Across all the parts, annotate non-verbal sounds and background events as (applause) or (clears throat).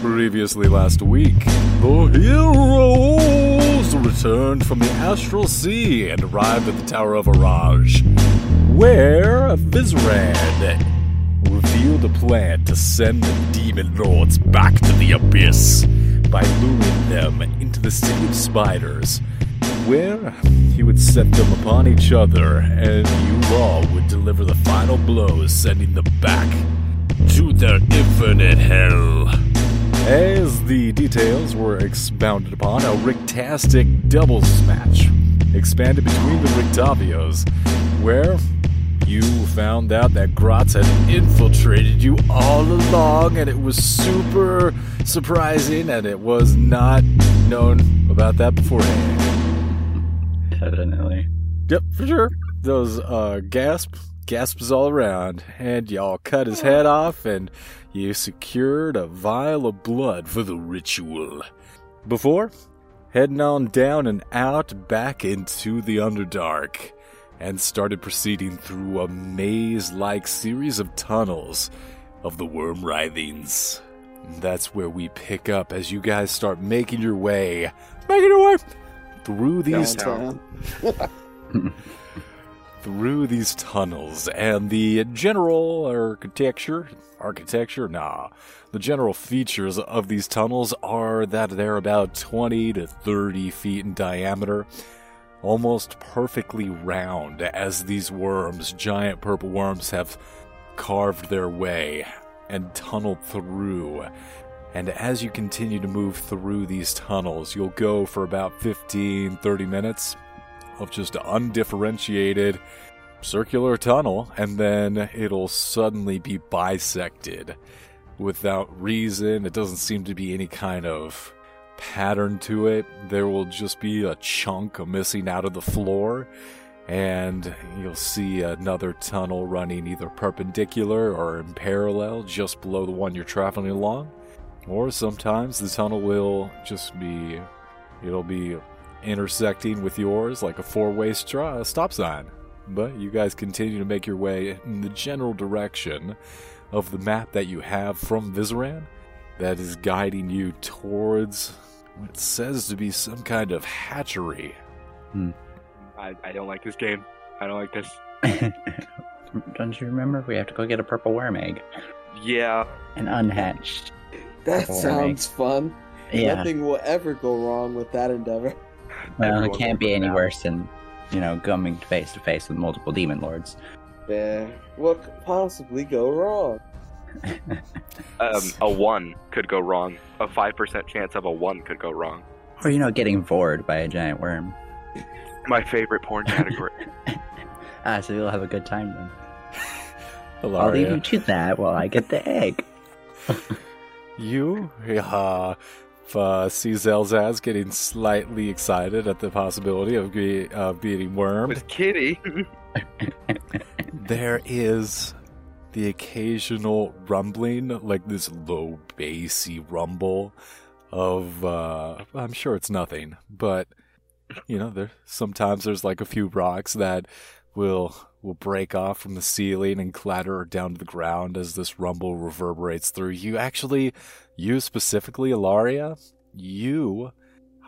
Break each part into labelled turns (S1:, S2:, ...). S1: Previously last week, the heroes returned from the Astral Sea and arrived at the Tower of Araj, where Vizrad revealed a plan to send the demon lords back to the abyss by luring them into the City of Spiders, where he would set them upon each other and Yulaw would deliver the final blows, sending them back to their infinite hell. As the details were expounded upon, a Rictastic doubles match expanded between the Rictavios, where you found out that Grotz had infiltrated you all along, and it was super surprising, and it was not known about that beforehand.
S2: Definitely.
S1: Yep, for sure. Those uh, gasp, gasps all around, and y'all cut his head off, and you secured a vial of blood for the ritual. Before heading on down and out back into the Underdark, and started proceeding through a maze-like series of tunnels of the worm writhings. That's where we pick up as you guys start making your way, making your way through these
S3: Downtown.
S1: through these tunnels and the general architecture architecture nah the general features of these tunnels are that they're about 20 to 30 feet in diameter almost perfectly round as these worms giant purple worms have carved their way and tunneled through and as you continue to move through these tunnels you'll go for about 15 30 minutes of just undifferentiated circular tunnel, and then it'll suddenly be bisected without reason. It doesn't seem to be any kind of pattern to it. There will just be a chunk of missing out of the floor, and you'll see another tunnel running either perpendicular or in parallel just below the one you're traveling along. Or sometimes the tunnel will just be, it'll be intersecting with yours like a four-way stra- stop sign. But you guys continue to make your way in the general direction of the map that you have from Vizoran that is guiding you towards what it says to be some kind of hatchery.
S4: I, I don't like this game. I don't like this.
S2: (laughs) Don't you remember? We have to go get a purple worm egg.
S4: Yeah.
S2: An unhatched.
S3: That
S2: Boring.
S3: sounds fun.
S2: Yeah.
S3: Nothing will ever go wrong with that endeavor.
S2: Well, it
S4: everyone
S2: can't be
S4: remember
S2: any
S4: that.
S2: worse than, you know, coming face to face with multiple demon lords.
S3: Yeah. (laughs) What could possibly go wrong?
S4: Um, a one could go wrong. A five percent chance of a one could go wrong.
S2: Or, you know, getting vored by a giant worm.
S4: My favorite (laughs) porn category.
S2: Ah, so you'll have a good time then. I'll leave you
S1: Hilaria,
S2: to that while I get (laughs) the egg.
S1: you, uh, f- uh, see Zelzaz getting slightly excited at the possibility of be- uh, being wormed.
S4: With Kitty.
S1: there is the occasional rumbling, like this low bassy rumble of uh I'm sure it's nothing, but you know, there sometimes there's like a few rocks that will will break off from the ceiling and clatter down to the ground as this rumble reverberates through. You actually you specifically, Ilaria, you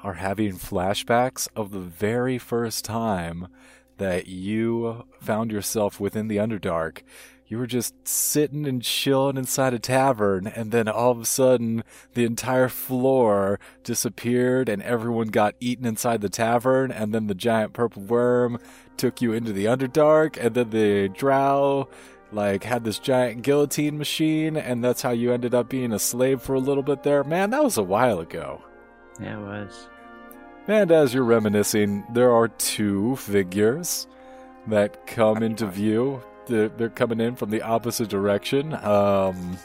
S1: are having flashbacks of the very first time that you found yourself within the Underdark. You were just sitting and chilling inside a tavern, and then all of a sudden, the entire floor disappeared, and everyone got eaten inside the tavern. And then the giant purple worm took you into the Underdark, and then the drow like had this giant guillotine machine, and that's how you ended up being a slave for a little bit there. Man, that was a while ago.
S2: Yeah, it was.
S1: And as you're reminiscing, there are two figures that come into view. They're, they're coming in from the opposite direction. Um,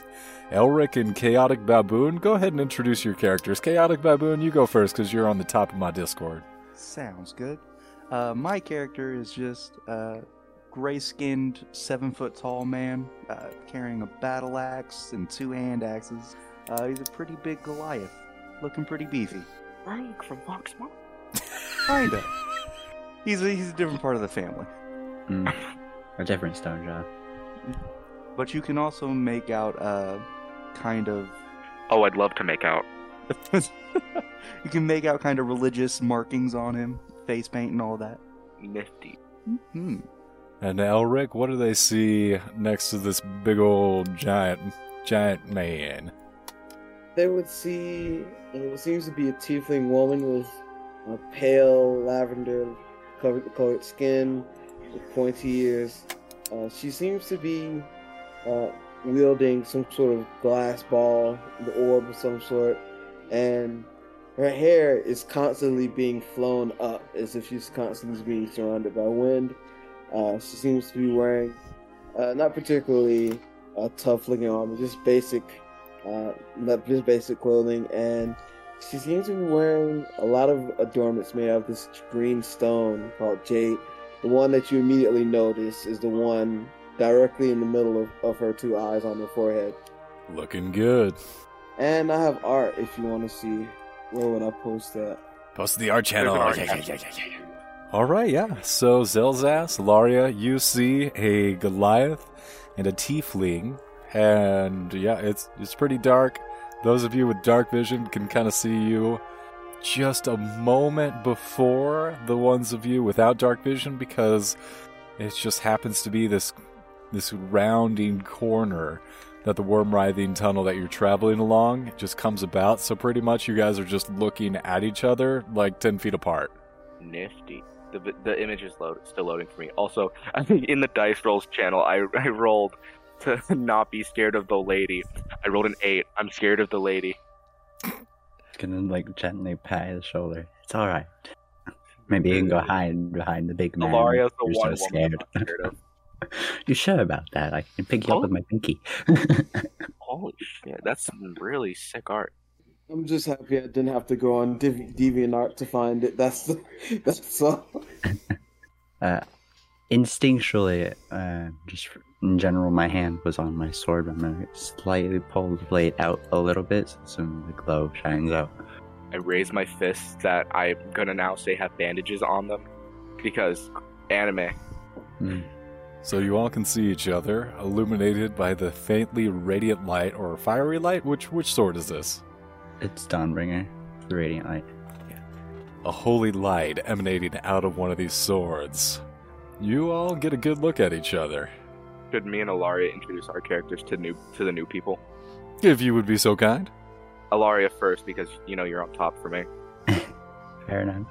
S1: Elric and Chaotic Baboon, go ahead and introduce your characters. Chaotic Baboon, you go first because you're on the top of my Discord.
S5: Sounds good. Uh, my character is just a gray skinned, seven foot tall man uh, carrying a battle axe and two hand axes. Uh, he's a pretty big Goliath, looking pretty beefy.
S4: Frank from Fox Mom.
S5: (laughs) Kinda. he's, a, he's a different part of the family.
S2: Mm. A different stone jaw.
S5: But you can also make out uh, kind of
S4: Oh, I'd love to make out.
S5: (laughs) you can make out kind of religious markings on him, face paint and all that.
S4: Nifty.
S5: Hmm.
S1: And Elric, what do they see next to this big old giant, giant man?
S3: They would see uh, what seems to be a tiefling woman with a pale lavender covered colored skin, with pointy ears. Uh, she seems to be uh, wielding some sort of glass ball, the orb of some sort, and her hair is constantly being flown up as if she's constantly being surrounded by wind. Uh, she seems to be wearing uh, not particularly uh, tough looking armor, just basic, uh, not- just basic clothing, and she seems to be wearing a lot of adornments made out of this green stone called jade. The one that you immediately notice is the one directly in the middle of, of her two eyes on her forehead.
S1: Looking good.
S3: And I have art if you want to see. Where would I post that?
S1: Post the art channel.
S4: There's an art
S1: Yeah,
S4: channel.
S1: yeah, yeah, yeah, yeah. All right, yeah. So Zelzas, Laria, you see a Goliath and a Tiefling, and yeah, it's it's pretty dark. Those of you with dark vision can kind of see you just a moment before the ones of you without dark vision because it just happens to be this this rounding corner that the worm writhing tunnel that you're traveling along just comes about. So pretty much you guys are just looking at each other like ten feet apart.
S4: Nifty. The, vi- the image is load, still loading for me. Also, (laughs) I think in the dice rolls channel, I, (laughs) I rolled to (laughs) not be scared of the lady. I rolled an eight. I'm scared of the lady.
S2: Just gonna like gently pat his shoulder. It's all right. Maybe you can go hide behind the big man.
S4: Alaria's Uh, the
S2: You're
S4: one
S2: so
S4: woman
S2: scared.
S4: I'm not scared of.
S2: (laughs) you sure about that? I can pick you
S4: Oh.
S2: up with my pinky. (laughs)
S4: Holy shit, that's some really sick art.
S3: I'm just happy I didn't have to go on Div- DeviantArt to find it. That's the, (laughs) that's all.
S2: Instinctually, uh, just in general, my hand was on my sword. I'm gonna slightly pull the blade out a little bit so some of the glow shines out.
S4: I raise my fists that I'm gonna now say have bandages on them because anime.
S2: Mm.
S1: So you all can see each other, illuminated by the faintly radiant light or fiery light. Which which sword is this?
S2: It's Dawnbringer, the radiant light.
S1: A holy light emanating out of one of these swords. You all get a good look at each other,
S4: Should me and Alaria introduce our characters to new to the new people?
S1: if you would be so kind.
S4: Alaria first because you know you're on top for me.
S2: (laughs) Fair enough.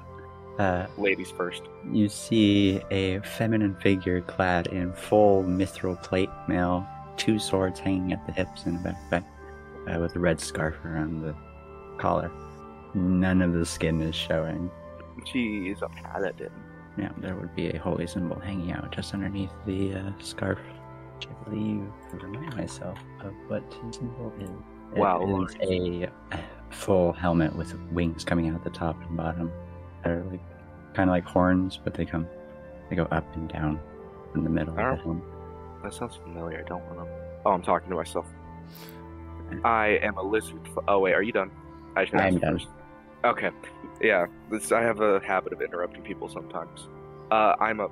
S2: Uh,
S4: Ladies first.
S2: you see a feminine figure clad in full mithril plate mail, two swords hanging at the hips and backpack, uh, with a red scarf around the collar. None of the skin is showing.
S4: She is a paladin.
S2: Now there would be a holy symbol hanging out just underneath the uh, scarf. Which I believe remind myself of what the symbol is. It
S4: Wow,
S2: is a uh, full helmet with wings coming out the top and bottom. They're like kind of like horns, but they come, they go up and down in the middle
S4: Oh.
S2: of the helmet.
S4: That sounds familiar. I don't want to. Oh, I'm talking to myself. I am a lizard. F- oh wait, are you done? I should
S2: I'm
S4: ask
S2: done.
S4: first. Okay. Yeah, this, I have a habit of interrupting people sometimes. Uh, I'm a.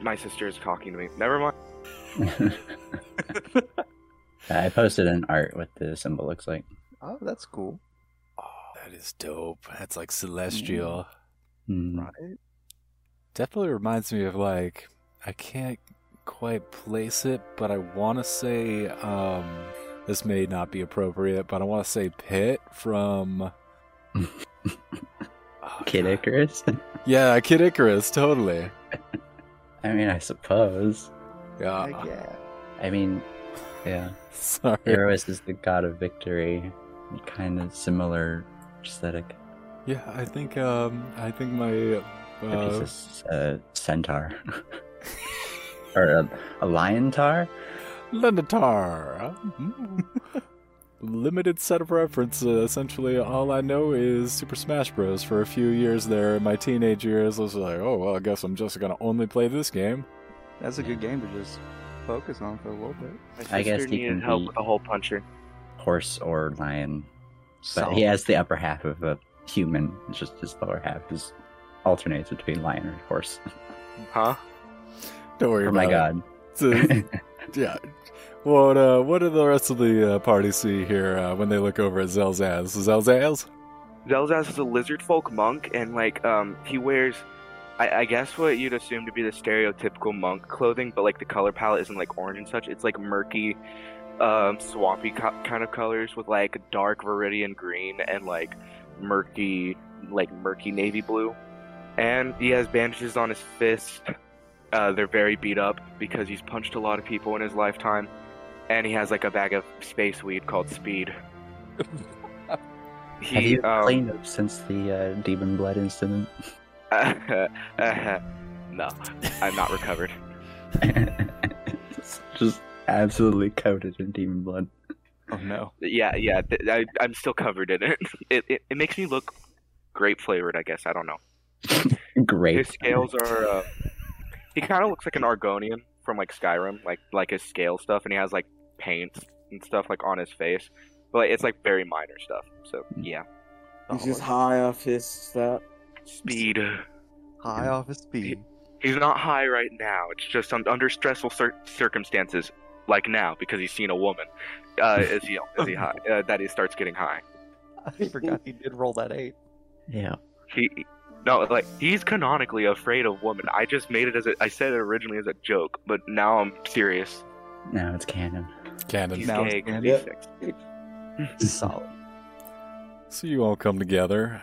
S4: My sister is talking to me. Never mind.
S2: (laughs) I posted an art what the symbol looks like.
S5: Oh, that's cool.
S1: That is dope. That's like
S5: celestial.
S2: Hmm.
S5: Right?
S1: Mm. Definitely reminds me of like I can't quite place it, but I want to say um this may not be appropriate, but I want to say Pit (laughs) from Oh,
S2: Kid
S1: God.
S2: Icarus. (laughs)
S1: Yeah, Kid Icarus, totally.
S2: I mean, I suppose.
S1: Yeah. (laughs)
S4: Uh-huh.
S5: Heck yeah.
S2: I mean, yeah.
S1: Sorry.
S2: Eros is the god of victory. Kind of similar aesthetic.
S1: Yeah, I think um I think my
S2: If
S1: uh,
S2: he's a s- uh, centaur. (laughs) or a, a lion tar? (laughs)
S1: Lenitar. Mm. Limited set of reference. Uh, essentially, all I know is Super Smash Bros. For a few years there, in my teenage years, I was like, oh, well, I guess I'm just going to only play this game.
S5: That's a good game to just focus on for a little bit.
S4: My sister
S2: I guess he
S4: needed
S2: can
S4: help
S2: be-
S4: with a hole puncher.
S2: Horse or lion. But he has the upper half of a human. It's just his lower half is alternates between lion or horse.
S4: Huh?
S1: Don't worry
S2: Oh
S1: about (laughs)
S2: my
S1: it.
S2: god. (laughs)
S1: It's a- yeah. What uh, what do the rest of the uh, party see here uh, when they look over at Zelzaz? Zelzaz?
S4: Zelzaz is a lizard folk monk, and like um, he wears, I, I guess what you'd assume to be the stereotypical monk clothing, but like the color palette isn't like orange and such. It's like murky, um, swampy co- kind of colors with like dark viridian green and like murky, like murky navy blue. And he has bandages on his fist. Uh, they're very beat up because he's punched a lot of people in his lifetime. And he has like a bag of space weed called
S2: (laughs)
S4: Speed. He,
S2: Have you
S4: um,
S2: cleaned up since the uh, demon blood incident?
S4: (laughs)
S2: (laughs)
S4: no, I'm not recovered.
S2: It's just absolutely coated in demon blood.
S5: Oh no.
S4: Yeah, yeah, th- I, I'm still covered in it. (laughs) It, it. it makes me look grape flavored, I guess. I don't know.
S2: Great.
S4: His scales are. Uh, he kind of looks like an Argonian from like Skyrim, like like his scale stuff, and he has like paint and stuff like on his face, but like, it's like very minor stuff. So yeah,
S3: He's
S5: Oh,
S3: just high off his stuff.
S4: speed.
S5: high off his speed.
S4: He's not high right now. It's just un- under stressful cir- circumstances, like now, because he's seen a woman. Uh, is he? Is he (laughs) high? Uh, that he starts getting high.
S5: (laughs) I forgot he did roll that eight.
S2: Yeah.
S4: He no, like he's canonically afraid of women. I just made it as a, I said it originally as a joke, but now I'm serious.
S2: Now it's canon.
S1: Cannon.
S4: He's
S5: Now
S4: gay.
S5: it's canon.
S4: he's sexy.
S2: Solid.
S1: So you all come together.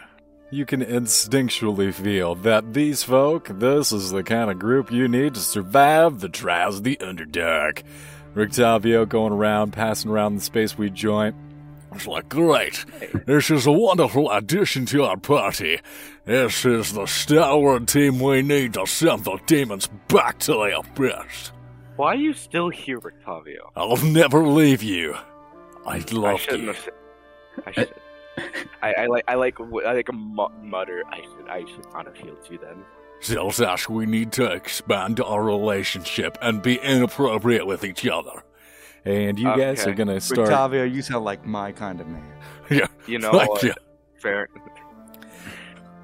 S1: You can instinctually feel that these folk, this is the kind of group you need to survive the trials of the Underdark. Rictavio going around, passing around the space we joint. It's like, great, this is a wonderful addition to our party. This is the stalwart team we need to send the demons back to their best.
S4: Why are you still here, Rictavio?
S1: I'll never leave you. I
S4: I
S1: love
S4: shouldn't
S1: you.
S4: have. Said, I should. I, I like I like w- I like mu- mutter. I should I should not have healed you then.
S1: Zelzash, we need to expand our relationship and be inappropriate with each other. And you guys
S4: Okay.
S1: are gonna start.
S5: Rictavio, you sound like my kind of man.
S4: You
S1: (laughs)
S4: know,
S1: Like,
S4: what?
S1: yeah.
S4: fair.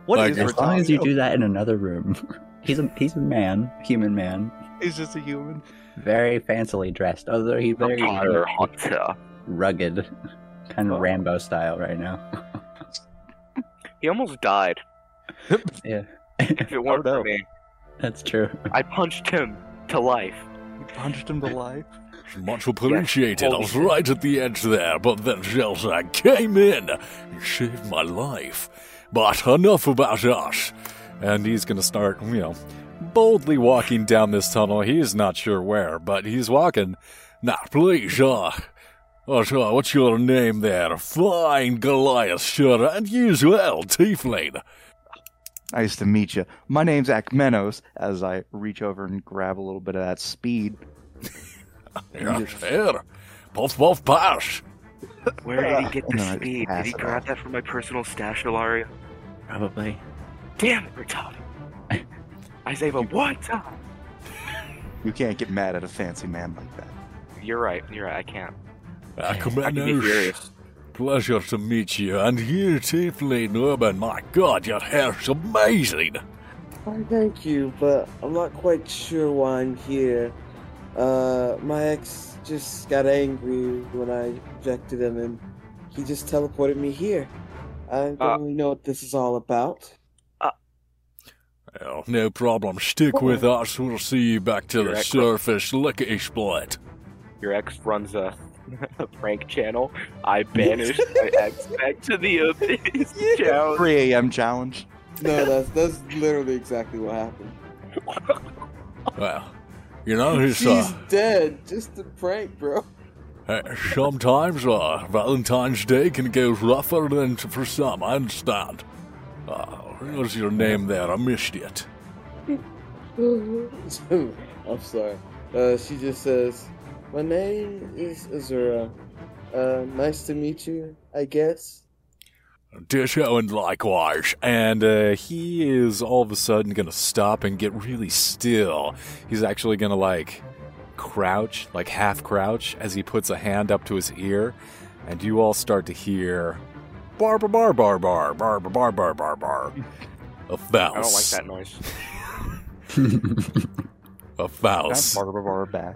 S5: What
S1: Like,
S5: is
S1: As
S2: As long as you
S5: Rictavio?
S2: do that in another room. (laughs) He's a he's a man, human man,
S5: He's just a human.
S2: very fancily dressed, although he's very
S4: Hunter, Hunter.
S2: rugged, kind of
S4: Oh.
S2: Rambo style right now. (laughs)
S4: He almost
S5: (laughs)
S4: died.
S2: Yeah,
S4: If it weren't
S5: Oh,
S4: for
S5: no.
S4: me,
S2: that's true.
S4: I punched him to life.
S5: You punched him to life.
S1: Much appreciated. I
S4: Holy
S1: was
S4: shit.
S1: right at the edge there, but then Zelzak came in and saved my life. But enough about us. And he's gonna start, you know, boldly walking down this tunnel. He's not sure where, but he's walking. Now, please, uh, what, uh, what's your name there? Fine Goliath, sure, and you as well, Tiefling.
S5: Nice to meet you. My name's Akmenos. As I reach over and grab a little bit of that speed,
S1: Yeah, fair. Puff, puff, pass.
S4: Where did he get the
S5: No, I
S4: speed? Did
S5: pass
S4: he
S5: it
S4: grab that from my personal stash, Ilaria?
S2: (laughs) Probably.
S4: Damn it, Rictavio. I save a one time.
S5: you can't get mad at a fancy man like that.
S4: You're right. You're right. I can't. I can be
S1: Akmenos,
S4: furious.
S1: pleasure to meet you. And you, Tiefling Urban, my god, your hair's amazing.
S3: Oh, thank you, but I'm not quite sure why I'm here. Uh, my ex just got angry when I rejected him, and he just teleported me here. I don't
S4: Uh,
S3: really know what this is all about.
S1: Well, no problem. Stick with us. We'll see you back to the
S4: Correct.
S1: surface. Lickety split.
S4: Your ex runs a, (laughs) a prank channel. I banish my ex back to the
S1: (laughs)
S4: abyss. Challenge.
S5: 3 a.m. challenge.
S3: No, that's that's literally exactly what happened.
S1: Well, you know, it's,
S3: She's
S1: uh,
S3: dead. Just a prank, bro. (laughs)
S1: uh, sometimes uh, Valentine's Day can go rougher than for some. I understand. Uh, what was your name there? I missed it.
S3: I'm sorry. Uh, she just says, "My name is Azura. Uh, nice to meet you. I guess."
S1: Ditto and likewise. And uh, he is all of a sudden going to stop and get really still. He's actually going to like crouch, like half crouch, as he puts a hand up to his ear. And you all start to hear bar bar bar bar bar bar bar bar bar bar. A
S4: I don't like
S1: mouse.
S4: that noise.
S1: A
S5: That
S1: mouse.
S5: Barbara back.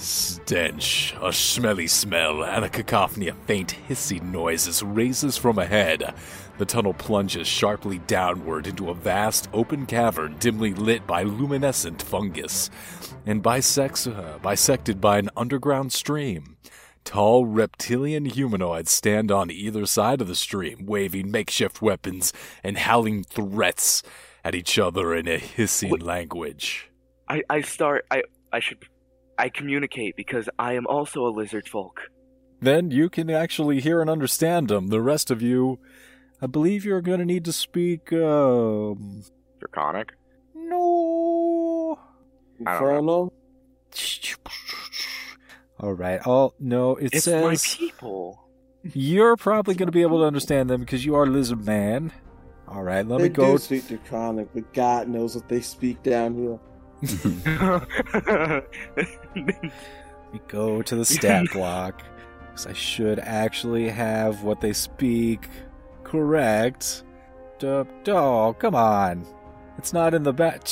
S1: Stench, a smelly smell, and a cacophony of faint hissing noises raises from ahead. The tunnel plunges sharply downward into a vast open cavern dimly lit by luminescent fungus and bisects, uh, bisected by an underground stream. Tall reptilian humanoids stand on either side of the stream, waving makeshift weapons and howling threats at each other in a hissing
S4: Wait.
S1: language.
S4: I, I start. I I should. I communicate because I am also a lizard folk.
S1: Then you can actually hear and understand them. The rest of you, I believe you're going to need to speak, um.
S4: Draconic.
S1: No.
S4: I don't
S3: Inferno?
S1: All right. Oh, no, it
S4: It's my
S1: says.
S4: (laughs)
S1: (laughs)
S4: people.
S1: You're probably going to be able to understand them because you are lizard man. All right, let
S3: they
S1: me go.
S3: do speak Draconic, but God knows what they speak down here.
S4: That's
S1: Let me go to the stat block because I should actually have what they speak correct. Duh, duh, come on. It's not in the back.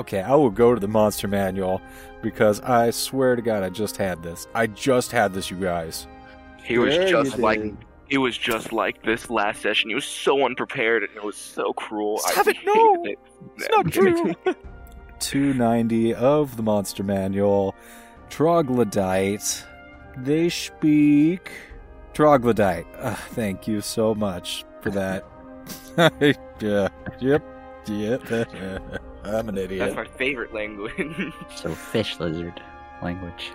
S1: Okay, I will go to the monster manual because I swear to God, I just had this. I just had this, you guys.
S4: He was
S3: There
S4: just
S3: you
S4: like
S3: did.
S4: he was just like this last session. He was so unprepared and it was so cruel.
S1: Stop
S4: I
S1: it, no!
S4: hated it.
S1: It's (laughs)
S4: (laughs)
S1: not true. 290 of the Monster Manual. Troglodyte. They speak. Troglodyte. Uh, thank you so much for that. (laughs) yeah. Yep. Yeah. (laughs) I'm an
S4: That's
S1: idiot.
S4: my favorite language. (laughs)
S2: So fish lizard language.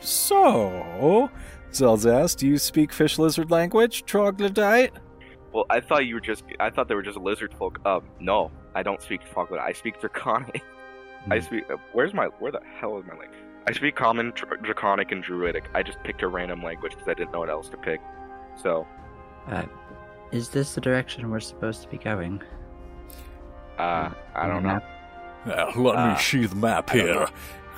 S1: So, Zelzaz, do you speak fish lizard language? Troglodyte?
S4: well, I thought you were just I thought they were just lizard folk. Um, no, I don't speak Foglet. I speak Draconic. (laughs) I
S1: Hmm.
S4: speak. uh, Where's my? Where the hell is my language? I speak Common, Dr- Draconic, and Druidic. I just picked a random language because I didn't know what else to pick. So,
S2: Is this the direction we're supposed to be going?
S4: uh, I don't know.
S1: Uh, let
S4: Uh,
S1: me see the map
S4: I don't know.
S1: here.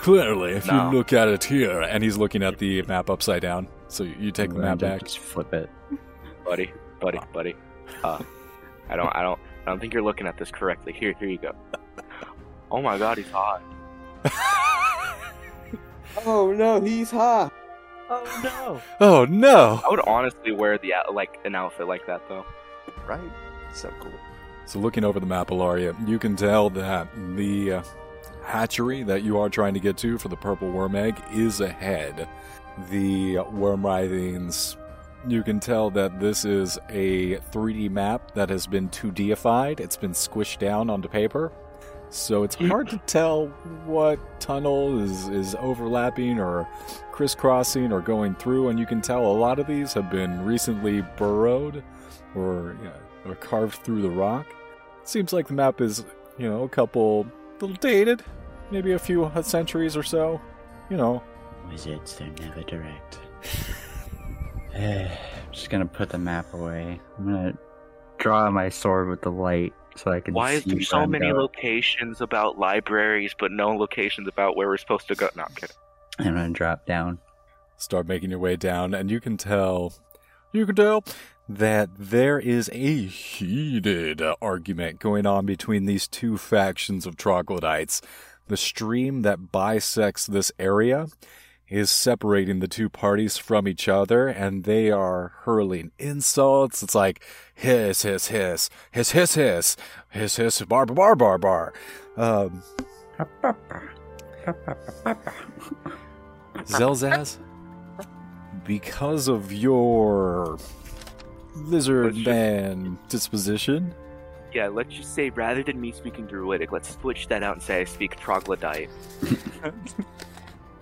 S1: Clearly, if
S4: No.
S1: you look at it here, and he's looking at the map upside down. So you you take the map back.
S2: Just flip it.
S4: buddy, buddy, buddy. Uh, I don't, I don't, I don't think you're looking at this correctly. Here, here you go. Oh my God, he's hot.
S3: Oh no, he's high.
S2: Oh no!
S1: (laughs) oh no!
S4: I would honestly wear the out- like an outfit like that though.
S5: Right? So cool.
S1: So, looking over the map, Ilaria, you can tell that the uh, hatchery that you are trying to get to for the purple worm egg is ahead. The worm writhings, you can tell that this is a 3D map that has been 2Dified. It's been squished down onto paper. So, it's hard to tell what tunnel is, is overlapping or crisscrossing or going through. And you can tell a lot of these have been recently burrowed or, you know, or carved through the rock. Seems like the map is, you know, a couple little dated, maybe a few hu- centuries or so. You know,
S2: Wizards, they're never (sighs) direct. Eh, I'm just gonna put the map away. I'm gonna draw my sword with the light so I can
S4: Why
S2: see.
S4: is there
S2: where
S4: so
S2: I'm
S4: many
S2: going.
S4: locations about libraries, but no locations about where we're supposed to go? No, I'm kidding.
S2: I'm gonna drop down.
S1: start making your way down, and you can tell, you can tell that there is a heated uh, argument going on between these two factions of troglodytes. The stream that bisects this area is separating the two parties from each other, and they are hurling insults. It's like hiss, hiss, hiss, hiss, hiss, hiss, hiss, hiss, bar, bar, bar, bar. Um, Zelzaz, because of your lizard
S4: Let's just-
S1: man disposition,
S4: Yeah, let's just say rather than me speaking Druidic, let's switch that out and say I speak Troglodyte.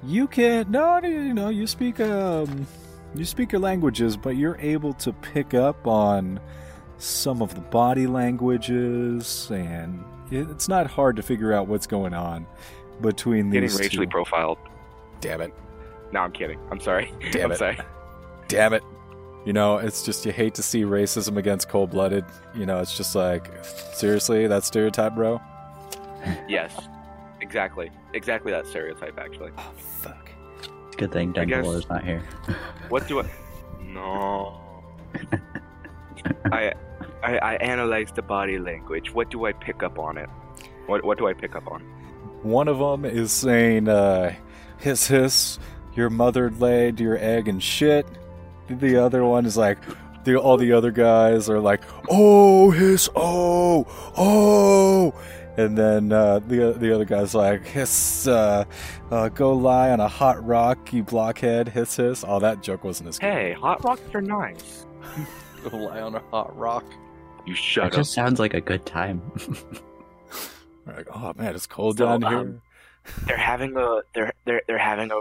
S1: you can no, no, you know, you speak um, you speak your languages, but you're able to pick up on some of the body languages, and it, it's not hard to figure out what's going on between
S4: Getting
S1: these
S4: racially
S1: two.
S4: profiled.
S1: Damn it!
S4: No, I'm kidding. I'm sorry. (laughs)
S1: Damn
S4: I'm
S1: it!
S4: sorry.
S1: Damn it! You know, it's just you hate to see racism against cold-blooded. You know, it's just like seriously, that stereotype, bro.
S4: Yes, exactly, exactly that stereotype actually.
S1: Oh, fuck.
S2: It's a good thing
S4: I guess-
S2: Dumbledore is not here.
S4: (laughs) What
S2: (laughs)
S4: do I? No. I, I I analyze the body language. What do I pick up on it? What what do I pick up on?
S1: One of them is saying, uh, hiss hiss, your mother laid your egg and shit. The other one is like, the, all the other guys are like, oh hiss, oh, oh. And then uh, the the other guy's like, hiss, uh, uh, go lie on a hot rock, you blockhead, hiss hiss. Oh, that joke wasn't as good.
S4: Hey, hot rocks are nice.
S6: (laughs) Go lie on a hot rock.
S4: You
S2: That
S4: shut up.
S2: just sounds like a good time. (laughs)
S1: Like, oh man, it's cold
S4: So,
S1: down here.
S4: um, They're having a they're they're they're having a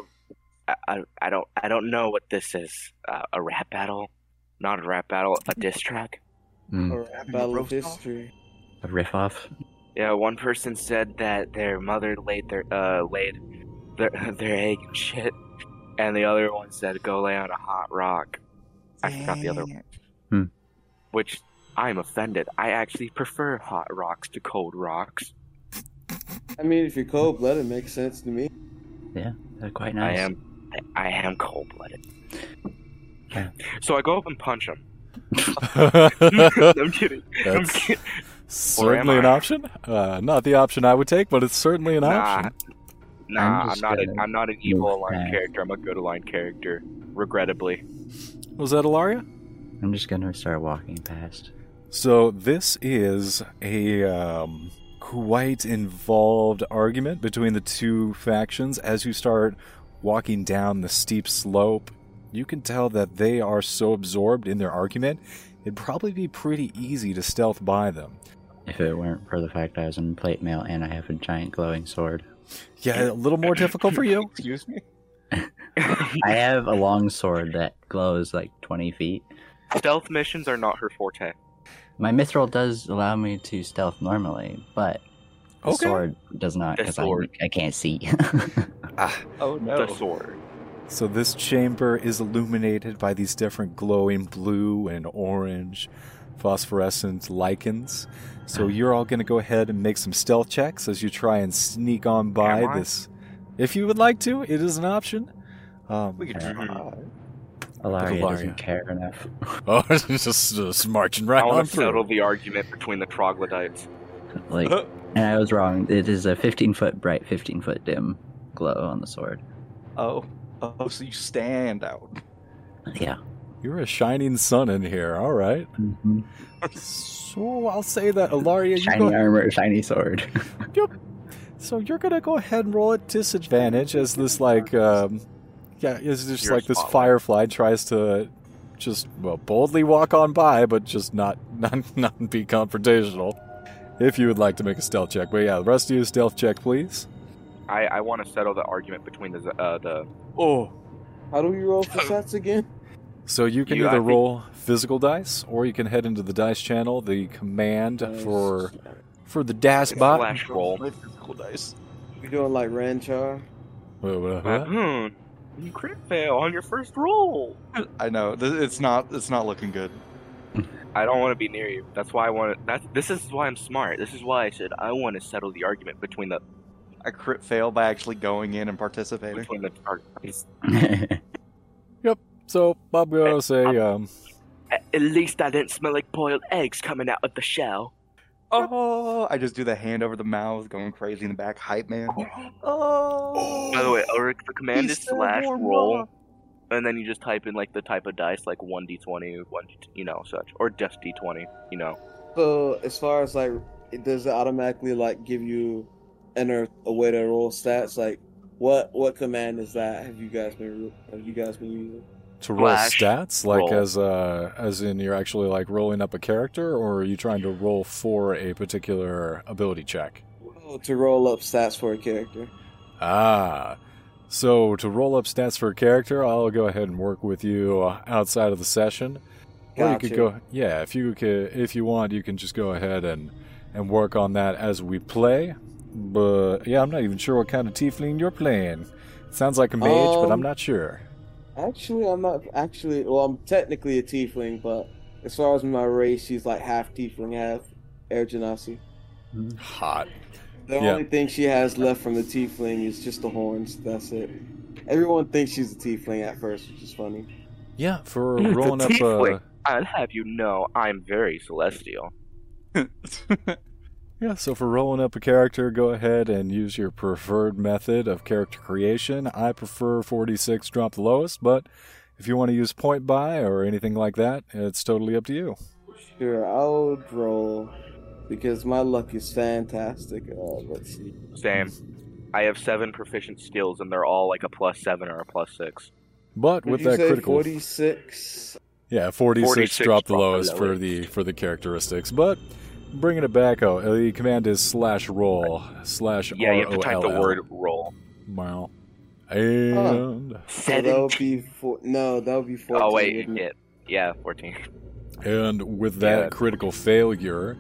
S4: I, I, I don't I don't know what this is uh, a rap battle, not a rap battle, a diss track.
S2: Mm,
S3: Or a battle of history.
S2: a riff off.
S4: Yeah, one person said that their mother laid their uh laid their (laughs) their egg and shit, and the other one said go lay on a hot rock. I forgot the other one.
S5: Dang.
S4: which I'm offended. I actually prefer hot rocks to cold rocks.
S3: I mean, if you're cold blooded, makes sense to me.
S2: They're quite nice.
S4: I am, I- I am cold blooded.
S2: Yeah.
S4: So I go up and punch him.
S6: (laughs)
S1: (laughs) That's
S4: (laughs) I'm kidding. I'm kidding.
S1: certainly
S4: Or
S1: an
S4: am I?
S1: option. Uh, not the option I would take, but it's certainly an
S4: Nah,
S1: option.
S4: nah.
S2: I'm
S4: I'm,
S2: just
S4: not. A,
S2: gonna
S4: I'm not an evil
S2: move
S4: aligned
S2: back.
S4: character. I'm a good aligned character. Regrettably,
S1: Was that Ilaria?
S2: I'm just gonna start walking past.
S1: So this is a um, quite involved argument between the two factions. As you start walking down the steep slope, you can tell that they are so absorbed in their argument. It'd probably be pretty easy to stealth by them.
S2: If it weren't for the fact I was in plate mail and I have a giant glowing sword,
S1: Yeah, a little more difficult for
S4: (laughs)
S1: you.
S6: Excuse me.
S2: I have a long sword that glows like 20 feet.
S4: stealth missions are not her forte.
S2: My mithril does allow me to stealth normally, but the
S1: Okay.
S2: sword does not
S4: The
S2: because I,
S4: sword.
S2: I can't see. (laughs)
S6: Oh no.
S4: The sword.
S1: So this chamber is illuminated by these different glowing blue and orange phosphorescent lichens. So you're all going to go ahead and make some stealth checks as you try and sneak on
S4: Am
S1: by
S4: I?
S1: this. If you would like to, it is an option. Um,
S5: We could
S2: Yeah.
S4: Mm-hmm.
S5: try.
S2: Alaria
S1: Alaria.
S2: doesn't care enough.
S1: (laughs) oh, (laughs) it's just, just marching right
S4: I
S1: on
S4: want to
S1: through.
S4: settle the argument between the troglodytes. (laughs)
S2: like, and I was wrong. It is a 15 foot bright, 15 foot dim glow on the sword.
S5: Oh, oh, so you stand out. (laughs)
S2: Yeah.
S1: You're a shining sun in here. All right.
S2: hmm
S1: So I'll say that Alaria, you go
S2: Shiny armor, shiny (laughs) sword.
S1: So you're gonna go ahead and roll at disadvantage as this like um yeah, is just
S4: You're
S1: like this
S4: spotlight.
S1: firefly tries to just well boldly walk on by, but just not (laughs) not not be confrontational. If you would like to make a stealth check, but yeah, the rest of you stealth check, please.
S4: I, I want to settle the argument between the uh, the.
S1: Oh,
S3: How do we roll for
S4: Oh.
S3: shots again?
S1: so you can
S4: You- I
S1: either
S4: think-
S1: roll physical dice or you can head into the dice channel. The command for for the dash bot.
S4: Flash roll.
S5: My physical dice.
S3: We doing like Ranchar?
S1: Wait, what- what?
S4: Hmm. You crit fail on your first roll.
S5: I know th- it's not. It's not looking good.
S4: I don't want to be near you. That's why I want to. That's this is why I'm smart. This is why I said I want to settle the argument between the
S5: I crit fail by actually going in and participating.
S4: between the targets.
S1: So I'm gonna say um,
S4: At at least I didn't smell like boiled eggs coming out of the shell.
S5: Oh! I just do the hand over the mouth, going crazy in the back, hype man. Oh!
S4: By the way, Ulrich, the command
S5: He's
S4: is
S5: still
S4: slash
S5: warm
S4: roll,
S5: up.
S4: and then you just type in like the type of dice, like one d20, one, d- you know, such, or just d20, you know.
S3: So as far as like, it does it automatically like give you enter a way to roll stats? Like, what what command is that? Have you guys been have you guys been using?
S1: to roll
S4: Flash
S1: stats like
S4: roll.
S1: as uh as in you're actually like rolling up a character or are you trying to roll for a particular ability check
S3: Oh, to roll up stats for a character.
S1: ah so to roll up stats for a character i'll go ahead and work with you uh, outside of the session or you could
S3: Gotcha.
S1: go yeah if you could if you want you can just go ahead and and work on that as we play but yeah i'm not even sure what kind of tiefling you're playing sounds like a mage but i'm
S3: Um,
S1: not sure
S3: Actually, I'm not actually. Well, I'm technically a tiefling, but as far as my race, she's like half tiefling, half air genasi.
S1: hot
S3: The
S1: Yeah.
S3: only thing she has left from the tiefling is just the horns. That's it. Everyone thinks she's a tiefling at first, which is funny.
S1: yeah for
S4: It's a
S1: rolling up uh
S4: oh.
S5: (laughs)
S4: tiefling. I'll have you know, I'm very celestial.
S1: Yeah, so for rolling up a character, go ahead and use your preferred method of character creation. I prefer 46 drop the lowest, but if you want to use point buy or anything like that, it's totally up to you.
S3: Sure, I'll roll because my luck is fantastic. Uh, let's see.
S4: Same. I have seven proficient skills, and they're all like a plus seven or a plus six.
S1: But
S3: Did
S1: with
S3: you
S1: that
S3: say
S1: critical
S3: 46?
S1: Yeah, 46,
S4: 46
S1: dropped the
S4: dropped the
S1: lowest for
S4: lowest.
S1: the for the characteristics, but bringing it back. Oh, uh, the command is slash roll slash
S4: Yeah, you have to type the
S1: ROLL.
S4: word roll.
S1: Wow. And
S3: So that would
S4: Seventeen.
S3: be four. No, that would be 14.
S4: Oh wait, you
S3: wouldn't it?
S4: get yeah, fourteen. (laughs)
S1: and with that
S4: Yeah.
S1: critical failure,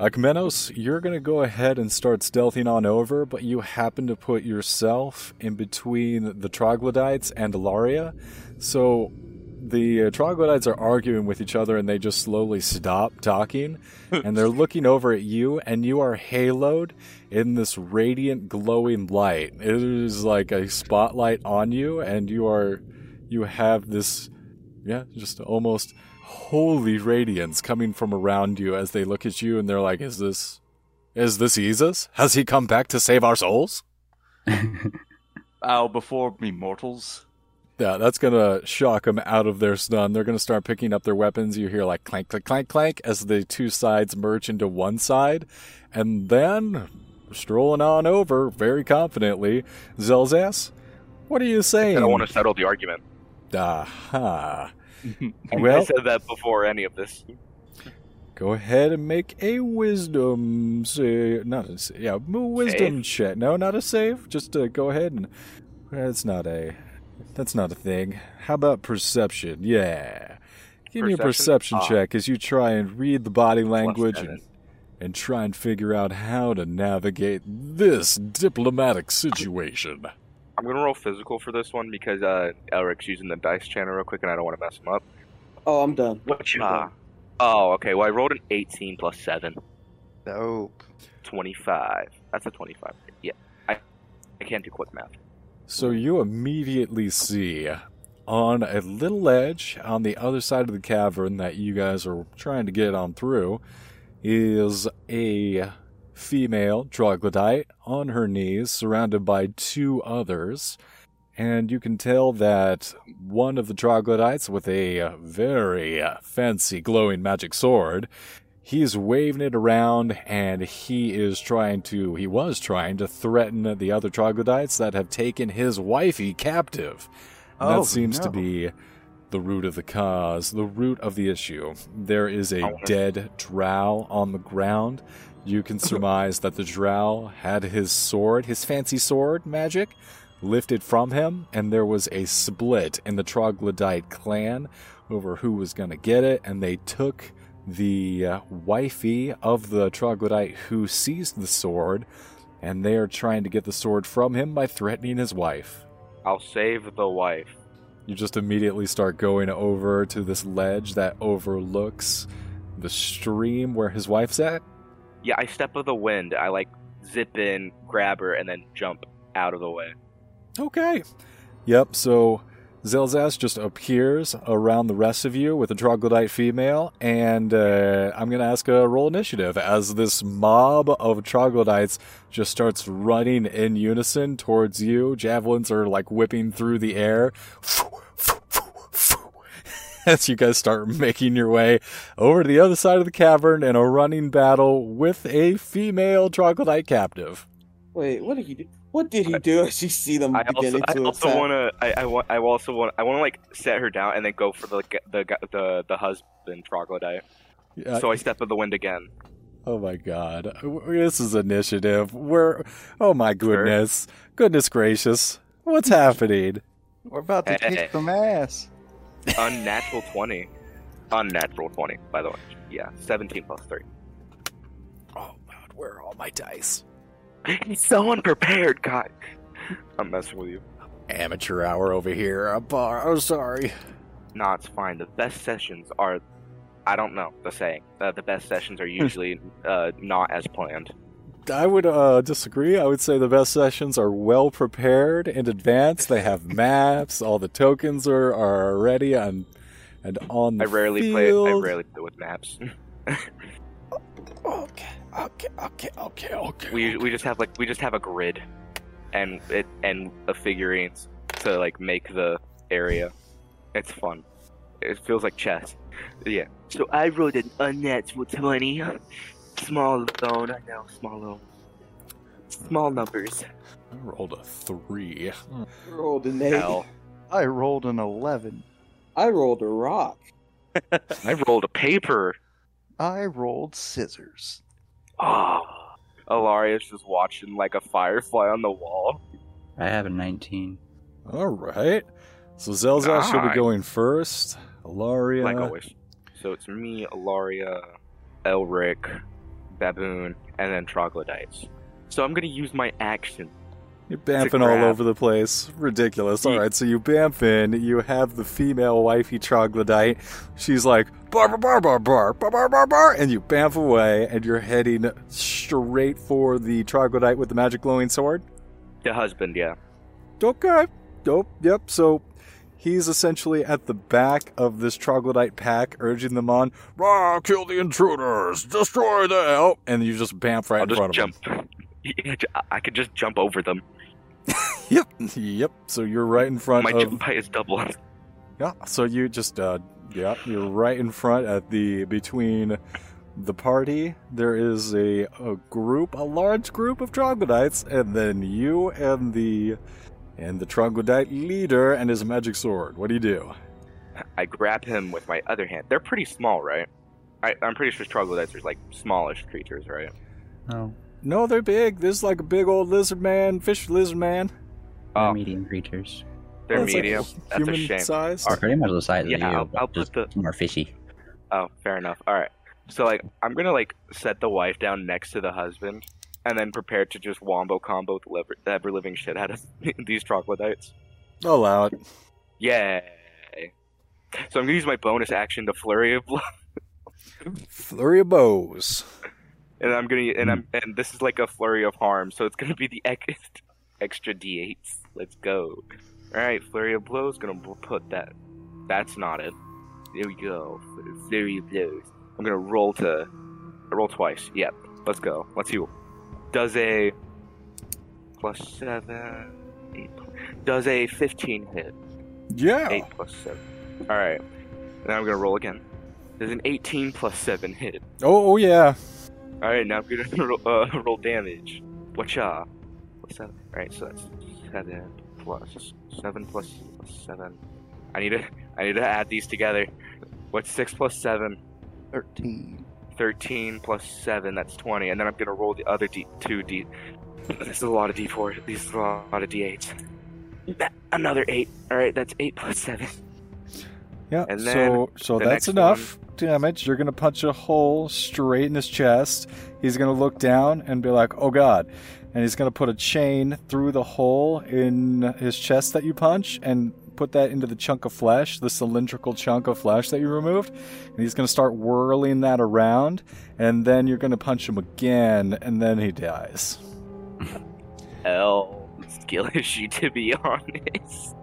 S1: Akmenos, you're gonna go ahead and start stealthing on over, but you happen to put yourself in between the troglodytes and Ilaria, so. The uh, troglodytes are arguing with each other and they just slowly stop talking. and they're looking over at you, and you are haloed in this radiant, glowing light. It is like a spotlight on you, and you are, you have this, yeah, just almost holy radiance coming from around you as they look at you, and they're like, "Is this, is this Jesus? Has he come back to save our souls?"
S5: Oh, before me, mortals. (laughs)
S1: Yeah, that's gonna shock them out of their stun. They're gonna start picking up their weapons. You hear like clank, clank, clank, clank as the two sides merge into one side, and then strolling on over very confidently, Zelzas, what are you saying?
S4: I don't want to settle the argument.
S1: Aha.
S4: I
S1: Well,
S4: said that before any of this.
S1: go ahead and make a wisdom save. Not a sa- yeah, m- wisdom check. No, not a save. Just uh, go ahead and that's not a that's not a thing. How about perception? Yeah, give me a perception
S4: Perception? Ah.
S1: check as you try and read the body language
S4: seven.
S1: and and try and figure out how to navigate this diplomatic situation.
S4: I'm gonna roll physical for this one because uh, Elric's using the dice channel real quick, and I don't want to mess him up.
S3: Oh, I'm done.
S4: What you?
S5: Ah,
S4: oh, okay. Well, I rolled an 18 plus seven.
S5: Dope.
S4: 25. That's a 25. Yeah. I, I can't do quick math.
S1: So you immediately see on a little edge on the other side of the cavern that you guys are trying to get on through is a female troglodyte on her knees surrounded by two others. And you can tell that one of the troglodytes with a very fancy glowing magic sword. He's waving it around and he is trying to, he was trying to threaten the other troglodytes that have taken his wifey captive. And
S5: Oh,
S1: that seems to
S5: no.
S1: be the root of the cause, the root of the issue. There is a dead drow on the ground. You can surmise that the drow had his sword, his fancy sword magic, lifted from him, and there was a split in the troglodyte clan over who was going to get it, and they took the uh, wifey of the troglodyte who seized the sword, and they are trying to get the sword from him by threatening his wife.
S4: I'll save the wife.
S1: You just immediately start going over to this ledge that overlooks the stream where his wife's at.
S4: Yeah, I step of the wind. I like zip in, grab her, and then jump out of the way.
S1: Okay. Yep, so Zelzas just appears around the rest of you with a troglodyte female, and uh, I'm going to ask a roll initiative as this mob of troglodytes just starts running in unison towards you. Javelins are like whipping through the air. (laughs) As you guys start making your way over to the other side of the cavern in a running battle with a female troglodyte captive.
S3: Wait, what did he do? What did he do? (laughs) I just see them
S4: I also,
S3: beginning
S4: I
S3: to
S4: also
S3: attack.
S4: want to. I, I want. I also want. I want to like set her down and then go for the g- the g- the the husband troglodyte.
S1: Yeah,
S4: so I step of the wind again.
S1: Oh my god. This is initiative. We're oh my goodness. Goodness gracious. What's happening?
S5: We're about to
S4: Hey.
S5: kick some ass.
S4: Unnatural twenty. Unnatural twenty, by the way. Yeah, seventeen plus three.
S1: Oh god, where are all my dice?
S4: He's so unprepared, God. I'm messing with you.
S1: Amateur hour over here. I'm, bar- I'm sorry.
S4: No, it's fine. The best sessions are, I don't know the saying. Uh, the best sessions are usually uh, not as planned.
S1: I would uh, disagree. I would say the best sessions are well prepared in advance. They
S4: (laughs)
S1: have maps. All the tokens are, are ready and and on the
S4: I rarely play. I
S1: field.
S4: rarely play with maps.
S1: Okay. Okay, okay, okay, okay.
S4: We we just have like we just have a grid, and it and a figurines to like make the area. It's fun. It feels like chess. Yeah. So I rolled an unnatural twenty. Small loan, I know. Small loan. Small numbers.
S1: I rolled a three.
S3: rolled an eight.
S4: Hell,
S5: I rolled an 11.
S3: I rolled a rock.
S4: I rolled a paper.
S5: I rolled scissors.
S4: Oh, Alaria's just watching like a firefly on the wall.
S2: I have a 19.
S1: All right. So Zelzal should be
S4: Nice.
S1: going first. Alaria.
S4: Like always. So it's me, Alaria, Elric, Baboon, and then Troglodytes. So I'm gonna use my action.
S1: You're
S4: It's a
S1: bamfing all
S4: grab.
S1: over the place. Ridiculous. All right, so you bamf in. You have the female wifey troglodyte. She's like, bar, bar, bar, bar, bar, bar, bar, bar, bar, and you bamf away, and you're heading straight for the troglodyte with the magic glowing sword.
S4: The husband, yeah.
S1: Okay. Nope. Yep. So he's essentially at the back of this troglodyte pack, urging them on. Rah, kill the intruders. Destroy the help. And you just bamf right
S4: I'll
S1: in front
S4: just
S1: of him.
S4: jump. (laughs) Yeah, I- I could just jump over them.
S1: Yep. (laughs) Yep. So you're right in front
S4: My
S1: of.
S4: jump height is double. (laughs)
S1: Yeah. So you just uh yeah, you're right in front at the between the party. There is a, a group, a large group of troglodytes, and then you and the and the troglodyte leader and his magic sword. What do you do?
S4: I grab him with my other hand. They're pretty small, right? I, I'm pretty sure troglodytes are like smallish creatures, right? Oh.
S2: No,
S1: No, they're big. This is like a big old lizard man, fish lizard man.
S2: they're
S4: Oh.
S2: medium creatures.
S4: They're
S1: That's like
S4: medium. That's a
S1: human
S4: shame.
S1: sized.
S2: Are pretty much the size
S4: Yeah,
S2: of you,
S4: I'll-
S2: but
S4: I'll put
S2: just more fishy.
S4: Oh, fair enough. All right. So like, I'm gonna like set the wife down next to the husband, and then prepare to just wombo combo the, lever- the ever living shit out of (laughs) these troglodytes.
S1: Allow it.
S4: Yay! So I'm gonna use my bonus action to flurry of blow,
S1: Flurry of bows.
S4: and I'm gonna and I'm and this is like a flurry of harm. So it's gonna be the (laughs) ex- extra d8s. Let's go. All right, flurry of blows. Gonna bl- put that. That's not it. There we go. Flurry of blows. I'm gonna roll to. I roll twice. Yep. Let's go. Let's see. Does a plus seven? Eight, does a fifteen hit?
S1: Yeah.
S4: Eight plus seven. All right. Now I'm gonna roll again. Does an eighteen plus seven hit?
S1: Oh, oh yeah.
S4: All right, now I'm gonna (laughs) roll, uh, roll damage. Whatcha? What's that? All right, so that's seven plus seven plus seven. I need to I need to add these together. What's six plus seven?
S5: 13.
S4: Thirteen plus seven. That's twenty. And then I'm gonna roll the other d two d. This is a lot of d four. These are a lot of d eights. Another eight. All right, that's eight plus seven.
S1: Yeah.
S4: And
S1: so so
S4: the
S1: that's
S4: next
S1: enough damage. You're gonna punch a hole straight in his chest. He's gonna look down and be like, "Oh God," and he's gonna put a chain through the hole in his chest that you punch and put that into the chunk of flesh, the cylindrical chunk of flesh that you removed, and he's gonna start whirling that around, and then you're gonna punch him again, and then he dies.
S4: L skill issue, to be (laughs) honest.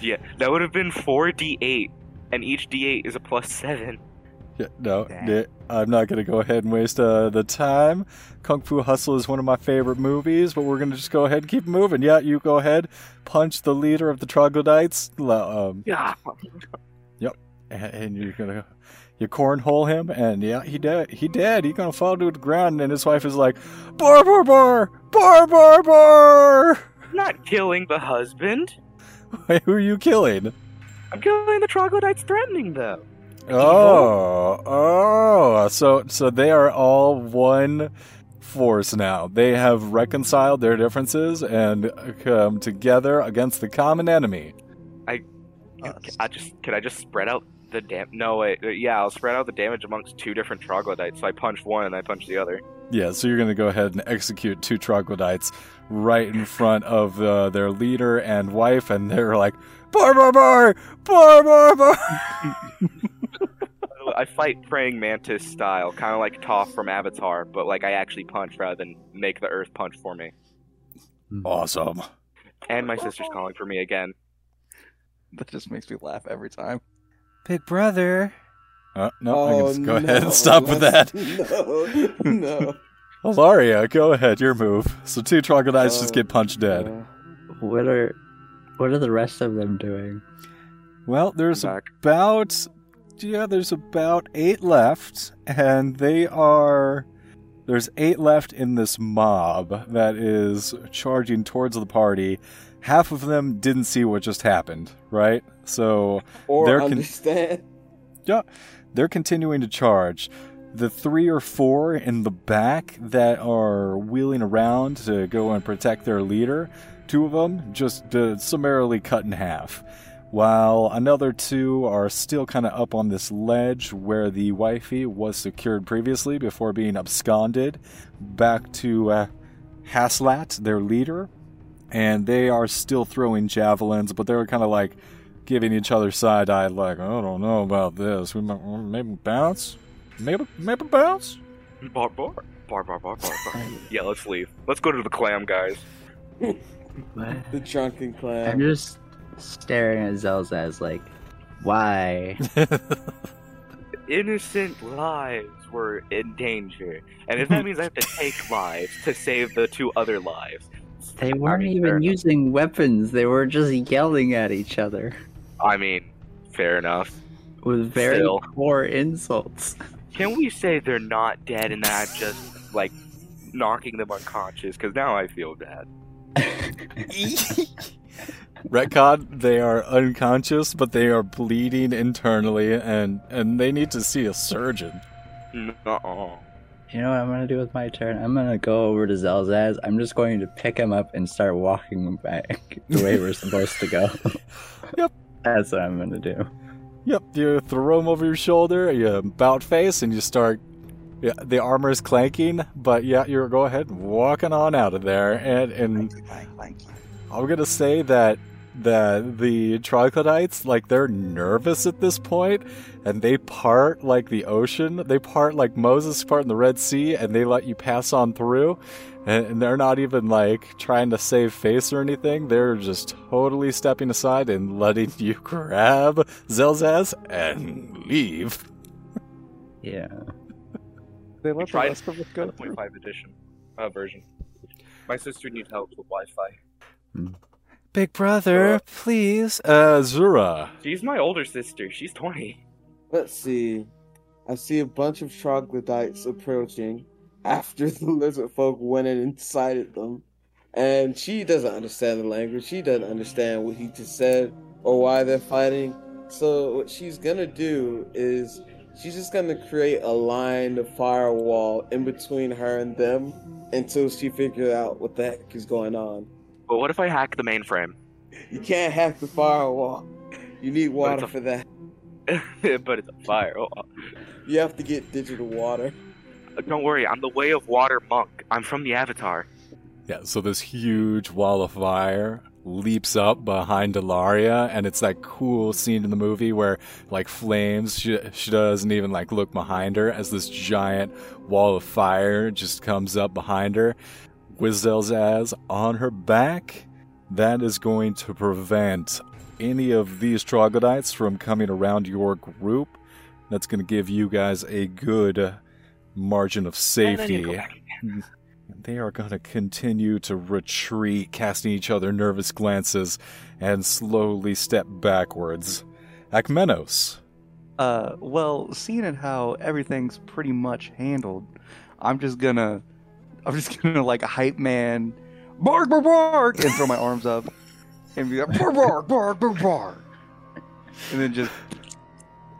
S4: yeah, that would have been 4d8, and each d8 is a plus 7.
S1: Yeah, no,
S5: Dang.
S1: yeah, I'm not going to go ahead and waste uh, the time. Kung Fu Hustle is one of my favorite movies, but we're going to just go ahead and keep moving. Yeah, you go ahead, punch the leader of the troglodytes, lo- um,
S4: Yeah.
S1: and, and you're going to you cornhole him, and yeah, he dead. He dead. He going to fall to the ground, and his wife is like, bar, bar, bar, bar, bar, bar.
S4: I'm not killing the husband.
S1: (laughs) Who are you killing?
S4: I'm killing the troglodytes threatening them.
S1: Oh, oh! So, so they are all one force now. They have reconciled their differences and come together against the common enemy.
S5: Us.
S4: I just can I just spread out the dam? No, wait. uh, Yeah, I'll spread out the damage amongst two different troglodytes. So I punch one and I punch the other.
S1: Yeah, so you're going to go ahead and execute two troglodytes right in front of uh, their leader and wife, and they're like, "Bar, bar, bar, bar, bar, bar."
S4: I fight praying mantis style, kind of like Toph from Avatar, but like I actually punch rather than make the earth punch for me. Mm-hmm.
S2: Oh.
S1: awesome.
S4: And my sister's calling for me again.
S5: (laughs) That just makes me laugh every time.
S1: Big brother, Uh, no,
S3: Oh,
S1: I can just go ahead and stop with that.
S3: that. (laughs) No, no.
S1: Alaria, go ahead, your move. So two troglodytes just
S3: Oh,
S1: get punched (laughs) dead.
S3: Uh,
S2: What are what are the rest of them doing?
S1: Well, there's
S4: Back.
S1: about yeah, there's about eight left, and they are there's eight left in this mob that is charging towards the party. Half of them didn't see what just happened, right? So
S3: or
S1: There can-
S3: understand.
S1: they're continuing to charge. The three or four in the back that are wheeling around to go and protect their leader, two of them just uh, summarily cut in half, while another two are still kind of up on this ledge where the wifey was secured previously before being absconded back to uh, Haslat, their leader. And they are still throwing javelins, but they're kind of like giving each other side eye, like, I don't know about this. We might, maybe bounce? Maybe, maybe bounce?
S4: Bar bar bar bar bar bar. bar. yeah, let's leave. Let's go to the clam guys.
S2: What?
S3: The drunken
S2: I'm
S3: clown.
S2: just staring at Zelza as like,
S4: (laughs)
S2: why?
S4: Innocent lives were in danger, and
S2: (laughs)
S4: if that means I have to take lives to save the two other lives,
S2: They weren't
S4: mean, fair
S2: even
S4: enough.
S2: using weapons. They were just yelling at each other
S4: I mean, fair enough.
S2: with very
S4: Still.
S2: poor insults.
S4: Can we say they're not dead and that I'm just like knocking them unconscious? Because now I feel bad.
S1: Retcon, they are unconscious, but they are bleeding internally, and, and they need to see a surgeon.
S4: Nuh-uh.
S2: You know what I'm gonna do with my turn? I'm gonna go over to Zelzaz. I'm just going to pick him up and start walking him back (laughs) the way we're supposed to go.
S1: Yep.
S2: That's what I'm gonna do.
S1: Yep, you throw him over your shoulder, you bout face, and you start. Yeah, the armor is clanking, but yeah, you go ahead and walking on out of there, and and I'm gonna say that that the troglodytes like they're nervous at this point and they part like the ocean they part like moses part in the red sea and they let you pass on through and, and they're not even like trying to save face or anything they're just totally stepping aside and letting (laughs) you grab zelzaz and leave
S2: Yeah.
S5: They
S4: We
S5: let the
S4: tried
S5: rest of us go.
S4: 1.5 edition uh, version. My sister needs help with Wi-Fi.
S1: big brother please uh zura
S4: She's my older sister. She's 20.
S3: Let's see. I see a bunch of troglodytes approaching after (laughs) the lizard folk went in and sighted them. And she doesn't understand the language. She doesn't understand what he just said or why they're fighting. So, what she's gonna do is she's just gonna create a line of firewall in between her and them until she figures out what the heck is going on.
S4: But what if I hack the mainframe?
S3: You can't hack the firewall, you need water
S4: a-
S3: for that.
S4: (laughs) but it's a fire. Oh,
S3: You have to get digital water.
S4: uh, don't worry, I'm the Way of Water monk. I'm from the Avatar.
S1: Yeah, so this huge wall of fire leaps up behind Delaria, and it's that cool scene in the movie where, like, flames, she, she doesn't even, like, look behind her as this giant wall of fire just comes up behind her. With Zelzaz on her back, that is going to prevent any of these troglodytes from coming around your group. That's going to give you guys a good margin of
S4: And I need to
S1: safety.
S4: go back.
S1: They are going to continue to retreat, casting each other nervous glances, and slowly step backwards. Akmenos.
S5: Uh, well, seeing it how everything's pretty much handled, I'm just gonna, I'm just (laughs) gonna like a hype man, bark bark bark, and throw my arms up, and be like bark bark bark bark bark, and then just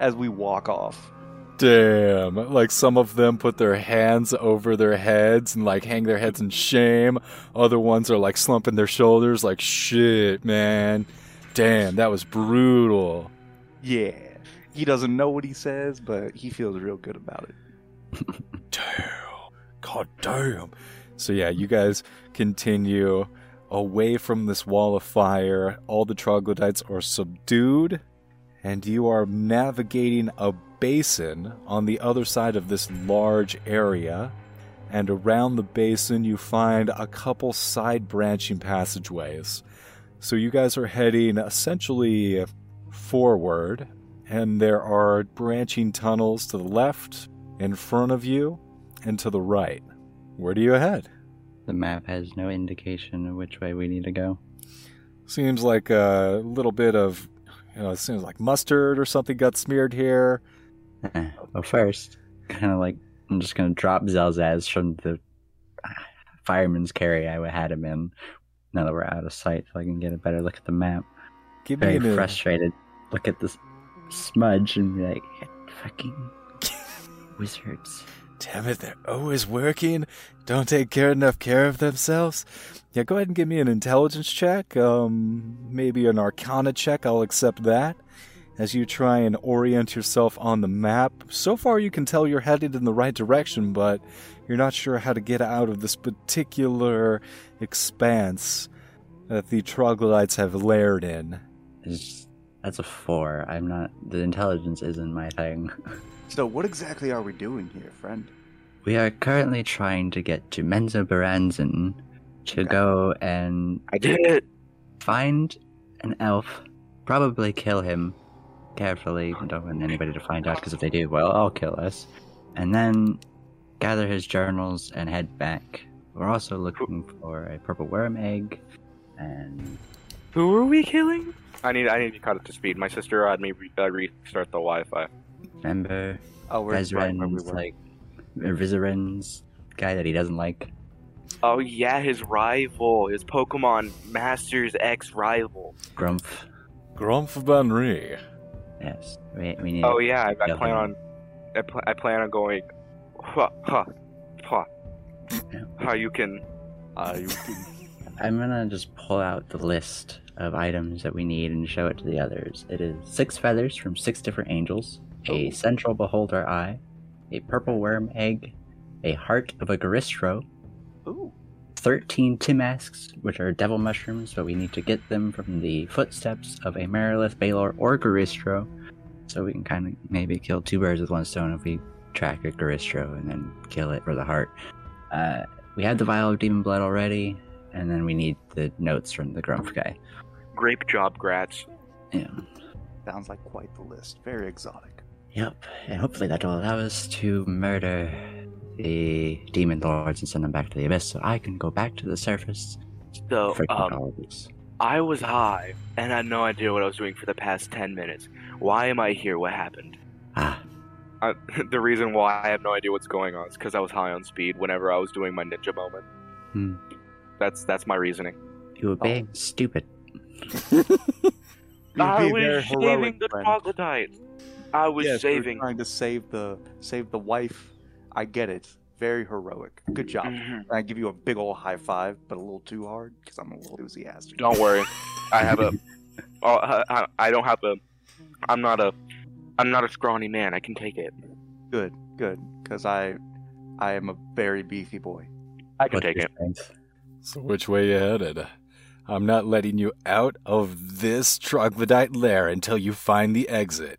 S5: as we walk off.
S1: Damn. Like some of them put their hands over their heads and like hang their heads in shame. Other ones are like slumping their shoulders, like, shit, man. Damn, that was brutal.
S5: Yeah, he doesn't know what he says, but he feels real good about it.
S1: damn, god damn. So yeah, you guys continue away from this wall of fire. All the troglodytes are subdued, and you are navigating a basin on the other side of this large area. And around the basin, you find a couple side branching passageways. So you guys are heading essentially forward and there are branching tunnels to the left, in front of you, and to the right. Where do you head?
S2: The map has no indication of which way we need to go.
S1: Seems like a little bit of, you know, it seems like mustard or something got smeared here.
S2: Eh, well, first, kind of like I'm just gonna drop Zelzaz from the ah, fireman's carry I had him in. Now that we're out of sight, so I can get a better look at the map.
S1: Give me
S2: Very
S1: an
S2: frustrated. Look at this smudge and be like, "Fucking wizards."
S1: Damn it, they're always working. Don't take care enough care of themselves. Yeah, go ahead and give me an intelligence check. Um, maybe an arcana check. I'll accept that. As you try and orient yourself on the map, so far you can tell you're headed in the right direction, but you're not sure how to get out of this particular expanse that the troglodytes have layered in.
S2: Is that's a four. I'm not. The intelligence isn't my thing.
S5: So, what exactly are we doing here, (laughs) friend?
S2: We are currently trying to get to Menzo Baranzin to go and
S4: I did it.
S2: find an elf, probably kill him carefully. I don't want anybody to find out because if they do, well, I'll kill us. And then gather his journals and head back. We're also looking for a purple worm egg and
S4: Who are we killing? I need I need to be caught up to speed. My sister had me re- uh, restart the Wi-Fi.
S2: remember
S5: Oh, we're right where we
S2: Vezrin's
S5: were.
S2: like Vizarin's guy that he doesn't like.
S4: Oh yeah, his rival, his Pokemon Masters X rival.
S2: Grumph.
S1: Grumpf Banri.
S2: Yes. We, we need
S4: Oh yeah, I, I
S2: Yeah.
S4: plan on I, pl- I plan on going. Huh, huh, huh. How you can?
S5: Uh, you can-
S2: I'm gonna just pull out the list of items that we need and show it to the others. It is six feathers from six different angels, a central beholder eye, a purple worm egg, a heart of a garistro,
S5: Ooh,
S2: 13 timasks, which are devil mushrooms, but we need to get them from the footsteps of a Merilith, Baylor, or garistro, so we can kind of maybe kill two birds with one stone if we track a garistro and then kill it for the heart. Uh, we have the vial of demon blood already, and then we need the notes from the Grumph guy.
S4: Grape job, grats.
S2: Yeah.
S5: sounds like quite the list. Very exotic.
S2: Yep, and hopefully that will allow us to murder the demon lords and send them back to the abyss so I can go back to the surface.
S4: So
S2: for
S4: um,
S2: all of this.
S4: I was high and had no idea what I was doing for the past ten minutes. Why am I here? What happened?
S2: Ah,
S4: I, (laughs) the reason why I have no idea what's going on is because I was high on speed whenever I was doing my ninja moment.
S2: Hmm.
S4: That's that's my reasoning.
S2: you
S4: oh,
S2: were being stupid.
S5: You'd
S4: I
S5: be
S4: was
S5: very
S4: saving
S5: heroic,
S4: the
S5: friend.
S4: troglodyte. I was
S5: Yes, you're
S4: saving.
S5: trying to save the save the wife. I get it. Very heroic. Good job.
S4: Mhm.
S5: I give you a big old high five, but a little too hard because I'm a little enthusiastic.
S4: (laughs) Don't worry, I have a. (laughs) Oh, I, I- I don't have a. I'm not a. I'm not a scrawny man. I can take it.
S5: Good, good, because I, I am a very beefy boy.
S4: I can
S2: What's
S4: take
S2: your
S4: it.
S2: strength?
S1: So which way you headed? I'm not letting you out of this troglodyte lair until you find the exit.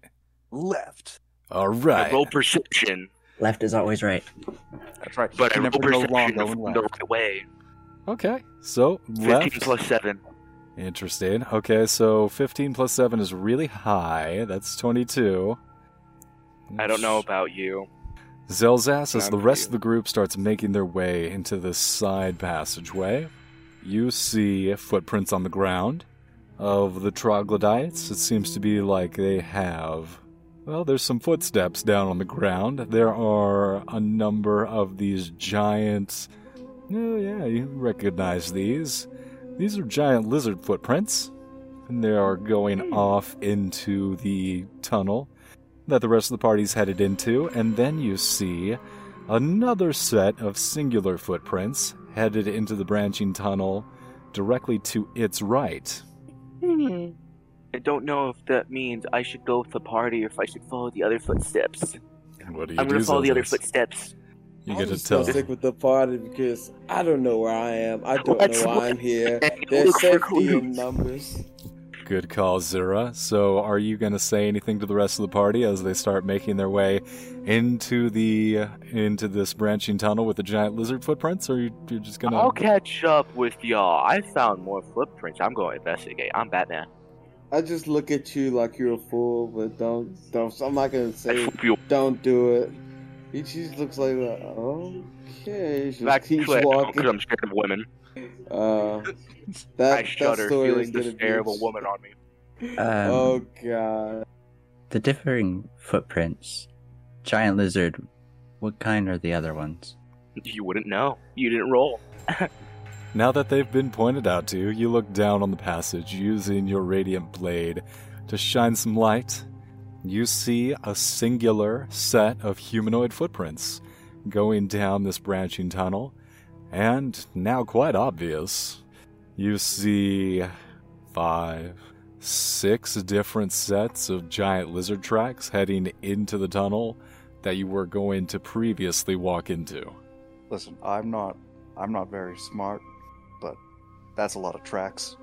S5: Left.
S1: All
S4: I
S1: right.
S4: roll perception,
S2: Left is always right. Um,
S5: That's right.
S4: but I
S5: You
S4: roll
S5: never go wrong
S4: perception the,
S5: going
S4: the
S5: left.
S4: right way.
S1: Okay. So left.
S4: Fifteen plus seven.
S1: Interesting. Okay, so 15 plus 7 is really high. That's 22.
S4: I don't know about you.
S1: Zelzas, as
S4: I'm
S1: the
S4: with
S1: rest
S4: you.
S1: of the group starts making their way into this side passageway, you see footprints on the ground of the troglodytes. It seems to be like they have. Well, there's some footsteps down on the ground. There are a number of these giant. Oh, yeah, you recognize these. These are giant lizard footprints. And they are going off into the tunnel that the rest of the party's headed into, and then you see another set of singular footprints headed into the branching tunnel directly to its right.
S4: I don't know if that means I should go with the party or if I should follow the other footsteps.
S1: What do you
S4: I'm
S1: do?
S4: gonna follow the other
S1: Zelzas?
S4: footsteps.
S1: You
S3: I'm
S1: get to
S3: just gonna
S1: tell.
S3: Stick with the party because I don't know where I am. I don't
S4: Let's
S3: know why I'm here.
S4: And
S3: There's
S4: look for
S3: safety in
S4: clues.
S3: numbers.
S1: Good call, Zira. So, are you going to say anything to the rest of the party as they start making their way into the into this branching tunnel with the giant lizard footprints, or you, you're just gonna?
S4: I'll catch up with y'all. I found more footprints. I'm going to investigate. I'm Batman.
S3: I just look at you like you're a fool, but don't, don't. I'm not gonna
S4: I
S3: say
S4: flip you
S3: don't do it. He just looks like, okay, just
S4: back to
S3: keeps
S4: Claire because
S3: walking.
S4: I'm scared of women.
S3: Uh,
S4: I
S3: that that
S4: shudder
S3: story is
S4: feeling
S3: gonna
S4: the
S3: be.
S4: stare of a woman on me.
S2: Um,
S3: oh god.
S2: The differing footprints. Giant lizard. What kind are the other ones?
S4: You wouldn't know. You didn't roll.
S1: Now that they've been pointed out to you, you look down on the passage using your radiant blade to shine some light. You see a singular set of humanoid footprints going down this branching tunnel, and now quite obvious. You see five, six different sets of giant lizard tracks heading into the tunnel that you were going to previously walk into.
S5: Listen, I'm not I'm not very smart, but that's a lot of tracks,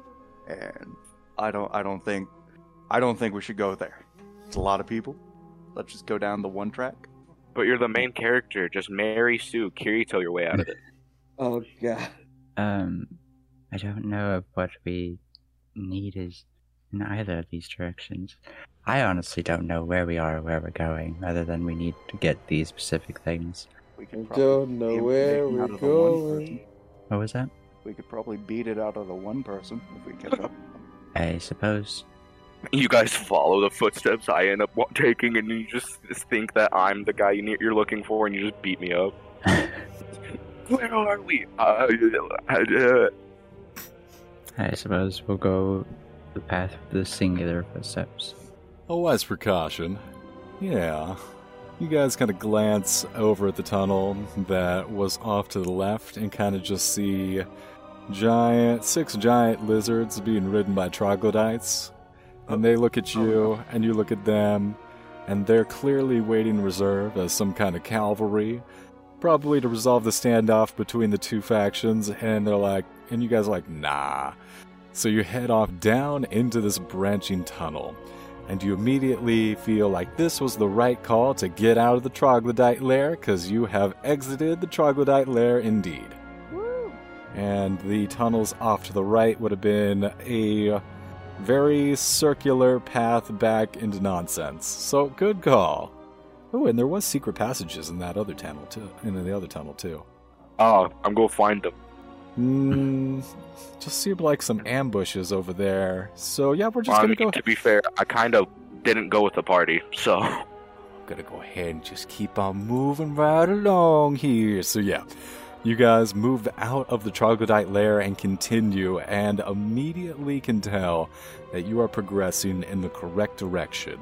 S5: and I don't I don't think I don't think we should go there. It's a lot of people. Let's just go down the one track.
S4: But you're the main character. Just marry Sue Kirito your way out of it.
S3: Oh god.
S2: Um, I don't know if what we need is in either of these directions. I honestly don't know where we are or where we're going, other than we need to get these specific things.
S5: We
S3: I
S5: could
S3: don't know
S5: beat
S3: where
S5: it out
S3: we're
S5: of the one
S3: going.
S5: person.
S2: What was that?
S5: We could probably beat it out of the one person if we catch up.
S2: I suppose.
S4: You guys follow the footsteps I end up wa- taking, and you just just think that I'm the guy you need, you're looking for, and you just beat me up. Where are we? Uh, uh,
S2: I suppose we'll go the path of the singular footsteps.
S1: A Oh, wise precaution. Yeah. You guys kind of glance over at the tunnel that was off to the left and kind of just see giant, six giant lizards being ridden by troglodytes. And they look at you, and you look at them, and they're clearly waiting reserve as some kind of cavalry, probably to resolve the standoff between the two factions. And they're like, and you guys are like, nah. So you head off down into this branching tunnel and you immediately feel like this was the right call to get out of the troglodyte lair because you have exited the troglodyte lair indeed. And the tunnels off to the right would have been a very circular path back into nonsense. So good call. Oh, and there was secret passages in that other tunnel too. In the other tunnel too.
S4: oh, I'm going to find them.
S1: Mm, just seemed like some ambushes over there. So yeah, we're just
S4: I
S1: gonna
S4: mean,
S1: go.
S4: to be fair, I kind of didn't go with the party, so. (laughs)
S1: gonna go ahead and just keep on moving right along here. So yeah, you guys move out of the troglodyte lair and continue, and immediately can tell that you are progressing in the correct direction.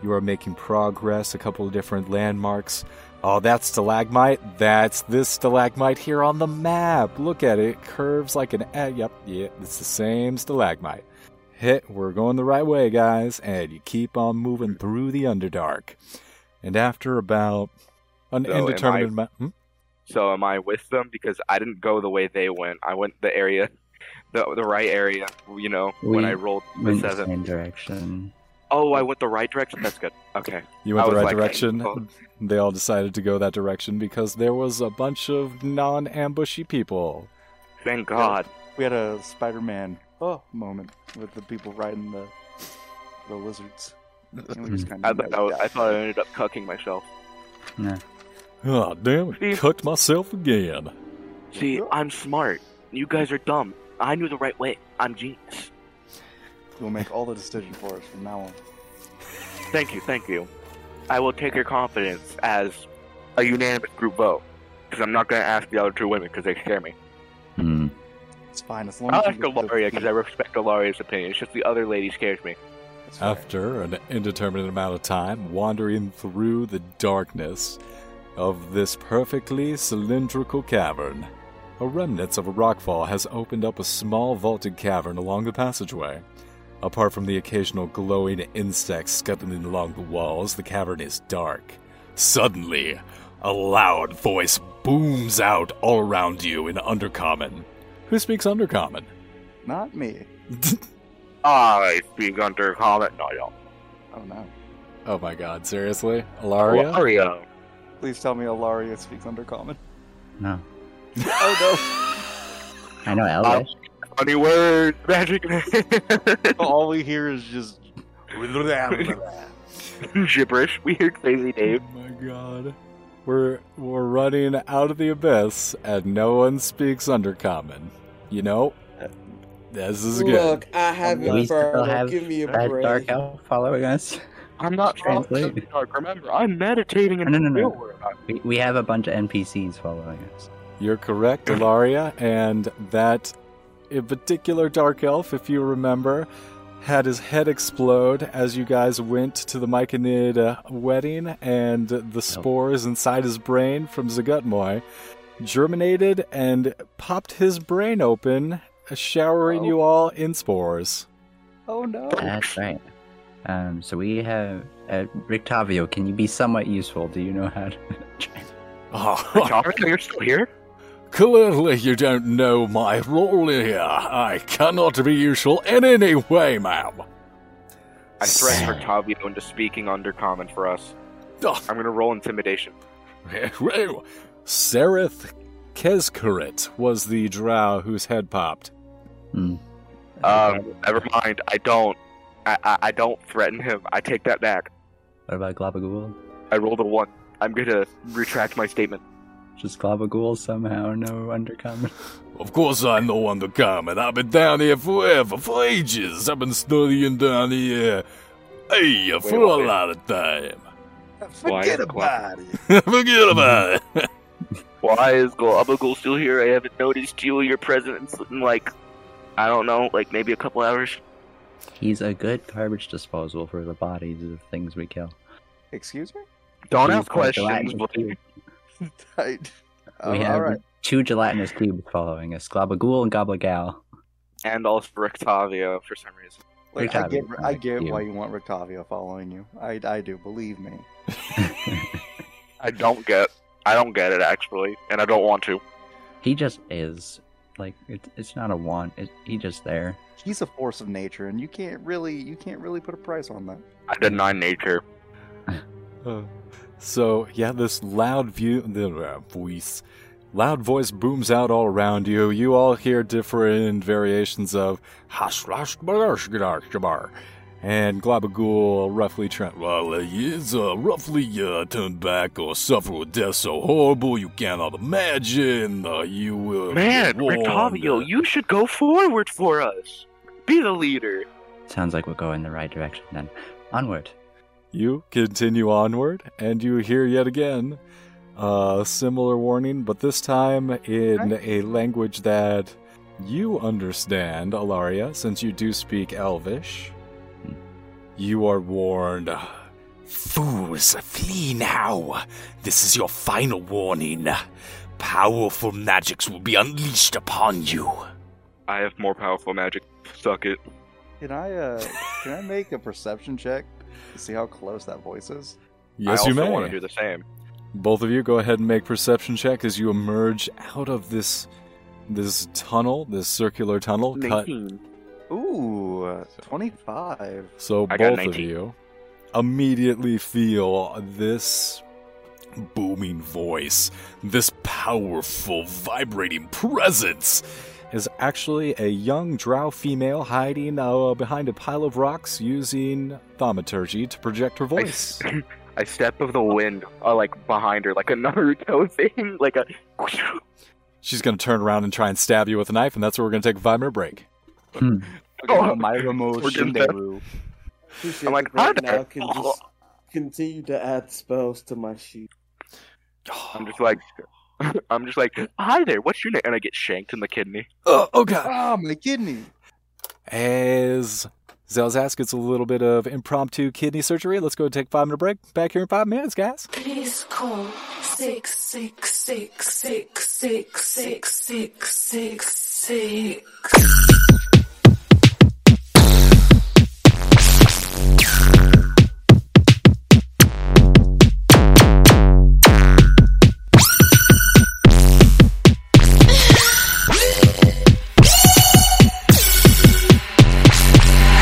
S1: You are making progress, a couple of different landmarks. Oh, that's stalagmite. That's this stalagmite here on the map. Look at it. It curves like an. eh, Yep, yeah, it's the same stalagmite. Hit, we're going the right way, guys, and you keep on moving through the Underdark. And after about an
S4: So am
S1: indeterminate
S4: I-
S1: amount. Hmm?
S4: So am I with them? Because I didn't go the way they went. I went the area, the, the right area, you know, when
S2: We
S4: I rolled the
S2: Went the
S4: seven.
S2: same direction.
S4: Oh, I went the right direction? That's good. Okay.
S1: You
S4: I
S1: went the right
S4: was like, (laughs)
S1: direction.
S4: oh.
S1: (laughs) They all decided to go that direction because there was a bunch of non ambushy people.
S4: Thank God.
S5: We had a Spider-Man oh moment with the people riding the the lizards. And we
S4: (laughs)
S5: just kind
S4: I
S5: of
S4: thought I, was, I thought I ended up cucking myself.
S1: Oh, damn it.
S4: Steve.
S1: Cooked myself again.
S4: See, I'm smart. You guys are dumb. I knew the right way. I'm genius.
S5: will make all the decisions for us from now on.
S4: Thank you, thank you. I will take your confidence as a unanimous group vote. Because I'm not going to ask the other two women because they scare me.
S2: Hmm.
S5: It's fine as long
S4: I'll
S5: as
S4: ask
S5: you get the-
S4: Alaria because I respect Alaria's opinion. It's just the other lady scares me.
S5: That's fair.
S1: After an indeterminate amount of time wandering through the darkness of this perfectly cylindrical cavern, a remnants of a rockfall has opened up a small vaulted cavern along the passageway. Apart from the occasional glowing insects scuttling along the walls, the cavern is dark. Suddenly, a loud voice booms out all around you in Undercommon. Who speaks Undercommon? (laughs)
S5: Not me.
S4: I speak Ah, under comment. No, y'all.
S5: Oh no.
S1: oh my god, seriously? Alaria?
S4: Alaria.
S5: Please tell me Alaria speaks under common.
S2: No.
S5: Oh no.
S3: Uh,
S2: I know Elvish.
S4: Funny word, (laughs) magic
S5: (laughs) All we hear is just
S4: gibberish. We hear crazy Dave.
S1: Oh my god. We're we're running out of the abyss and no one speaks undercommon. You know? This is good.
S3: Look, I have
S2: We still
S3: Inferno.
S2: have
S3: Give me a
S2: That
S3: break.
S2: dark elf following us.
S4: I'm not
S2: Translate.
S4: talking dark. Remember, I'm meditating in
S2: No,
S4: the
S2: no, no.
S4: real world.
S2: We, we have a bunch of NPCs following us.
S1: You're correct, Ilaria, and that in particular dark elf, if you remember, had his head explode as you guys went to the Myconid uh, wedding, and the spores inside his brain from Zagutmoy germinated and popped his brain open, showering you all in spores.
S5: oh no.
S2: That's right. Um, so we have uh, Rictavio. Can you be somewhat useful? Do you know how to?
S1: Oh,
S4: Jonathan, you're still here?
S1: (laughs) Clearly, you don't know my role here. I cannot be useful in any way, ma'am. (laughs)
S4: I threatened Octavio into speaking undercommon for us.
S1: Oh,
S4: I'm gonna roll intimidation.
S1: (laughs) well, Sereth Keskerit was the drow whose head popped.
S2: Hmm.
S4: Um, never mind. I don't. I, I, I don't threaten him. I take that back.
S2: (laughs) What about Globagool?
S4: I rolled a one. I'm gonna retract my statement.
S2: Just Globagool somehow. No undercommon.
S1: Of course, I know undercommon. I've been down here forever, for ages. I've been studying down here. Hey, for
S4: what
S1: a
S4: is-
S1: lot of time. (laughs)
S5: Forget
S4: is
S5: about it.
S1: Forget about it.
S4: Why is Globagul still here? I haven't noticed you, your presence, in like, I don't know, like maybe a couple hours.
S2: He's a good garbage disposal for the bodies of things we kill.
S5: Excuse me. (laughs)
S4: Don't
S2: He's
S4: ask
S2: got
S4: questions. Oh,
S2: gelatinous
S4: Blake.
S2: cubes.
S5: I, uh,
S2: we have two gelatinous cubes following us: Globagool and Goblagal.
S4: And also for Octavio for some reason.
S5: Like, I
S2: Rictavio,
S5: get, I
S2: like
S5: get
S2: you.
S5: why you want Rictavio following you. I, I do. Believe me.
S4: I don't get. I don't get it actually, and I don't want to.
S2: he just is. Like it's it's not a want. It, he just there.
S5: He's a force of nature, and you can't really you can't really put a price on that.
S4: I deny nature.
S1: So yeah, this loud view, the uh, voice, loud voice booms out all around you. You all hear different variations of hash hash barash, gadash, jabar. and Globagool roughly trent. Well, uh, is uh, roughly uh, turned back or suffer a death so horrible you cannot imagine. Uh, you will be
S4: Man,
S1: warned, uh,
S4: Rictavio, you should go forward for us. Be the leader.
S2: Sounds like we're going the right direction then. Onward.
S1: You continue onward, and you hear yet again uh, a similar warning, but this time in a language that you understand, Alaria, since you do speak Elvish. You are warned. Fools, flee now! This is your final warning. Powerful magics will be unleashed upon you.
S4: I have more powerful magic. Suck it.
S5: Can I uh can I make a perception check to see how close that voice is?
S1: Yes,
S4: I
S1: you
S4: also
S1: may.
S4: want to do the same.
S1: Both of you go ahead and make perception check as you emerge out of this this tunnel, this circular tunnel cut.
S5: Ooh, uh, (laughs) twenty-five.
S1: So
S4: I got
S1: both of
S4: 19.
S1: you immediately feel this booming voice, this powerful vibrating presence is actually a young drow female hiding uh, behind a pile of rocks using thaumaturgy to project her voice.
S4: I step of the wind, uh, like behind her, like a Naruto (laughs) thing, like a.
S1: She's going to turn around and try and stab you with a knife, and that's where we're going to take a five minute break.
S4: Oh,
S5: my remote
S4: we're doing that. (sighs)
S5: Shinderu.
S3: Appreciate
S4: I'm like,
S3: the break
S4: "Hi there."
S3: now. Can just continue to add spells to my sheet.
S4: I'm just like, (laughs) I'm just like, hi there, what's your name? And I get shanked in the kidney.
S1: Oh, oh god.
S5: Ah, my kidney.
S1: As Zelzas gets a little bit of impromptu kidney surgery, let's go take a five minute break. Back here in five minutes, guys.
S7: Please call six six six six six six six six six.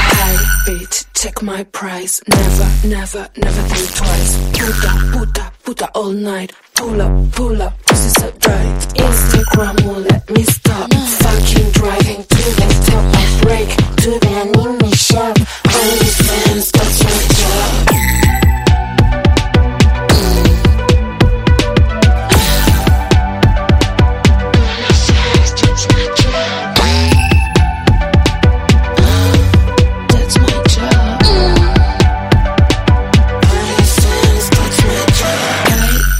S7: High beat, check my price, never Never, never think twice. Puta, puta, puta all night. Pull up, pull up, this is a drive. Instagram won't let me stop. Fucking driving to the top. I break to the anime shop. Only fans got your job. That's my job.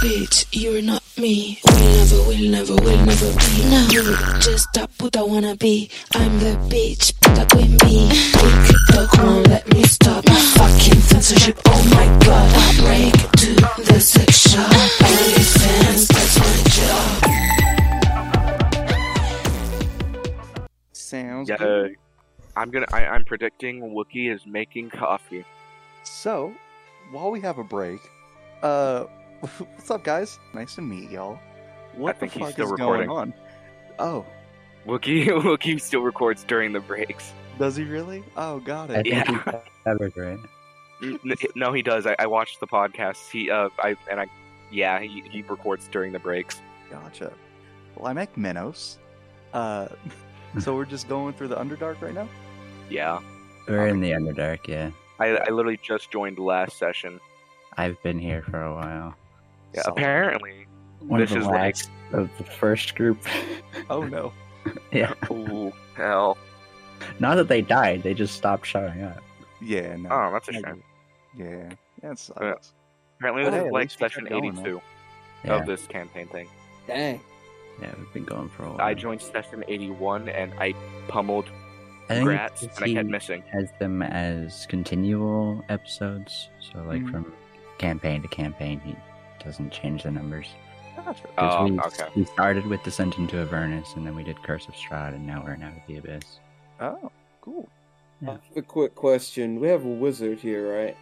S7: Bitch, you're not me. Will never, will never, will never be. No, just a puta wanna be. I'm the bitch, puta queen bee. Take the crown, let me stop. Fucking censorship, oh my god. Break to the sex shop. Only fans, that's my job.
S5: Sounds
S4: Yeah. uh,
S5: good.
S4: I'm gonna. I, I'm predicting Wookie is making coffee.
S5: So, while we have a break, uh, (laughs) what's up, guys? Nice to meet y'all. What
S4: think
S5: the
S4: he's
S5: fuck
S4: still
S5: is
S4: recording.
S5: going on? Oh,
S4: Wookie Wookie still records during the breaks.
S5: does he really? Oh, got
S2: I
S5: it.
S2: think
S4: Yeah.
S2: we
S4: (laughs)
S2: covered, right?
S4: N- no, he does. I, I watched the podcast. He uh, I and I, yeah, he, he records during the breaks.
S5: Gotcha. Well, I make minnows. Uh, (laughs) so we're just going through the Underdark right
S4: (laughs)
S5: now.
S4: Yeah,
S2: We're in the Underdark, yeah.
S4: I, I literally just joined last session.
S2: I've been here for a while.
S4: Yeah,
S5: Solid.
S4: apparently
S2: One
S4: this
S2: of
S4: is
S2: the last of the first group. (laughs)
S5: Oh no.
S2: yeah.
S4: like ooh hell.
S2: Not that they died, they just stopped showing up.
S5: Yeah. No.
S4: Oh, that's a
S5: I
S4: shame.
S5: agree. Yeah. That sucks.
S4: Apparently
S5: Well, hey,
S4: this is
S5: at
S4: like
S5: least we kept
S4: session
S5: going,
S4: eighty-two
S2: Yeah.
S4: of this campaign thing.
S3: Dang.
S2: yeah, we've been going for a while.
S4: I joined session eighty-one and I pummeled
S2: I think
S4: Grats and I kept
S2: he
S4: missing.
S2: has them as continual episodes. So, like,
S5: Mhm.
S2: from campaign to campaign, he doesn't change the numbers.
S5: Gotcha.
S2: 'Cause
S4: Oh,
S2: we,
S4: okay.
S2: we started with Descent into Avernus, and then we did Curse of Strahd, and now we're in Out of the Abyss.
S5: Oh, cool.
S2: Yeah.
S3: A quick question. We have a wizard here, right?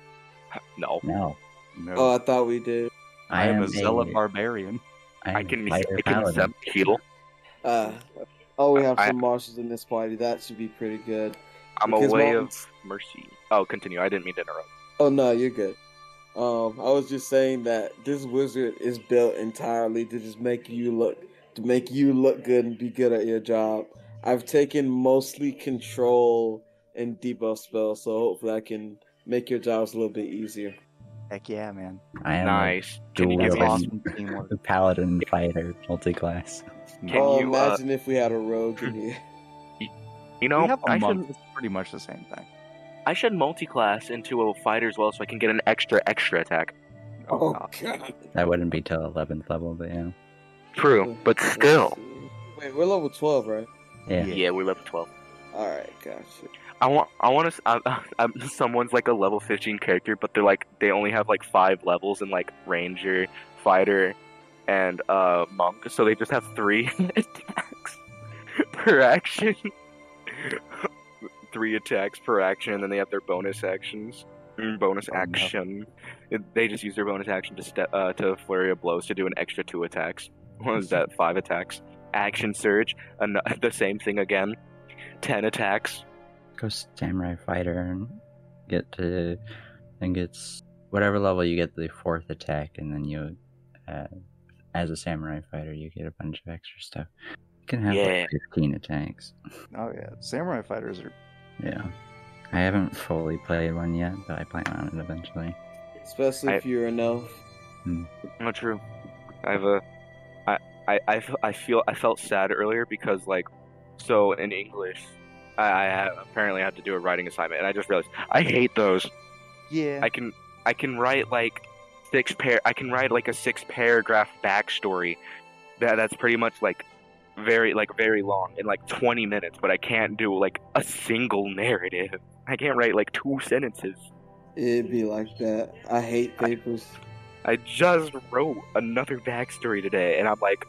S4: No,
S2: No.
S5: No.
S3: Oh, I thought we did.
S5: I, am a Zella
S2: I
S5: barbarian.
S2: am
S4: I
S2: a
S4: can
S2: fighter
S4: I can
S2: paladin.
S4: accept heal.
S3: Uh, oh, we have
S4: I-
S3: some marshals in this party. That should be pretty good.
S4: I'm a
S3: Because
S4: way
S3: while-
S4: of mercy. Oh, continue. I didn't mean to interrupt.
S3: Oh no, you're good. Um, I was just saying that this wizard is built entirely to just make you look to make you look good and be good at your job. I've taken mostly control and debuff spells, so hopefully I can make your jobs a little bit easier.
S5: Heck yeah, man.
S2: I am a
S4: nice. Can you
S2: dual
S4: give
S5: That's
S4: me? a-
S2: weapon.
S5: awesome teamwork.
S2: The paladin fighter multi-class.
S4: Can
S3: oh,
S4: you? Uh,
S3: imagine if we had a rogue
S4: (laughs)
S3: in here.
S4: you
S5: we
S4: know,
S5: have a
S4: I
S5: monk.
S4: should,
S5: It's pretty much the same thing.
S4: I should multi-class into a fighter as well, so I can get an extra extra attack.
S5: Oh,
S3: Oh
S5: God.
S3: god.
S2: That wouldn't be till eleventh level, but yeah.
S4: True, but
S3: Let's
S4: still.
S3: see. Oh, Wait, we're level twelve, right?
S2: Yeah.
S5: Yeah.
S4: Yeah, we're level twelve.
S3: All right, gotcha.
S4: I want. I (laughs) want to. I'm, I'm, someone's like a level fifteen character, but they're like they only have like five levels in like ranger, fighter, and uh monk. So they just have three (laughs) attacks per action. three attacks per action, and then they have their bonus actions. Mm, Bonus
S5: Oh, no.
S4: action. It- They just use their bonus action to ste- uh, to flurry of blows to do an extra two attacks. (laughs) What is that? Five attacks. Action surge. An- (laughs) the same thing again. Ten attacks.
S2: Go samurai fighter and get to then gets whatever level you get the fourth attack, and then you, uh, as a samurai fighter, you get a bunch of extra stuff. You can have
S4: Yeah.
S2: like fifteen attacks.
S5: Oh yeah. Samurai fighters are
S2: Yeah. I haven't fully played one yet, but I plan on it eventually.
S3: Especially
S4: I-
S3: if you're an elf.
S4: Not true. I have a. I, I, I, f- I feel I felt sad earlier because like, so in English, I, I ha- apparently had to do a writing assignment, and I just realized I hate those.
S5: Yeah.
S4: I can I can write like six pair. I can write like a six paragraph backstory. That that's pretty much like very like very long in like 20 minutes but i can't do like a single narrative i can't write like two sentences
S3: It'd be like that. I hate papers.
S4: I just wrote another backstory today, and I'm like,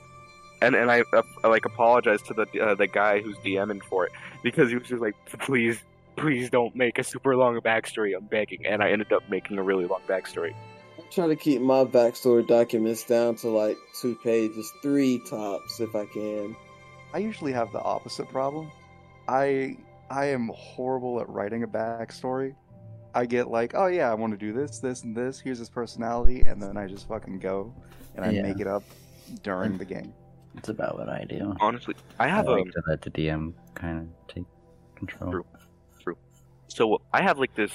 S4: and and I, uh, I like apologize to the uh, the guy who's DMing for it because he was just like, please, please don't make a super long backstory. I'm begging, and I ended up making a really long backstory.
S3: I try to keep my backstory documents down to like two pages, three tops if I can.
S5: I usually have the opposite problem. I I am horrible at writing a backstory, I get like, oh yeah, I want to do this, this, and this. Here's his personality, and then I just fucking go and I
S2: Yeah.
S5: make it up during the game.
S2: That's about what I do.
S4: Honestly, I
S2: I
S4: have um, a.
S2: like to let the DM kind of take control.
S4: True. so I have like this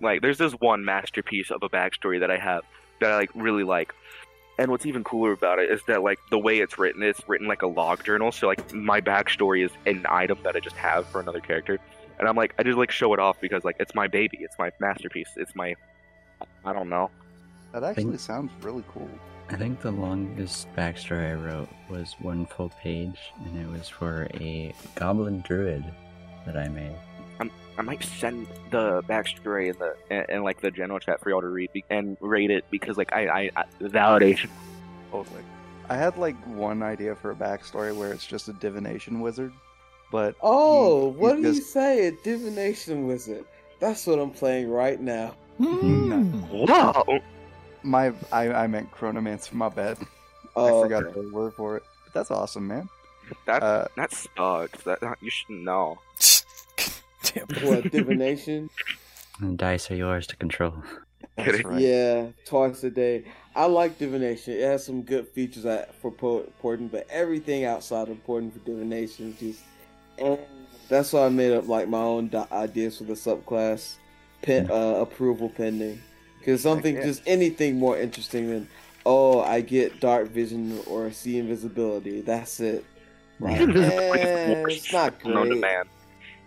S4: like there's this one masterpiece of a backstory that I have that I like really like. And what's even cooler about it is that like the way it's written, it's written like a log journal. So like my backstory is an item that I just have for another character. And I'm like I just like show it off because like it's my baby, it's my masterpiece, it's my I don't know.
S5: That actually sounds really cool.
S2: I think the longest backstory I wrote was one full page, and it was for a goblin druid that I made.
S4: I might send the backstory in the and, and like the general chat for y'all to read be- and rate it because like I, I, I validation.
S5: Totally. I had like one idea for a backstory where it's just a divination wizard, but
S4: Hmm,
S3: Oh,
S5: he- he
S3: what did you
S5: just-
S3: say? A divination wizard. That's what I'm playing right now. Mm.
S4: Whoa!
S5: my I, I meant chronomancer. My bad.
S3: Oh,
S5: I forgot
S3: okay.
S5: the word for it. But that's awesome, man.
S4: That
S5: Uh,
S4: that sucks. That, that you should know.
S1: Damn it.
S4: (laughs)
S3: What divination?
S2: And the dice are yours to control.
S5: that's
S4: Kidding.
S5: right.
S3: Yeah, twice a day. I like divination. It has some good features that for po- important, but everything outside of important for divination is just. eh. That's why I made up like my own di- ideas for the subclass,
S5: Hmm.
S3: pen, uh, approval pending, because something
S5: yeah.
S3: just anything more interesting than oh I get dark vision or see invisibility. That's it. Like,
S4: Invisibility is the
S3: eh,
S4: worst
S3: it's not
S4: spell known to
S3: great. Eh.
S4: man.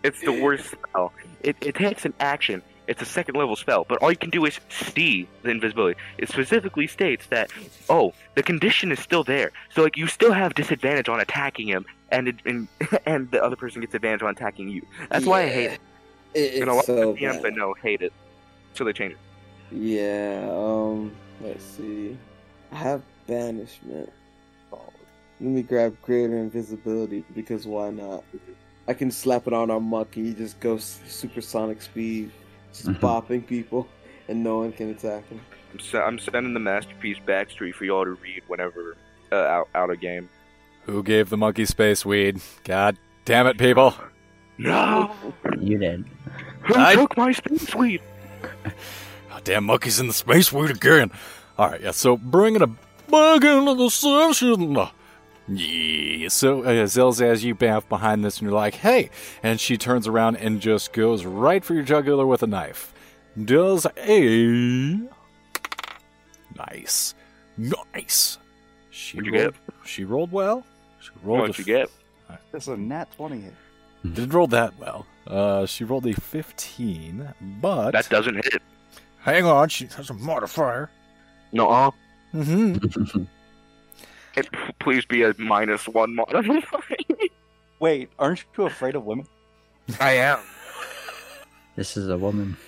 S4: It's the worst spell. It, it takes an action. It's a second level spell, but all you can do is see the invisibility. It specifically states that, oh, the condition is still there. So, like, you still have disadvantage on attacking him, and it, and, (laughs) and the other person gets advantage on attacking you. That's why I hate it.
S3: Yeah. It-
S4: And a
S3: it's
S4: lot
S3: so
S4: of DMs I
S3: bad.
S4: know hate it. So they change it.
S3: Yeah, um, let's see. I have banishment. Let me grab greater invisibility because why not? I can slap it on our monk and he just goes supersonic speed, just
S2: Mhm.
S3: bopping people, and no one can attack him.
S4: I'm, se- I'm sending the masterpiece backstory for y'all to read whenever uh, out, out of game.
S1: Who gave the monkey space weed? God damn it, people.
S4: (laughs) No!
S2: You did. (laughs)
S4: Who
S1: I-
S4: took my space weed?
S1: Oh, damn monkeys in the space weed again. All right, yeah. So bringing a bug into the session. Yeah. So uh, Zelzaz, you baff behind this, and you're like, "Hey!" And she turns around and just goes right for your jugular with a knife. Does a nice, nice. She
S4: What'd you
S1: rolled. She rolled well. She rolled.
S4: What'd
S1: a
S4: you get?
S5: That's a nat twenty hit.
S1: Didn't roll that well. Uh, she rolled a 15, but
S4: That doesn't hit.
S1: hang on, she has a modifier.
S4: No, uh,
S1: Mm-hmm.
S4: it, please be a minus one modifier.
S5: Wait, aren't you afraid of women?
S4: I am.
S2: This is a woman.
S4: (laughs)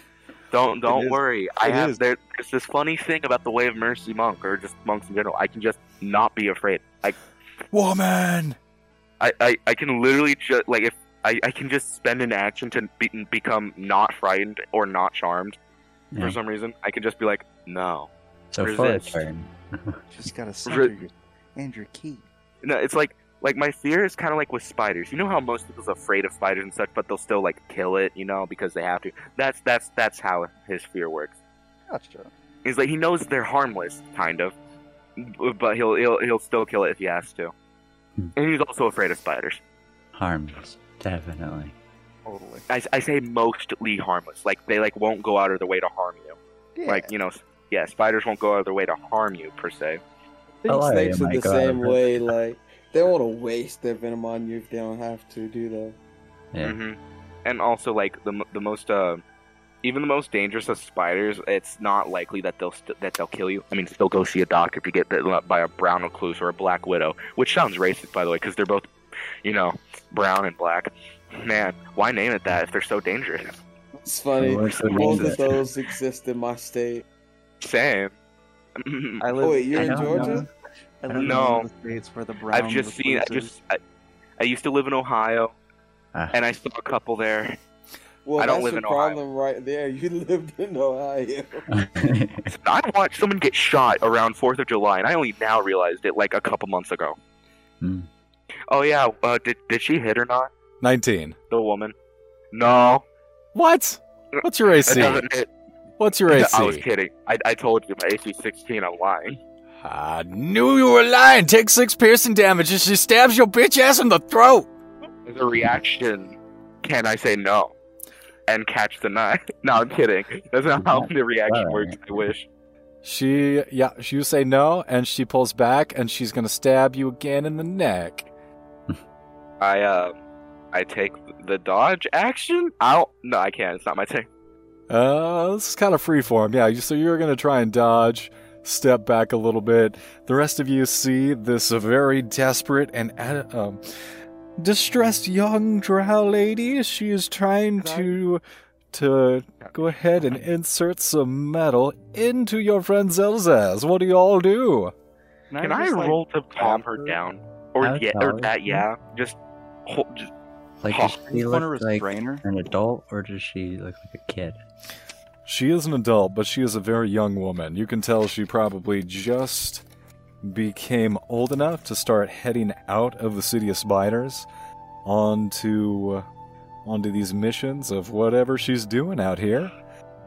S4: Don't
S5: It
S4: don't
S5: is.
S4: worry. I
S5: It
S4: have
S5: is.
S4: there, there's this funny thing about the way of mercy monk or just monks in general. I can just not be afraid. I
S1: Woman.
S4: I I, I can literally just like if I, I can just spend an action to be, become not frightened or not charmed
S2: Yeah.
S4: for some reason. I can just be like no.
S2: So for a
S4: resist.
S2: turn. (laughs)
S5: Just gotta center your and your key.
S4: No, it's like like my fear is kind of like with spiders. You know how most people's afraid of spiders and such, but they'll still like kill it, you know, because they have to. That's that's that's how his fear works.
S5: Gotcha.
S4: He's like he knows they're harmless, kind of, b- but he'll he'll he'll still kill it if he has to.
S2: Hmm.
S4: And he's also afraid of spiders.
S2: Harmless. Definitely.
S5: Totally.
S4: I, I say mostly harmless. Like they like won't go out of their way to harm you.
S5: Yeah.
S4: Like you know, s- yeah, spiders won't go out of their way to harm you per se.
S3: I think
S2: Hello,
S3: snakes are
S2: my
S3: the
S2: God.
S3: same way, like, they want to waste their venom on you if they don't have to, do they?
S2: Yeah.
S4: hmm And also like the m- the most uh, even the most dangerous of spiders, it's not likely that they'll st- that they'll kill you. I mean, still go see a doctor if you get bitten up by a brown recluse or a black widow, which sounds racist by the way, because they're both, you know, brown and black. Man, why name it that if they're so dangerous?
S3: It's
S5: Mm-hmm.
S3: funny.
S2: What's the
S3: Both
S2: reason?
S3: of those exist in my state.
S4: Same.
S5: I live.
S3: Oh, wait, you're
S2: I
S3: in
S2: don't
S3: Georgia?
S2: know.
S5: I live in
S4: No.
S5: one of the states where the brown.
S4: I've just seen. I
S5: recluses-
S4: just. I, I used to live in Ohio,
S2: Ah.
S4: and I saw a couple there.
S3: Well,
S4: I don't
S3: that's
S4: live
S3: the
S4: in Ohio.
S3: problem right there. (laughs) You lived in Ohio.
S4: I watched someone get shot around Fourth of July, and I only now realized it like a couple months ago.
S2: Hmm.
S4: Oh yeah, uh, did did she hit or not?
S1: 19.
S4: The woman? No,
S1: What? What's your
S4: it
S1: AC?
S4: doesn't hit.
S1: What's your AC?
S4: I was kidding. I, I told you my AC 16. I'm lying.
S1: I knew you were lying. Take six piercing damage as she stabs your bitch ass in the throat.
S4: As a reaction, can I say no and catch the knife? (laughs) No, I'm kidding. That's not how the reaction works. I wish.
S1: She, yeah, she say no, and she pulls back, and she's gonna stab you again in the neck.
S4: I uh, I take the dodge action. I don't. No, I can't. It's not my thing.
S1: Uh, this is kind of freeform. Yeah, you- so you're going to try and dodge, step back a little bit. The rest of you see this very desperate and uh, um, distressed young drow lady. She is trying to to go ahead and insert some metal into your friend Zelzaz. What do you all do?
S4: Can I,
S5: just, like,
S4: roll to calm
S5: tap
S4: her down? Or
S2: That's
S4: yeah, or
S2: valid.
S4: that yeah. Just, hold, just
S2: (laughs) Like,
S4: Oh,
S2: does
S5: I
S2: she
S5: just want to
S2: look like
S5: restrain her.
S2: an adult or does she look like a kid?
S1: She is an adult, but she is a very young woman. You can tell she probably just became old enough to start heading out of the city of spiders onto uh, onto these missions of whatever she's doing out here.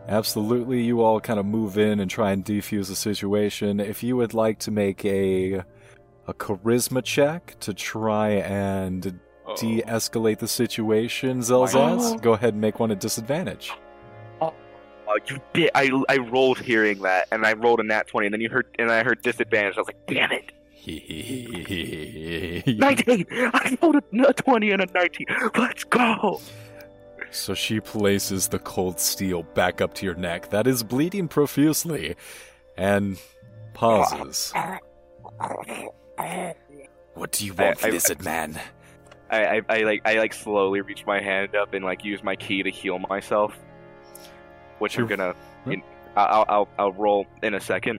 S1: Absolutely, you all kind of move in and try and defuse the situation. If you would like to make a a charisma check to try and
S4: Oh.
S1: de-escalate the situation, Zelzaz, go ahead and make one at disadvantage.
S4: Oh, you did. I, I rolled hearing that, and I rolled a nat twenty, and then you heard, and I heard disadvantage. I was like, damn it, nineteen. I rolled a nat twenty and a nineteen. Let's go.
S1: (laughs) so she places the cold steel back up to your neck that is bleeding profusely and pauses. What do you
S4: want I- I-
S1: lizard man?
S4: I, I, I like I like slowly reach my hand up and like use my key to heal myself, which I'm
S1: Sure.
S4: gonna.
S1: Hmm.
S4: in- I- I'll, I'll I'll roll in a second.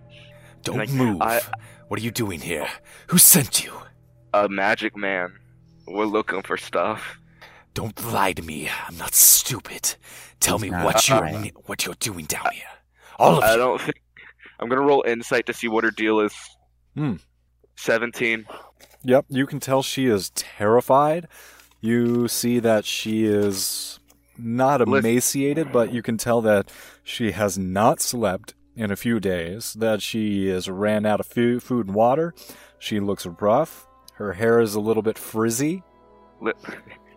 S1: Don't
S4: Like,
S1: move.
S4: I-
S1: what are you doing here? Who sent you?
S4: A magic man. We're looking for stuff.
S1: Don't lie to me. I'm not stupid. Tell
S2: He's not
S4: Uh,
S2: lying.
S1: what you're doing down here. All
S4: I don't think. I'm gonna roll insight to see what her deal is.
S1: Hmm.
S4: Seventeen.
S1: Yep, you can tell she is terrified. You see that she is not
S4: Listen-
S1: emaciated, but you can tell that she has not slept in a few days, that she has ran out of fu- food and water. She looks rough. Her hair is a little bit frizzy.
S4: Li- (laughs)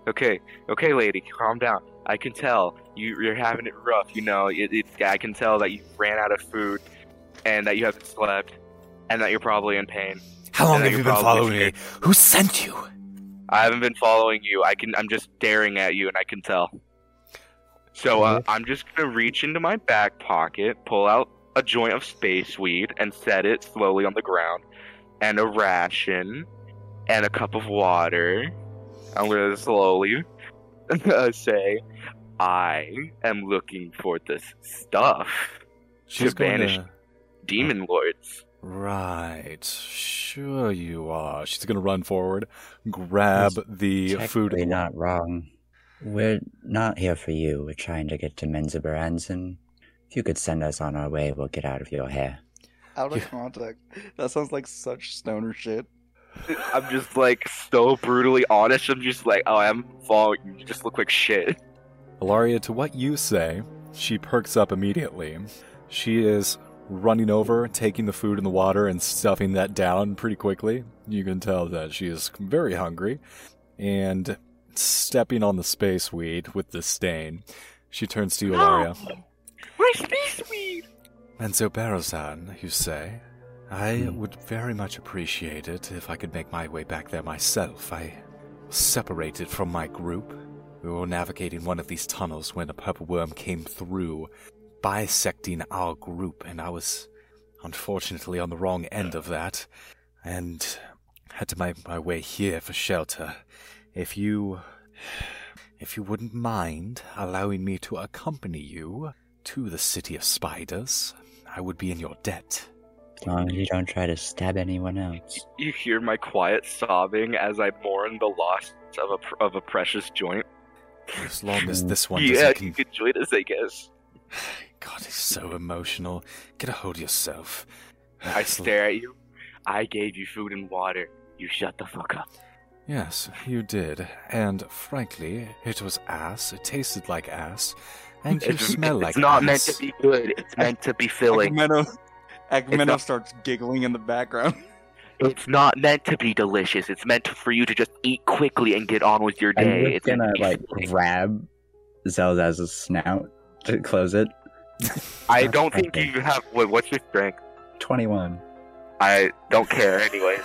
S4: Okay, okay, lady, calm down. I can tell you, you're having it rough. You know, it, it, I can tell that you ran out of food, and that you haven't slept, and that you're probably in pain.
S1: How
S4: long Yeah, have you're you been probably following me?
S1: Who sent you?
S4: I haven't been following you. I can. I'm just staring at you, and I can tell. So uh, I'm just gonna reach into my back pocket, pull out a joint of space weed, and set it slowly on the ground, and a ration, and a cup of water. I'm gonna slowly (laughs) uh, say, "I am looking for this stuff,
S1: She's going
S4: vanish.
S1: to.
S4: demon lords."
S1: Right. Sure you are. She's going to run forward, grab the food.
S2: Technically not wrong. We're not here for you. We're trying to get to Menzibaranzan. If you could send us on our way, we'll get out of your hair.
S5: out
S1: Yeah.
S5: of contact. That sounds like such stoner
S4: (laughs)
S5: shit.
S4: I'm just like so brutally honest. I'm just like, "Oh, I'm following you. You just look like shit." (laughs)
S1: Ilaria, to what you say, she perks up immediately. She is running over, taking the food and the water, and stuffing that down pretty quickly. You can tell that she is very hungry. And stepping on the space weed with disdain, she turns to Ilaria.
S4: Where's space weed?
S1: And so, Barazan, you say? I would very much appreciate it if I could make my way back there myself. I was separated from my group. We were navigating one of these tunnels when a purple worm came through, bisecting our group, and I was unfortunately on the wrong end of that, and had to make my way here for shelter. If you. If you wouldn't mind allowing me to accompany you, to the city of spiders, I would be in your debt.
S2: As long as you don't try to stab anyone else.
S4: You hear my quiet sobbing as I mourn the loss of a pr- of a precious joint.
S1: As long as this one
S4: yeah,
S1: doesn't.
S4: you
S1: Con-
S4: could join us, I guess.
S1: God, it's so emotional. Get a hold of yourself. (sighs) (laughs)
S4: I
S1: It's-
S4: stare at you. I gave you food and water. You shut the fuck up.
S1: Yes, you did. And frankly, it was ass. It tasted like ass. And you
S4: It's,
S1: smell like
S4: it's not meant
S1: ass. (laughs)
S4: to be good. It's meant to be filling.
S5: Agamenov, Agamenov
S4: not-
S5: starts giggling in the
S4: (laughs)
S5: background.
S4: It's not meant to be delicious. It's meant for you to just eat quickly and get on with your
S2: I'm
S4: day.
S2: just
S4: it's meant
S2: gonna
S4: to be (laughs)
S2: like
S4: filling.
S2: grab Zelzaz's snout to close it.
S4: I don't think
S2: Okay.
S4: you have. Wait, what's your strength?
S2: Twenty-one.
S4: I don't care, anyways.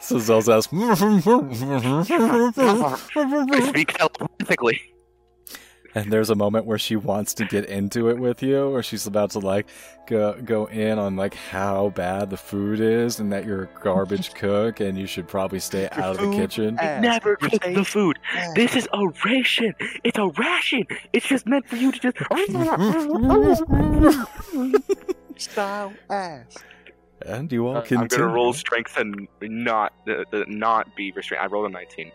S1: So Zell's
S4: (laughs)
S1: ass.
S4: I speak telepathically.
S1: And there's a moment where she wants to get into it with you, or she's about to like go go in on like how bad the food is, and that you're a
S4: (laughs)
S1: garbage cook, and you should probably stay
S5: Your
S1: out of the
S5: food
S1: kitchen.
S4: Uh,
S5: ass.
S4: Never
S5: Your
S4: cook the
S5: face
S4: food.
S5: ass.
S4: This is a ration. It's a ration. It's just meant for you to just.
S5: style ass.
S1: and you all
S6: Uh, I'm
S1: continue.
S4: I'm gonna roll strength and not uh, uh, not be restrained. I rolled a 19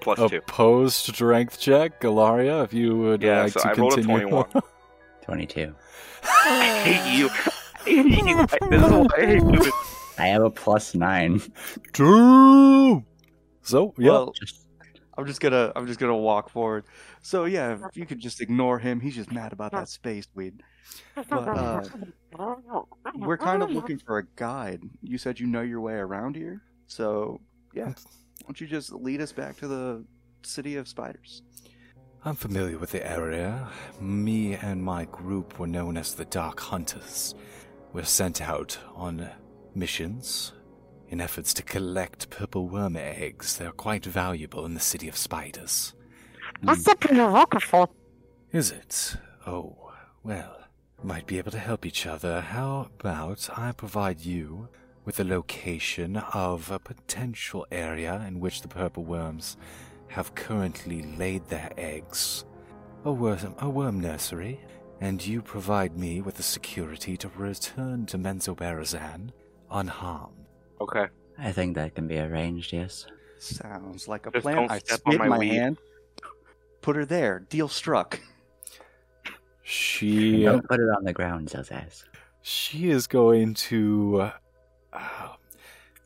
S4: plus
S1: a
S4: two.
S1: post strength check, Galaria. If you would
S4: Yeah,
S1: like
S4: so
S1: to
S4: I rolled a
S1: continue.
S4: 21.
S2: Twenty-two.
S4: I hate you. I hate you. I- This is why I (laughs) hate you. (laughs)
S2: I have a plus nine.
S1: (laughs) Two. So yeah,
S5: Well, I'm just gonna I'm just gonna walk forward. So yeah, if you could just ignore him. He's just mad about that space weed. But uh, we're kind
S8: um,
S5: of looking for a guide. You said you know your way around here, so yeah. Why don't you just lead us back to the city of spiders?
S1: I'm familiar with the area. Me and my group were known as the Dark Hunters. We're sent out on missions in efforts to collect purple worm eggs. They're quite valuable in the city of spiders.
S8: That's the pretty roquefort.
S1: Is it? Oh, well, might be able to help each other. How about I provide you with the location of a potential area in which the purple worms have currently laid their eggs? A worm, a worm nursery, and you provide me with the security to return to Menzoberranzan unharmed.
S4: Okay.
S2: I think that can be arranged. Yes.
S5: Sounds like a
S4: Just
S5: plan.
S4: don't
S5: I
S4: step on
S5: spit
S4: my
S5: my,
S4: weed.
S5: hand. Put her there. Deal struck.
S1: She
S2: Don't put it on the ground, Zelzaz.
S1: She is going to. Uh,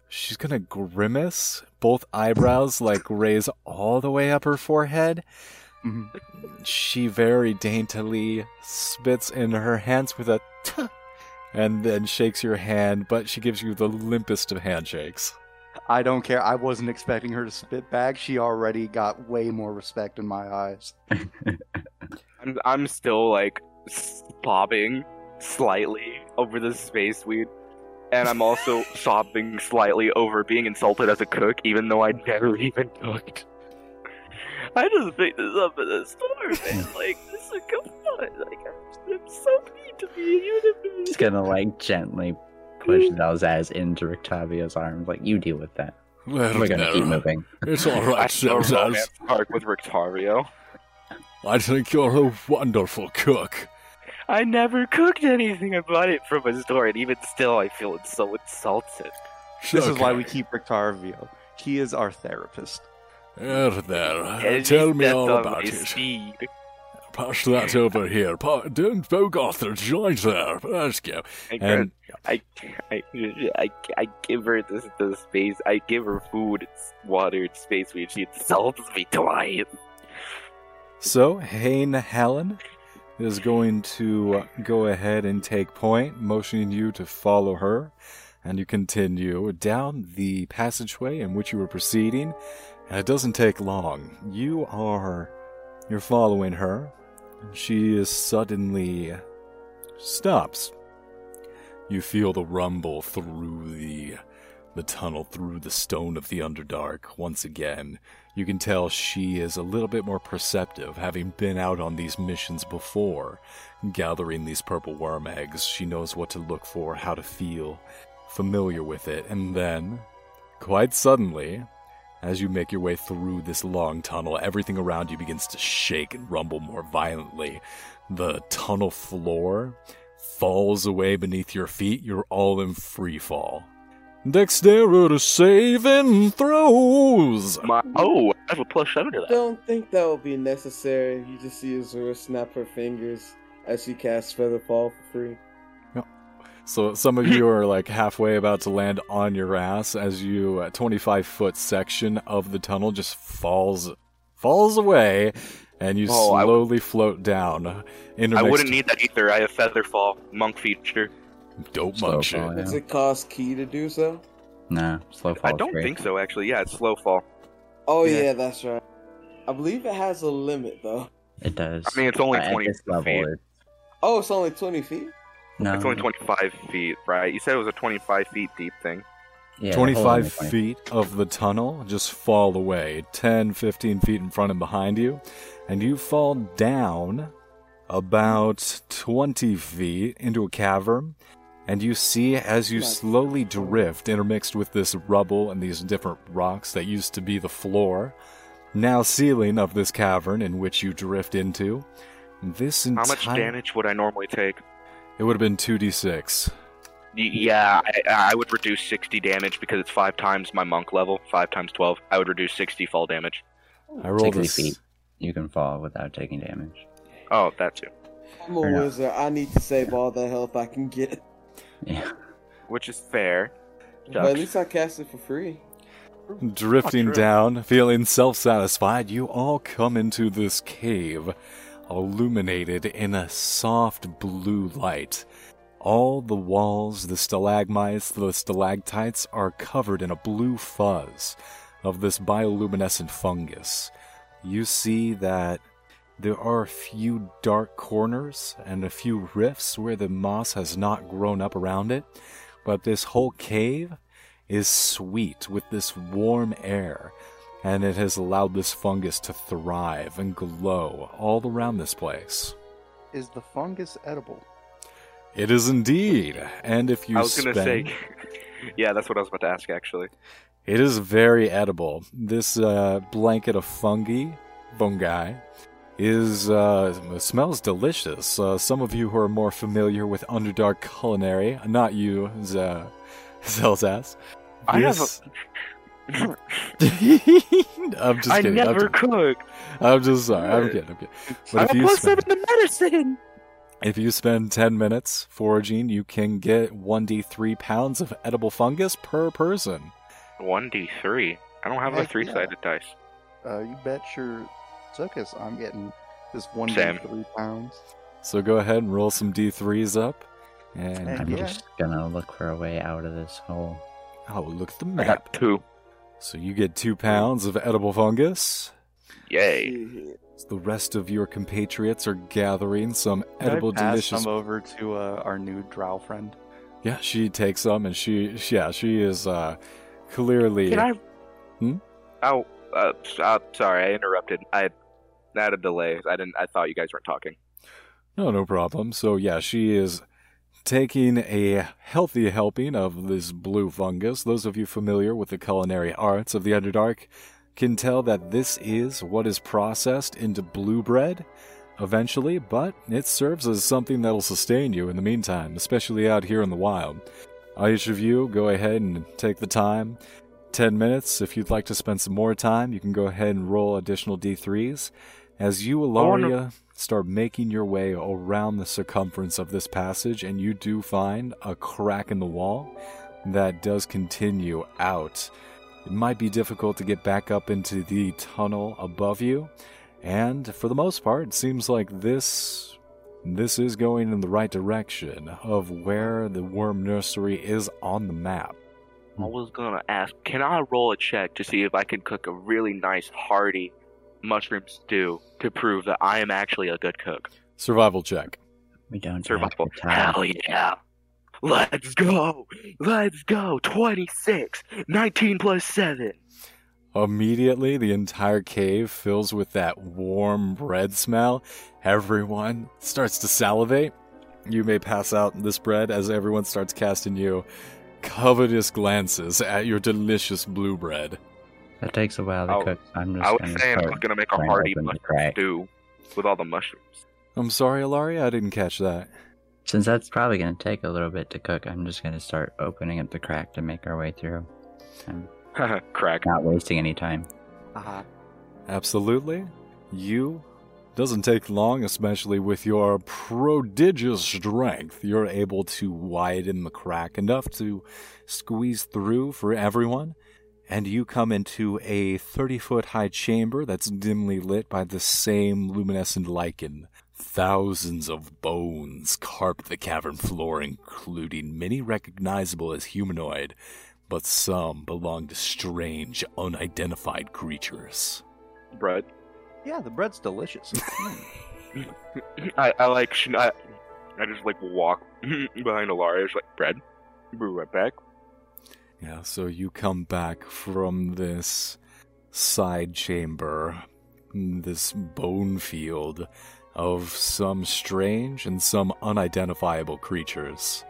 S1: she's going to grimace, both eyebrows like raise all the way up her forehead.
S5: Mhm.
S1: She very daintily spits in her hands with a t and then shakes your hand, but she gives you the limpest of handshakes.
S5: I don't care. I wasn't expecting her to spit back. She already got way more respect in my eyes.
S4: I'm I'm still like sobbing slightly over the space weed, and I'm (laughs) also sobbing slightly over being insulted as a cook, even though I never even cooked. I just picked this up at the store, man. Like this is come on. Like I'm, I'm so mean to be a human.
S2: Just gonna like gently push Zelzaz into Rictavia's arms. Like you deal with that. We're gonna keep moving.
S1: It's all
S4: I saw Romance Park with Rictario.
S1: I think you're a wonderful cook.
S4: I never cooked anything. I bought it from a store, and even still, I feel so insulted.
S5: This is why we keep Rictarvio. He is our therapist.
S1: There, er, there.
S4: And he stepped on my Steed.
S1: Pass that over here. Pa- don't bogart the joint there. Let's go.
S4: I
S1: And
S4: I, I, I, I give her this, this space. I give her food, it's water, it's space. We she insults me twice.
S1: so Hane Hallen is going to go ahead and take point, motioning you to follow her, and you continue down the passageway in which you were proceeding. And it doesn't take long. You are you're following her. She is suddenly stops. You feel the rumble through the the tunnel through the stone of the Underdark once again. You can tell she is a little bit more perceptive, having been out on these missions before, gathering these purple worm eggs. She knows what to look for, how to feel, familiar with it, and then, quite suddenly, as you make your way through this long tunnel, everything around you begins to shake and rumble more violently. The tunnel floor falls away beneath your feet. You're all in free fall. Dexterity saving throws.
S4: My, oh, I have a plus seven to that.
S3: Don't think that will be necessary. You just see Azura snap her fingers as she casts Feather Fall for free.
S1: So some of you are like halfway about to land on your ass as you uh, a 25 foot section of the tunnel just falls falls away and you
S4: Oh, I
S1: slowly float down.
S4: I
S1: Intermixed
S4: wouldn't need that either. I have feather fall monk feature.
S1: dope monk
S2: Slow fall,
S4: Oh,
S1: shit.
S2: yeah.
S3: Does it cost key to do so?
S2: Nah, slow fall.
S4: I
S2: is
S4: don't
S2: great.
S4: think so, actually. Yeah, it's slow fall.
S3: Oh
S5: Yeah.
S3: yeah. that's right. I believe it has a limit though.
S2: it does.
S4: I mean, it's only
S2: But at
S4: twenty
S2: this level,
S4: feet.
S2: it-
S3: Oh, it's only twenty feet.
S2: no,
S4: It's only twenty-five feet, right? You said it was a twenty-five feet deep thing.
S2: yeah, the whole
S1: Twenty-five
S2: thing.
S1: feet of the tunnel just fall away, 10, 15 feet in front and behind you, and you fall down about twenty feet into a cavern. And you see as you
S3: Right.
S1: slowly drift, intermixed with this rubble and these different rocks that used to be the floor, now ceiling of this cavern in which you drift into. This entire
S4: How much damage would I normally take?
S1: It would have been two d six.
S4: Y- Yeah, I, I would reduce 60 damage because it's five times my monk level, five times 12. I would reduce 60 fall damage.
S1: I rolled a
S2: 60
S1: s-
S2: feet. You can fall without taking damage.
S4: Oh, that too.
S3: I'm a
S2: Fair enough.
S3: wizard. I need to save all the health I
S4: (laughs)
S3: can get.
S2: Yeah.
S4: Which is fair.
S3: But at
S4: Sucks.
S3: least I cast it for free.
S1: Drifting
S4: Not true.
S1: down, feeling self satisfied, you all come into this cave, illuminated in a soft blue light. All the walls, the stalagmites, the stalactites are covered in a blue fuzz of this bioluminescent fungus. You see that there are a few dark corners and a few rifts where the moss has not grown up around it, but this whole cave is sweet with this warm air, and it has allowed this fungus to thrive and glow all around this place.
S5: Is the fungus edible?
S1: It is indeed, and if you
S4: I was going to
S1: spend-
S4: say. (laughs) yeah, that's what I was about to ask, actually.
S1: It is very edible. This uh, blanket of fungi, fungi, is uh, smells delicious. Uh, some of you who are more familiar with Underdark culinary, not you, (laughs) Z- Zelzas.
S4: I have
S1: this-
S4: a-
S1: (laughs) I'm just
S4: I
S1: kidding. I'm
S4: never
S1: just-
S4: cooked.
S1: I'm just sorry. I'm kidding. I'm kidding. But if
S4: I'm
S1: you
S4: plus
S1: spend,
S4: seven to medicine.
S1: if you spend ten minutes foraging, you can get one d three pounds of edible fungus per person.
S4: 1d3. I don't have a
S5: Heck
S4: three sided dice.
S5: Uh, you bet your Zuckus I'm getting this one
S4: Same.
S5: three pounds.
S1: So go ahead and roll some d threes up. And
S5: Heck
S2: I'm
S5: yeah.
S2: just gonna look for a way out of this hole.
S1: oh, look at the
S4: I
S1: map.
S4: got two.
S1: So you get two pounds of edible fungus.
S4: Yay.
S3: (laughs) Shit.
S1: The rest of your compatriots are gathering some
S5: Can I
S1: edible
S5: pass
S1: delicious.
S5: some over to uh, our new drow friend.
S1: Yeah, she takes some, and she, yeah, she is uh, clearly.
S4: Can I?
S1: Hmm?
S4: Oh, uh, s- uh, sorry, I interrupted. I I had a delay. I didn't. I thought you guys weren't talking.
S1: No, no problem. So, yeah, she is taking a healthy helping of this blue fungus. Those of you familiar with the culinary arts of the Underdark can tell that this is what is processed into blue bread eventually, but it serves as something that'll sustain you in the meantime, especially out here in the wild. Uh, Each of you, go ahead and take the time. 10 minutes. If you'd like to spend some more time, you can go ahead and roll additional d3s. As you,
S4: wanna-
S1: Ilaria, start making your way around the circumference of this passage, and you do find a crack in the wall that does continue out. It might be difficult to get back up into the tunnel above you, and for the most part, it seems like this this is going in the right direction of where the worm nursery is on the map.
S4: I
S2: Mm.
S4: was gonna ask, can I roll a check to see if I can cook a really nice, hearty mushroom stew to prove that I am actually a good cook?
S1: Survival check.
S2: We don't
S4: Survival.
S2: have the time.
S4: Hell yeah. Let's go. Let's go. 26. 19 plus 7.
S1: Immediately, the entire cave fills with that warm bread smell. Everyone starts to salivate. You may pass out in this bread as everyone starts casting you covetous glances at your delicious blue bread.
S2: That takes a while to
S4: Oh,
S2: cook. I'm just
S4: I
S2: gonna
S4: was saying I
S2: start
S4: was gonna make a
S2: trying to
S4: hearty
S2: open the
S4: mushroom
S2: crack.
S4: stew with all the mushrooms. (laughs)
S1: I'm sorry, Ilaria, I didn't catch that.
S2: Since that's probably going to take a little bit to cook, I'm just going to start opening up the crack to make our way through. I'm
S4: Crack.
S2: not wasting any time.
S5: Ah,
S1: Absolutely. You doesn't take long, especially with your prodigious strength. You're able to widen the crack enough to squeeze through for everyone. and you come into a 30 foot high chamber that's dimly lit by the same luminescent lichen. Thousands of bones carpet the cavern floor, including many recognizable as humanoid, but some belong to strange, unidentified creatures.
S2: Mm.
S4: bread. (clears throat)
S5: Yeah, the bread's (laughs) delicious. Mm.
S4: I, I like schn- I, I just like walk (laughs) behind Alaria, just like bread. Be right back.
S1: Yeah, so you come back from this side chamber, this bone field of some strange and some unidentifiable creatures.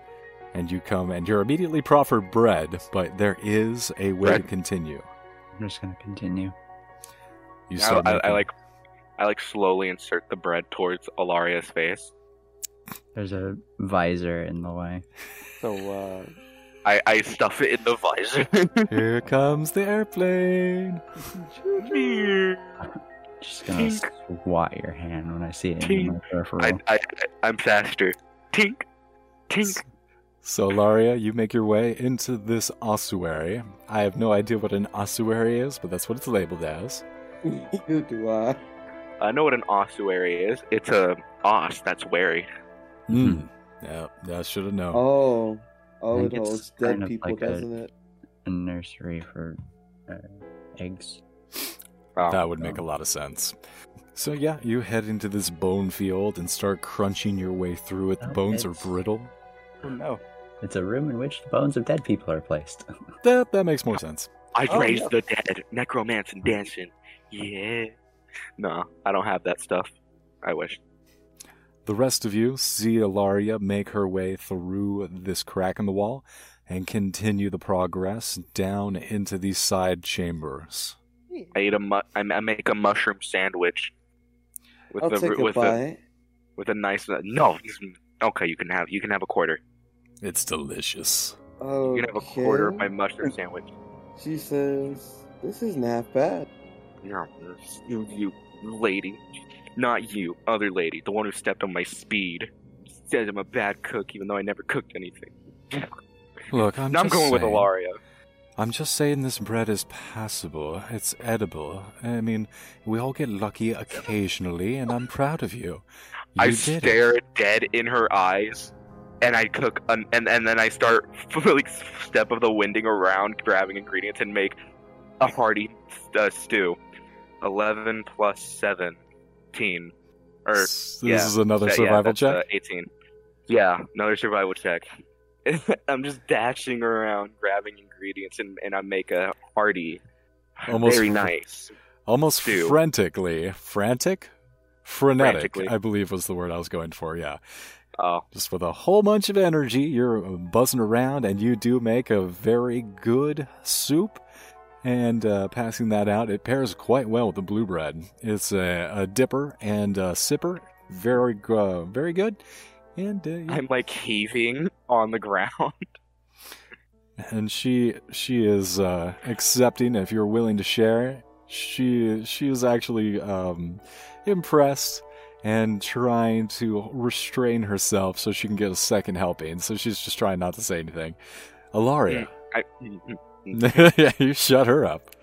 S1: And you come and you're immediately proffered bread, but there is a way to
S4: Bread?
S1: continue.
S2: I'm just gonna continue.
S1: You
S4: I-
S1: start
S4: I, I
S1: making-
S4: like I like slowly insert the bread towards Alaria's face.
S2: There's a visor in the way.
S5: So, uh,
S4: I, I stuff it in the visor. (laughs)
S1: Here comes the airplane.
S2: Just gonna swat your hand when I see it in my peripheral.
S4: I, I, I'm faster. Tink, tink.
S1: So, Laria, you make your way into this ossuary. I have no idea what an ossuary is, but that's what it's labeled as.
S3: you do I.
S4: I know what an ossuary is. It's a os that's wary. Hmm.
S1: Mm. Yeah, I should have known.
S3: Oh, oh,
S2: think
S3: it
S2: it's
S3: holds
S2: kind
S3: dead
S2: of
S3: people,
S2: like a-
S3: doesn't it?
S2: a nursery for uh, eggs.
S4: Um,
S1: That would make a lot of sense. So yeah, you head into this bone field and start crunching your way through it. The
S2: Oh,
S1: bones are
S2: it's-
S1: brittle.
S5: oh no.
S2: It's a room in which the bones of dead people are placed. (laughs)
S1: That that makes more sense.
S4: I
S5: Oh,
S4: raise
S5: yeah.
S4: the dead, necromance and dancing. Yeah. No, I don't have that stuff. I wish.
S1: The rest of you see Ilaria make her way through this crack in the wall and continue the progress down into these side chambers.
S4: I eat a mu- I ma- I make a mushroom sandwich. With
S3: I'll
S4: the
S3: take
S4: ru-
S3: a
S4: with the
S3: bite.
S4: with a nice uh, no. (laughs) Okay, you can have you can have a quarter.
S1: It's delicious.
S3: Oh,
S4: You can have a quarter of my mushroom sandwich.
S3: She says, "This isn't half bad."
S4: No, you, you lady, not you, other lady, the one who stepped on my speed. Says I'm a bad cook, even though I never cooked anything.
S1: Look, I'm,
S4: now I'm
S1: just
S4: going with
S1: saying-
S4: Ilaria.
S1: I'm just saying this bread is passable. It's edible. I mean, we all get lucky occasionally, and I'm proud of you. You
S4: I
S1: did it.
S4: stare dead in her eyes, and I cook, an, and and then I start (laughs) like step of the winding around, grabbing ingredients, and make a hearty uh, stew. Eleven plus seventeen, or
S1: S- this
S4: yeah,
S1: is another
S4: Yeah, yeah,
S1: survival
S4: that's,
S1: check.
S4: uh, 18. Yeah, another survival check. (laughs) I'm just dashing around, grabbing ingredients, and, and I make a hearty,
S1: Almost
S4: very
S1: fr-
S4: nice.
S1: Almost
S4: stew.
S1: frantically, frantic, frenetic.
S4: Frantically.
S1: I believe was the word I was going for. Yeah,
S4: Oh,
S1: just with a whole bunch of energy, you're buzzing around, and you do make a very good soup. And uh, passing that out, it pairs quite well with the blue bread. It's a, a dipper and a sipper, very, g- uh, very good. And uh, yeah.
S4: I'm like heaving on the ground. (laughs)
S1: and she she is uh, accepting if you're willing to share. She she is actually um, impressed and trying to restrain herself so she can get a second helping. So she's just trying not to say anything. Alaria,
S4: I,
S1: (laughs) yeah, you shut her up.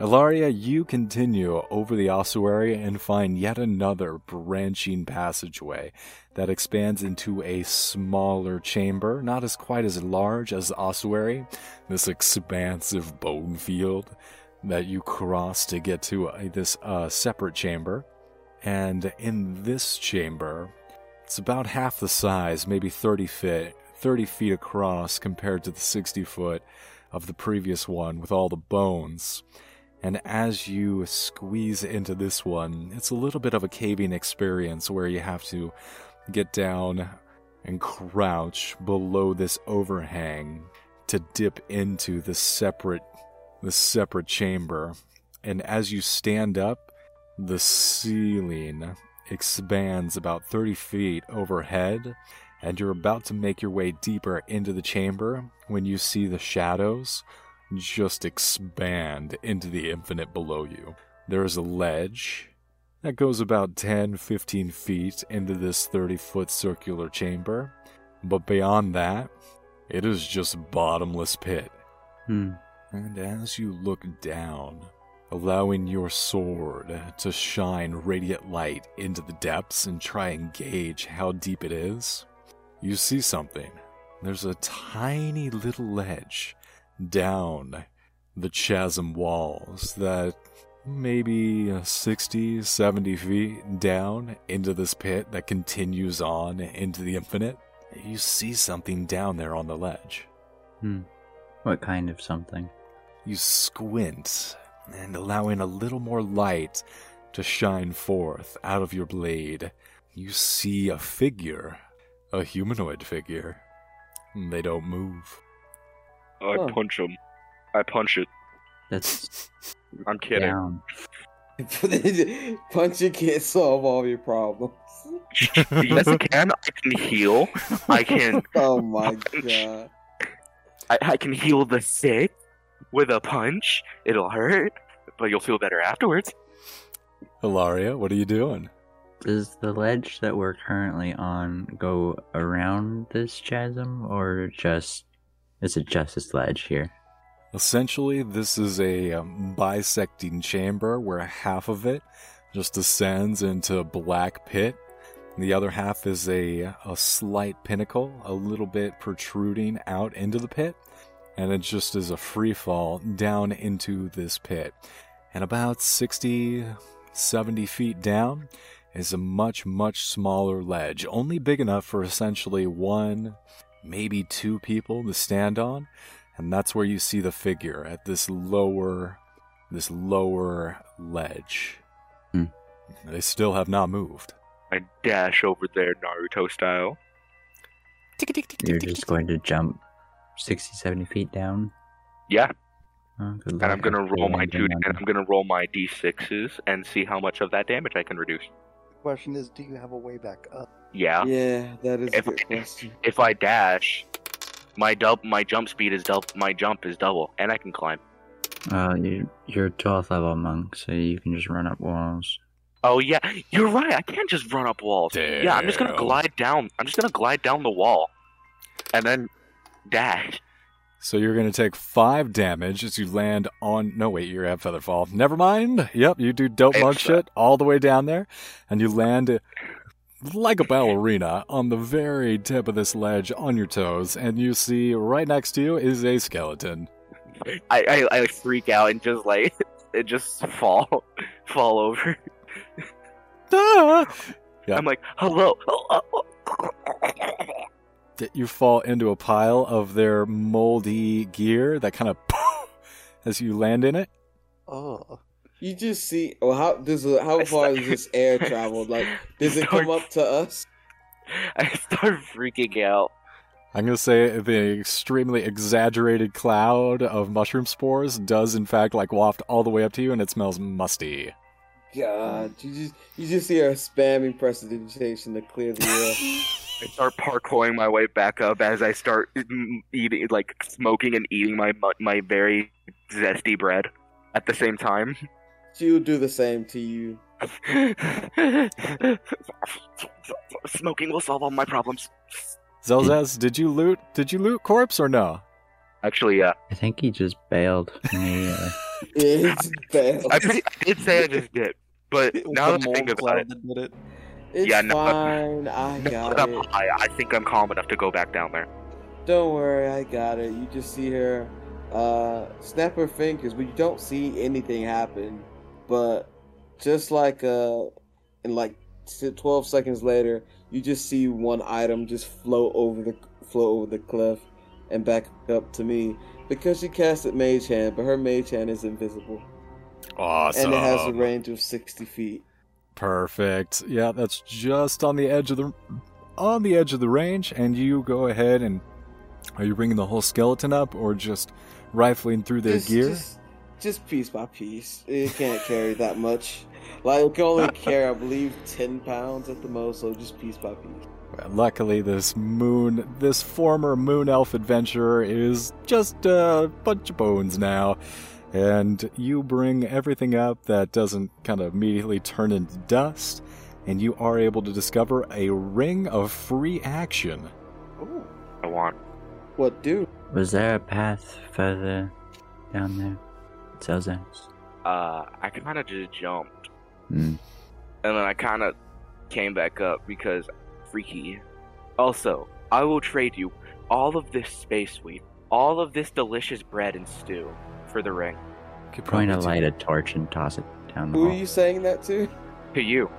S1: Alaria, you continue over the ossuary and find yet another branching passageway that expands into a smaller chamber, not as quite as large as the ossuary, this expansive bone field that you cross to get to uh, this uh, separate chamber. And in this chamber, it's about half the size, maybe 30 feet, 30 feet across compared to the 60 foot of the previous one with all the bones. And as you squeeze into this one, it's a little bit of a caving experience where you have to get down and crouch below this overhang to dip into the separate the separate chamber. And as you stand up, the ceiling expands about 30 feet overhead and you're about to make your way deeper into the chamber when you see the shadows just expand into the infinite below you. There is a ledge that goes about 10 15 feet into this 30 foot circular chamber, but beyond that, it is just a bottomless pit.
S2: Hmm.
S1: And as you look down, allowing your sword to shine radiant light into the depths and try and gauge how deep it is, you see something. There's a tiny little ledge down the chasm walls that maybe 60, 70 feet down into this pit that continues on into the infinite. You see something down there on the ledge.
S2: Hmm. What kind of something?
S1: You squint and allowing a little more light to shine forth out of your blade. You see a figure, a humanoid figure. They don't move.
S4: oh, I
S3: Huh.
S4: punch him. I punch it.
S2: That's
S4: I'm kidding.
S2: down.
S3: Punch you (laughs) can't solve all your problems.
S4: yes, I can. I can heal. I can.
S3: (laughs) Oh my
S4: Punch.
S3: god.
S4: I, I can heal the sick with a punch. It'll hurt, but you'll feel better afterwards.
S1: Hilaria, what are you doing?
S2: Does the ledge that we're currently on go around this chasm, or just is it just this ledge here?
S1: Essentially, this is a um, bisecting chamber where half of it just descends into a black pit. The other half is a, a slight pinnacle, a little bit protruding out into the pit. And it just is a free fall down into this pit. And about 60, 70 feet down is a much, much smaller ledge, only big enough for essentially one, maybe two people to stand on and that's where you see the figure at this lower this lower ledge
S2: Hmm.
S1: they still have not moved
S4: I dash over there, Naruto style.
S2: You're just going to jump 60, 70 feet down?
S4: Yeah,
S2: Oh, good
S4: and
S2: luck.
S4: I'm gonna roll my two,
S2: Landing on
S4: and I'm gonna roll my d6s and see how much of that damage I can reduce.
S5: Question is, do you have a way back up?
S4: Yeah,
S3: Yeah, that is a
S4: If-
S3: good question.
S4: if I dash, my dub, my jump speed is double, my jump is double, and I can climb.
S2: Uh, you, you're a 12th level monk, so you can just run up walls.
S4: Oh yeah, you're right. I can't just run up walls. Yeah, I'm just gonna
S1: Damn.
S4: glide down. I'm just gonna glide down the wall, and then dash.
S1: so you're going to take five damage as you land on no wait you have feather fall never mind yep you do dope
S4: It's
S1: monk
S4: that.
S1: shit all the way down there and you land like a ballerina on the very tip of this ledge on your toes and you see right next to you is a skeleton (laughs)
S4: I, I, I freak out and just like (laughs) it just fall (laughs) fall over.
S1: Ah! Yeah.
S4: I'm like, hello. (laughs)
S1: that you fall into a pile of their moldy gear that (laughs) kind of as you land in it.
S5: Oh,
S3: You just see. Oh, how does it- how
S4: I
S3: far
S4: start-
S3: does this air travel?
S4: (laughs)
S3: Like, does it come up to us?
S4: I start freaking out.
S1: I'm going to say the extremely exaggerated cloud of mushroom spores does, in fact, like waft all the way up to you, and it smells musty.
S3: God, you just you just see her spamming prestidigitation to clear the air.
S4: I start parkouring my way back up as I start mm, eating, like smoking and eating my mu- my very zesty bread at the same time. (laughs)
S3: She'll do the same to you. (laughs)
S4: Smoking will solve all my problems.
S3: Hmm.
S1: Zelzaz, did you loot? Did you loot corpse or no?
S4: Actually, yeah.
S2: I think he just bailed uh, immediately.
S3: It's bad.
S4: I, pretty, I did say I just did,
S5: (laughs)
S4: but
S5: it was
S4: (laughs) now
S5: the
S4: that I think
S5: mold
S4: about
S5: cloud
S4: it,
S5: that did it.
S3: It's
S4: yeah, no.
S3: fine. I
S4: now
S3: got
S4: that I'm
S3: it.
S4: high, I think I'm calm enough to go back down there.
S3: Don't worry, I got it. You just see her uh, snap her fingers, but you don't see anything happen. But just like uh, in like t- twelve seconds later, you just see one item just float over the float over the cliff and back up to me because she casted Mage Hand, but her Mage Hand is invisible
S1: Awesome.
S3: and it has a range of sixty feet.
S1: Perfect. Yeah, that's just on the edge of the on the edge of the range, and you go ahead and are you bringing the whole skeleton up or just rifling through their
S3: Just-
S1: gear?
S3: Just, just piece by piece. It can't carry that much. Like, it can only carry, I believe, 10 pounds at the most, so just piece by piece.
S1: Luckily, this moon, this former moon elf adventurer is just a bunch of bones now. And you bring everything up that doesn't kind of immediately turn into dust, and you are able to discover a ring of free action.
S4: I want.
S3: What, dude?
S2: Was there a path further down there? It sells ass.
S4: Uh, I kind of just jumped,
S2: Mm.
S4: and then I kind of came back up because freaky. Also, I will trade you all of this space wheat, all of this delicious bread and stew for the ring.
S1: Could
S2: Going to
S1: do-
S2: light a torch and toss it down the
S3: Who are
S2: hall.
S3: you saying that to?
S4: To you,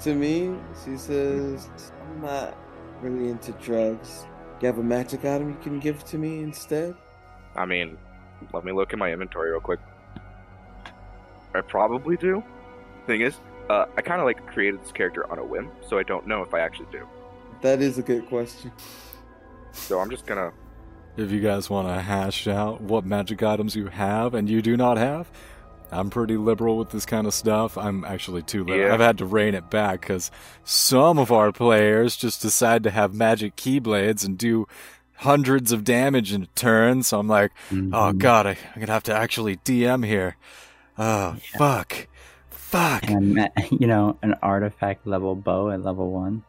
S3: To me, she says, I'm not really into drugs. You have a magic item you can give to me instead?
S4: I mean, let me look in my inventory real quick. I probably do. Thing is, uh, I kind of like created this character on a whim, so I don't know if I actually do.
S3: That is a good question.
S4: So I'm just gonna.
S1: If you guys want to hash out what magic items you have and you do not have, I'm pretty liberal with this kind of stuff. I'm actually too liberal.
S4: Yeah.
S1: I've had to rein it back because some of our players just decide to have magic keyblades and do hundreds of damage in a turn. So I'm like, oh
S4: Mm-hmm.
S2: Mhm.
S1: god, I, I'm going to have to actually DM here. Oh, fuck. Fuck. (laughs)
S2: And, (laughs) uh, you know, an artifact level bow at level one.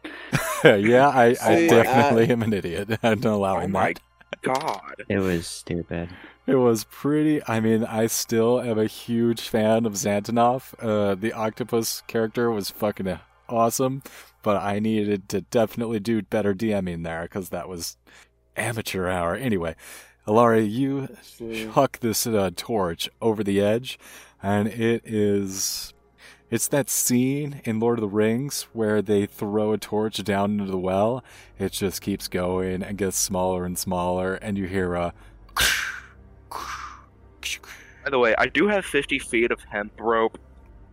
S1: yeah, I, I
S3: See,
S1: definitely am an idiot. (laughs) I'm not
S4: Oh
S1: allowing
S4: my
S1: that.
S4: god!
S2: It was stupid.
S1: It was pretty. I mean, I still am a huge fan of Xantanov. Uh, the octopus character was fucking awesome, but I needed to definitely do better DMing there because that was amateur hour. Anyway, Alari, you
S3: Actually,
S1: chuck this uh, torch over the edge, and it is. It's that scene in Lord of the Rings where they throw a torch down into the well. It just keeps going and gets smaller and smaller, and you hear a.
S4: By the way, I do have 50 feet of hemp rope.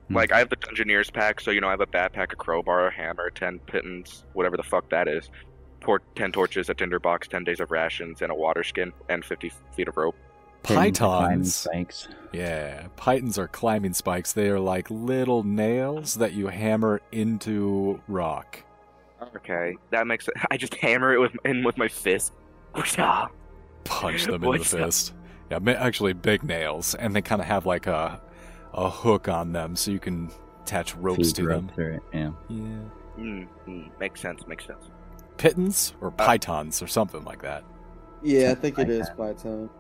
S2: Hmm.
S4: Like I have the Dungeoneers pack, so you know I have a backpack, a crowbar, a hammer, ten pittance, whatever the fuck that is. Tor- ten torches, a tinder box, ten days of rations, and a water skin, and 50 feet of rope.
S2: Didn't climb
S1: Pythons.
S2: spikes.
S1: Yeah, pythons are climbing spikes. They are like little nails that you hammer into rock.
S4: Okay, that makes. It- (laughs) I just hammer it with in with my fist. (laughs) Hmm, Whoosha!
S1: punch
S4: (laughs)
S1: them in the
S4: What's that?
S1: fist. Yeah, ma- actually big nails, and they kind of have like a a hook on them, so you can attach ropes
S2: Feed
S1: to
S2: rope
S1: them.
S2: through it. Yeah.
S1: Yeah,
S4: Mm, mm, makes sense. Makes sense.
S1: pittons
S4: Uh,
S1: or pythons or something like that.
S3: yeah, I think it
S2: Something
S3: is
S2: like that.
S3: by time.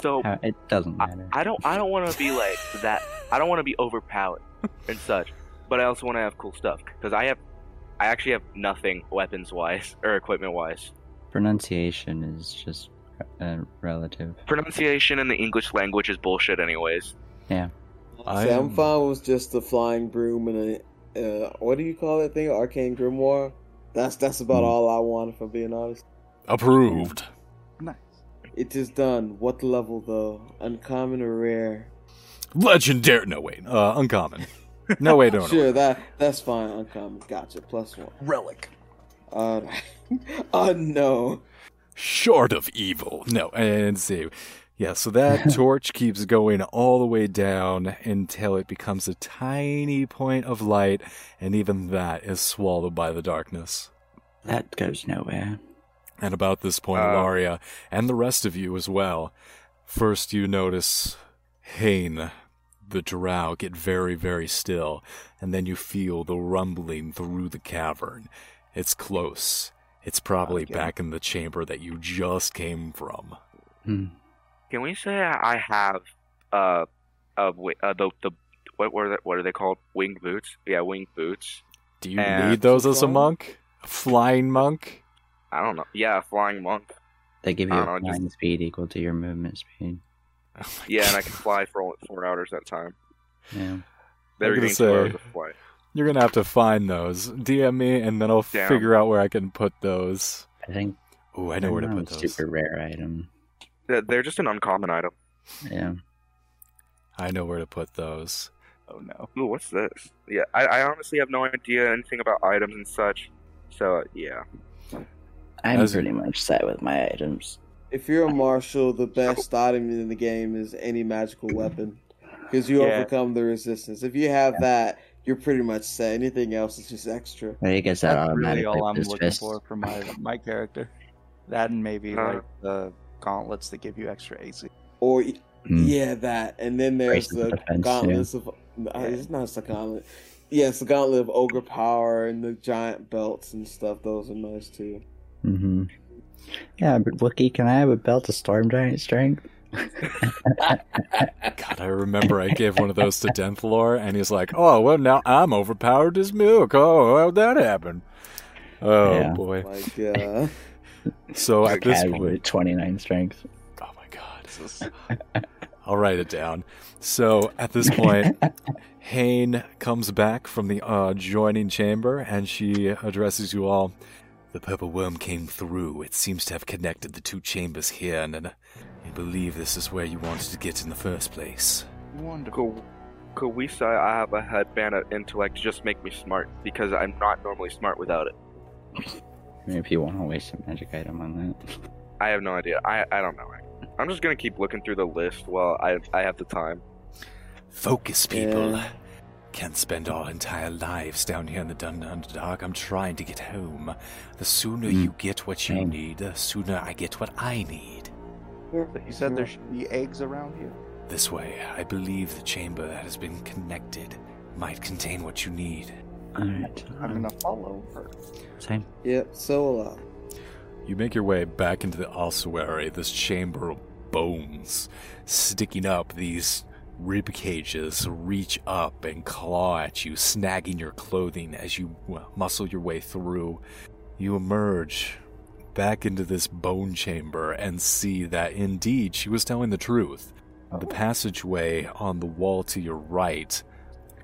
S4: So
S2: Uh, It doesn't matter.
S4: I don't. I don't want to be like that. I don't want to be overpowered and such. But I also want to have cool stuff because I have. I actually have nothing weapons wise or equipment wise.
S2: Pronunciation is just uh, relative.
S4: pronunciation in the English language is bullshit, anyways.
S1: I
S3: See, I'm
S1: am-
S3: fine with just the flying broom and a, uh, what do you call that thing? Arcane grimoire. That's that's about
S2: Hmm.
S3: all I want, if I'm being honest.
S1: Approved.
S5: Nice.
S3: It is done. What level though? Uncommon or rare?
S1: Legendary. No wait, uh,
S4: (laughs)
S1: uncommon. No wait, no, no.
S3: sure, that that's fine. Uncommon. Gotcha. Plus one.
S5: Relic.
S3: Uh, (laughs) uh no.
S1: short of evil. No, and save. Yeah, so that torch keeps going all the way down until it becomes a tiny point of light, and even that is swallowed by the darkness.
S2: That goes nowhere.
S1: And about this point,
S4: Uh,
S1: Ilaria, and the rest of you as well, first you notice Hain, the drow, get very, very still, and then you feel the rumbling through the cavern. It's close. It's probably
S5: Okay.
S1: back in the chamber that you just came from.
S2: Hmm.
S4: Can we say I have uh, uh, wi- uh the the what were they, what are they called? Winged boots? Yeah, winged boots.
S1: Do you
S4: And-
S1: need those as a
S3: Flying?
S1: monk? A flying monk? (laughs)
S4: I don't know. Yeah, a flying monk.
S2: They give you
S4: I
S2: a
S4: don't know, just-
S2: flying speed equal to your movement speed.
S1: Oh my
S4: Yeah, and I
S1: God.
S4: can fly for only four hours at a time.
S2: Yeah.
S4: They're
S1: gonna
S4: getting two hours
S1: say-
S4: of flight.
S1: You're gonna have to find those. DM me, and then I'll
S4: Damn.
S1: figure out where I can put those.
S2: I think
S1: Ooh, I know where to
S2: they're
S1: put
S2: not a
S1: those.
S2: Super rare item.
S4: They're- They're just an uncommon item.
S2: Yeah.
S1: I know where to put those.
S5: Oh no.
S4: Ooh, what's this? Yeah, I, I honestly have no idea anything about items and such. So uh, yeah,
S2: I'm
S1: As-
S2: pretty much set with my items.
S3: If you're a marshal, the best item in the game is any magical weapon, because you
S5: Yeah.
S3: overcome the resistance. If you have that, you're pretty much set. Anything else is just extra.
S2: I think it's that
S5: That's
S2: automatically
S5: really all I'm
S2: with his
S5: looking
S2: fist.
S5: for for my my character. That and maybe
S4: Uh.
S5: like the gauntlets that give you extra AC.
S3: Or
S2: Hmm.
S3: yeah, that, and then there's
S2: Braces of
S3: the
S2: defense,
S3: gauntlets of. no, It's not just a gauntlet. Yeah, it's the gauntlet of ogre power and the giant belts and stuff. Those are nice too.
S1: (laughs)
S2: Mm-hmm. Yeah, but Wookie, can I have a belt of storm giant strength?
S1: God, I remember I gave one of those to Denthlor, and he's like, "Oh well, now I'm overpowered as milk. Oh, how'd that happen? Oh
S2: Yeah.
S1: boy."
S3: Like, uh,
S1: So at this
S2: Add
S1: point,
S2: with 29 strength.
S1: oh my god, this is- (laughs) I'll write it down. So at this point, Hane comes back from the uh, adjoining chamber, and she addresses you all. The purple worm came through. It seems to have connected the two chambers here, and, and I believe this is where you wanted to get in the first place.
S5: Wonderful.
S4: Cool. Cool. We say I have a headband of intellect to just make me smart because I'm not normally smart without it.
S2: I mean, if you want to waste a magic item on
S1: (laughs)
S4: I have no idea. I, I don't know. I'm just gonna keep looking through the list while I I have the time.
S1: Focus, people.
S3: Yeah.
S1: Can't spend our entire lives down here in the Dun Underdark. I'm trying to get home. The sooner
S2: Hmm.
S1: you get what you
S2: Same.
S1: need, the sooner I get what I need.
S5: So you said there should be eggs around here?
S1: This way, I believe the chamber that has been connected might contain what you need.
S2: that. Alright.
S5: I'm gonna follow her.
S2: Same.
S3: yep, so a lot.
S1: You make your way back into the ossuary, this chamber of bones, sticking up these rib cages, reach up and claw at you, snagging your clothing as you well, muscle your way through. You emerge back into this bone chamber and see that indeed she was telling the truth.
S2: Oh,
S1: The passageway on the wall to your right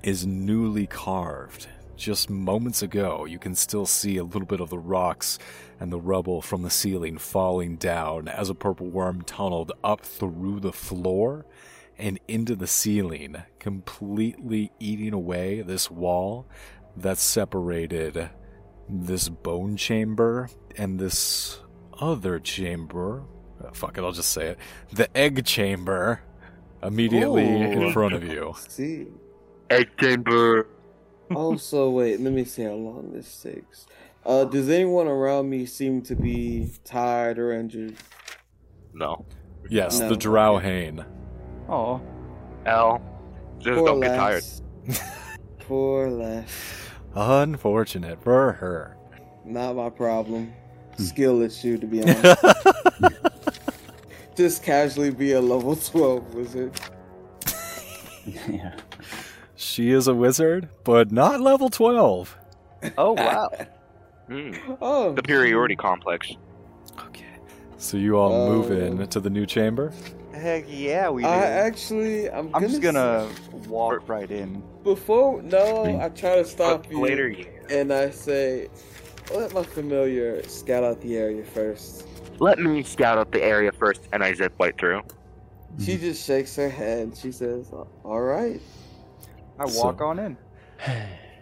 S1: is newly carved. Just moments ago, you can still see a little bit of the rocks and the rubble from the ceiling falling down as a purple worm tunneled up through the floor and into the ceiling, completely eating away this wall that separated this bone chamber and this other chamber. Uh, fuck it, I'll just say it. The egg chamber immediately in
S3: Ooh.
S1: front of you.
S3: See.
S4: Egg chamber.
S3: Also, wait, let me see how long this takes. Uh, does anyone around me seem to be tired or injured?
S4: No.
S1: Yes,
S3: No.
S1: the drow hane.
S5: Oh,
S4: L. Just don't get tired.
S3: lass. (laughs) Poor lass.
S1: Unfortunate for her.
S3: Not my problem.
S5: Hmm.
S3: Skill issue,
S5: (laughs)
S3: to be honest. Just casually be a level 12 wizard.
S2: yeah.
S1: (laughs) She is a wizard, but not level 12.
S6: Oh
S4: (laughs)
S6: wow.
S4: Hmm.
S3: Oh.
S4: Superiority complex.
S1: Okay. So you all move
S3: Oh.
S1: in to the new chamber.
S5: heck yeah, we do.
S3: I actually, I'm,
S5: I'm just
S3: say-
S5: gonna walk right in.
S3: Before, no, I try to stop
S4: But
S3: you.
S4: later, yeah.
S3: And I say, let my familiar scout out the area first.
S4: Let me scout out the area first, and I zip right through.
S1: Mm-hmm.
S3: She just shakes her head and she says, All right.
S5: I
S1: So-
S5: walk on in.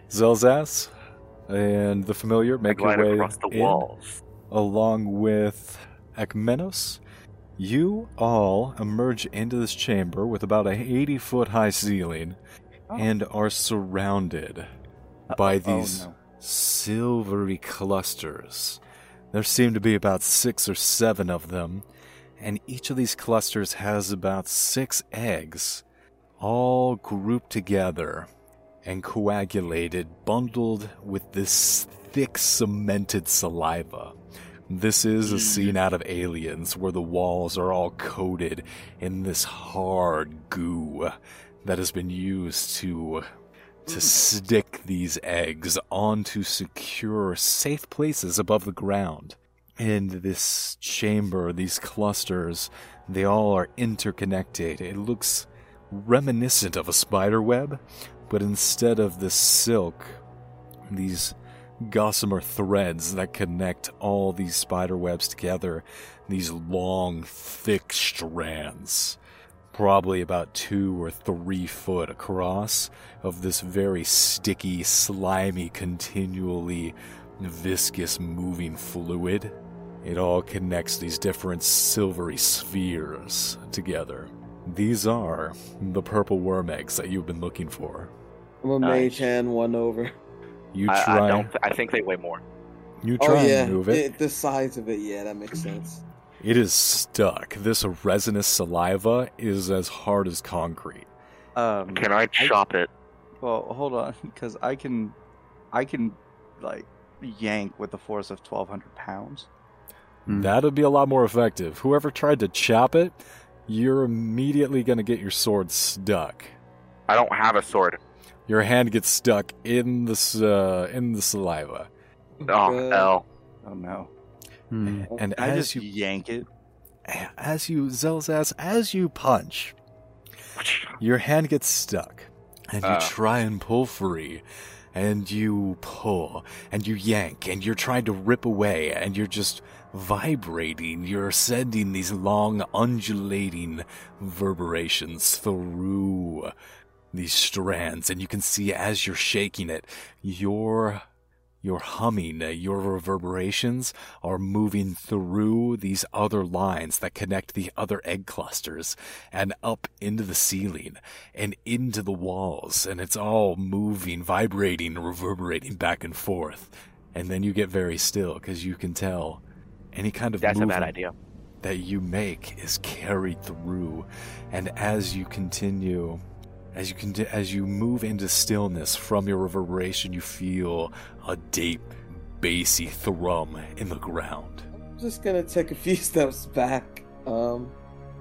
S1: Zelzas and the familiar make
S4: Glide
S1: your way
S4: across the
S1: in,
S4: walls.
S1: along with Ekmenos. You all emerge into this chamber with about a 80 foot high ceiling
S5: Oh.
S1: and are surrounded by these
S5: Oh, no.
S1: silvery clusters. There seem to be about six or seven of them, and each of these clusters has about six eggs, all grouped together and coagulated, bundled with this thick cemented saliva. This is a scene out of Aliens where the walls are all coated in this hard goo that has been used to to stick these eggs onto secure, safe places above the ground. In this chamber, these clusters, they all are interconnected. It looks reminiscent of a spider web, but instead of the silk, these gossamer threads that connect all these spider webs together, these long, thick strands, probably about two or three foot across, of this very sticky, slimy, continually viscous moving fluid. It all connects these different silvery spheres together. These are the purple worm eggs that you've been looking for.
S3: I'm a
S4: Nice.
S3: mage hand one over.
S1: You
S4: I,
S1: try,
S4: I don't. I think they weigh more.
S1: you try
S3: oh, yeah.
S1: and move it.
S3: The size of it, yeah, that makes sense.
S1: It is stuck. This resinous saliva is as hard as concrete.
S5: Um,
S4: Can I chop it?
S5: Well, hold on, (laughs) because I can, I can, like, yank with the force of 1,200 pounds.
S2: Mm.
S1: That'd be a lot more effective. Whoever tried to chop it You're immediately going to get your sword stuck.
S4: I don't have a sword.
S1: Your hand gets stuck in the s- uh, in the saliva,
S4: Oh,
S3: Good.
S4: hell.
S5: Oh no. Oh,
S2: Hmm.
S4: Mm,
S1: and
S5: I
S1: as
S5: just
S1: you
S5: yank it.
S1: as you Zelzaz, as you punch, your hand gets stuck, and you
S4: Ah.
S1: try and pull free, and you pull, and you yank, and you're trying to rip away, and you're just vibrating. You're sending these long, undulating reverberations through these strands, and you can see as you're shaking it, your your humming, uh, your reverberations are moving through these other lines that connect the other egg clusters and up into the ceiling and into the walls. And it's all moving, vibrating, reverberating back and forth. And then you get very still because you can tell any kind of
S4: That's a bad
S1: movement
S4: idea.
S1: that you make is carried through and as you continue as you can as you move into stillness from your reverberation you feel a deep bassy thrum in the ground
S3: I'm just gonna take a few (laughs) steps back. Um,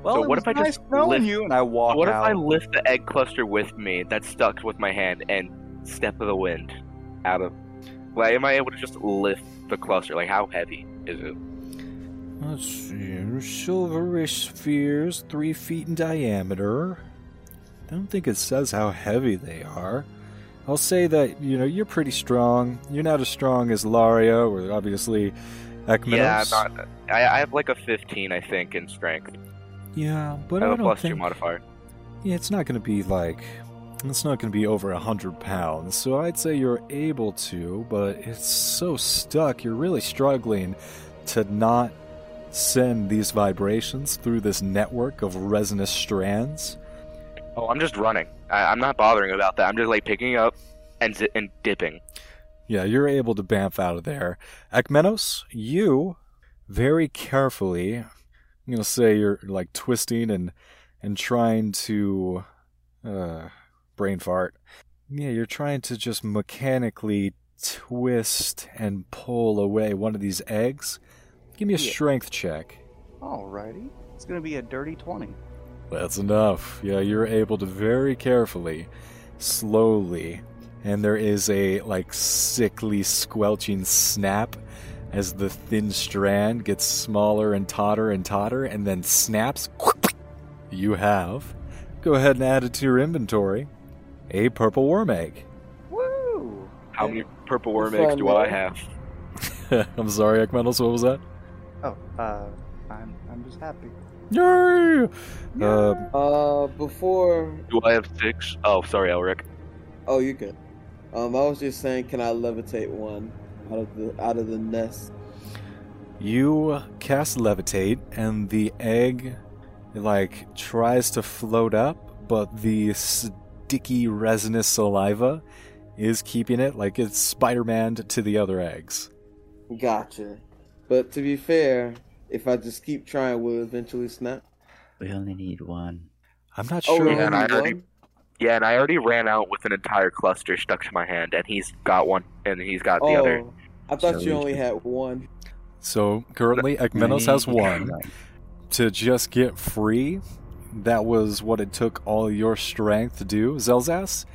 S5: Well,
S4: So
S5: it
S4: what
S5: was
S4: if I
S5: nice
S4: just
S5: knowing
S4: lift-
S5: you and I walk
S4: What if
S5: out?
S4: I lift the egg cluster with me that's stuck with my hand and step of the wind out of. Like, am I able to just lift the cluster? Like, how heavy is it?
S1: let's see silverish spheres three feet in diameter i don't think it says how heavy they are i'll say that you know you're pretty strong you're not as strong as laria or obviously Ekmenos.
S4: Yeah, I'm not. I, I have like a 15, I think, in strength.
S1: yeah but
S4: I
S1: i
S4: have a
S1: don't
S4: plus two
S1: think
S4: modifier.
S1: Yeah, it's not going to be like. It's not going to be over 100 pounds, so I'd say you're able to, but it's so stuck, you're really struggling to not send these vibrations through this network of resinous strands.
S4: Oh, I'm just running. I, I'm not bothering about that. I'm just like picking up and zi- and dipping.
S1: Yeah, you're able to bamf out of there. Ekmenos, you very carefully, I'm going to say you're like twisting and and trying to uh brain fart. Yeah, you're trying to just mechanically twist and pull away one of these eggs. Give me a
S5: Yeah.
S1: strength check.
S5: Alrighty. It's gonna be a dirty twenty.
S1: That's enough. Yeah, you're able to very carefully, slowly, and there is a like sickly squelching snap as the thin strand gets smaller and totter and totter and then snaps. (laughs) You have. Go ahead and add it to your inventory. A purple worm egg. (laughs)
S5: Woo!
S4: How many purple
S3: You're
S4: worm eggs
S3: fine,
S5: um,
S4: do I
S3: man.
S4: have?
S1: I'm sorry, Ekmendels, what was that?
S5: Oh, uh, I'm I'm just happy.
S1: Yay! Um,
S3: uh, before
S4: Do I have six? Oh, sorry, Elric.
S3: Oh, you good. Um, I was just saying, can I levitate one out of the out of the nest?
S1: You cast levitate, and the egg, like, tries to float up, but the sticky resinous saliva is keeping it, like, it's Spider Man to the other eggs.
S3: Gotcha. But to be fair, if I just keep trying, we'll eventually snap.
S2: We only need one.
S1: I'm not
S3: Oh,
S1: sure.
S4: yeah, and I
S3: only
S4: already-
S3: one?
S4: Yeah, and I already ran out with an entire cluster stuck to my hand, and he's got one, and he's got the
S3: oh,
S4: other.
S3: I thought
S2: So
S3: you
S2: we
S3: only
S2: can-
S3: had one.
S1: So currently, Ekmenos has one. To just get free, that was what it took all your strength to do, Zelzas.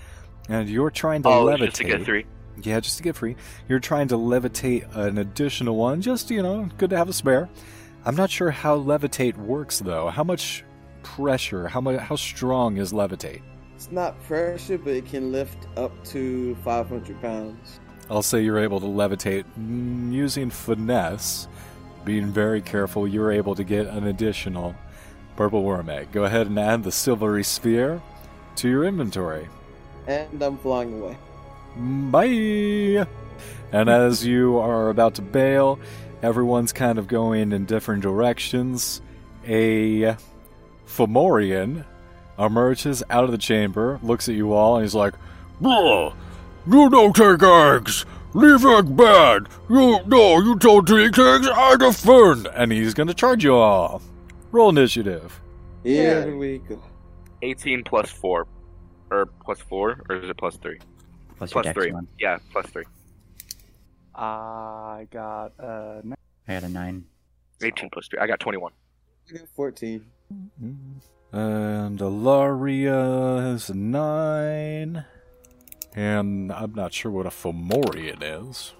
S1: And you're trying to
S4: Oh,
S1: levitate.
S4: just to get three.
S1: Yeah, just to get free. You're trying to levitate an additional one, just, you know, good to have a spare. I'm not sure how levitate works, though. How much pressure, how much, how strong is levitate?
S3: It's not pressure, but it can lift up to 500 pounds.
S1: I'll say you're able to levitate mm, using finesse, being very careful, you're able to get an additional purple worm egg. Go ahead and add the silvery sphere to your inventory.
S3: And I'm flying away.
S1: Bye. And as you are about to bail, everyone's kind of going in different directions. A Fomorian emerges out of the chamber, looks at you all, and he's like, "Bruh, You don't take eggs! Leave egg bad! You no, you don't take eggs, I defend! And he's gonna charge you all. Roll initiative.
S3: Here we go.
S4: 18 plus four, or plus four, or is it plus three?
S2: Plus, your
S4: Plus
S2: dex
S4: three.
S2: one.
S4: Yeah, plus three.
S5: I got uh.
S2: I got a nine.
S4: 18 plus three. I got 21.
S3: I got 14.
S1: And Alaria has a nine. And I'm not sure what a Fomorian is.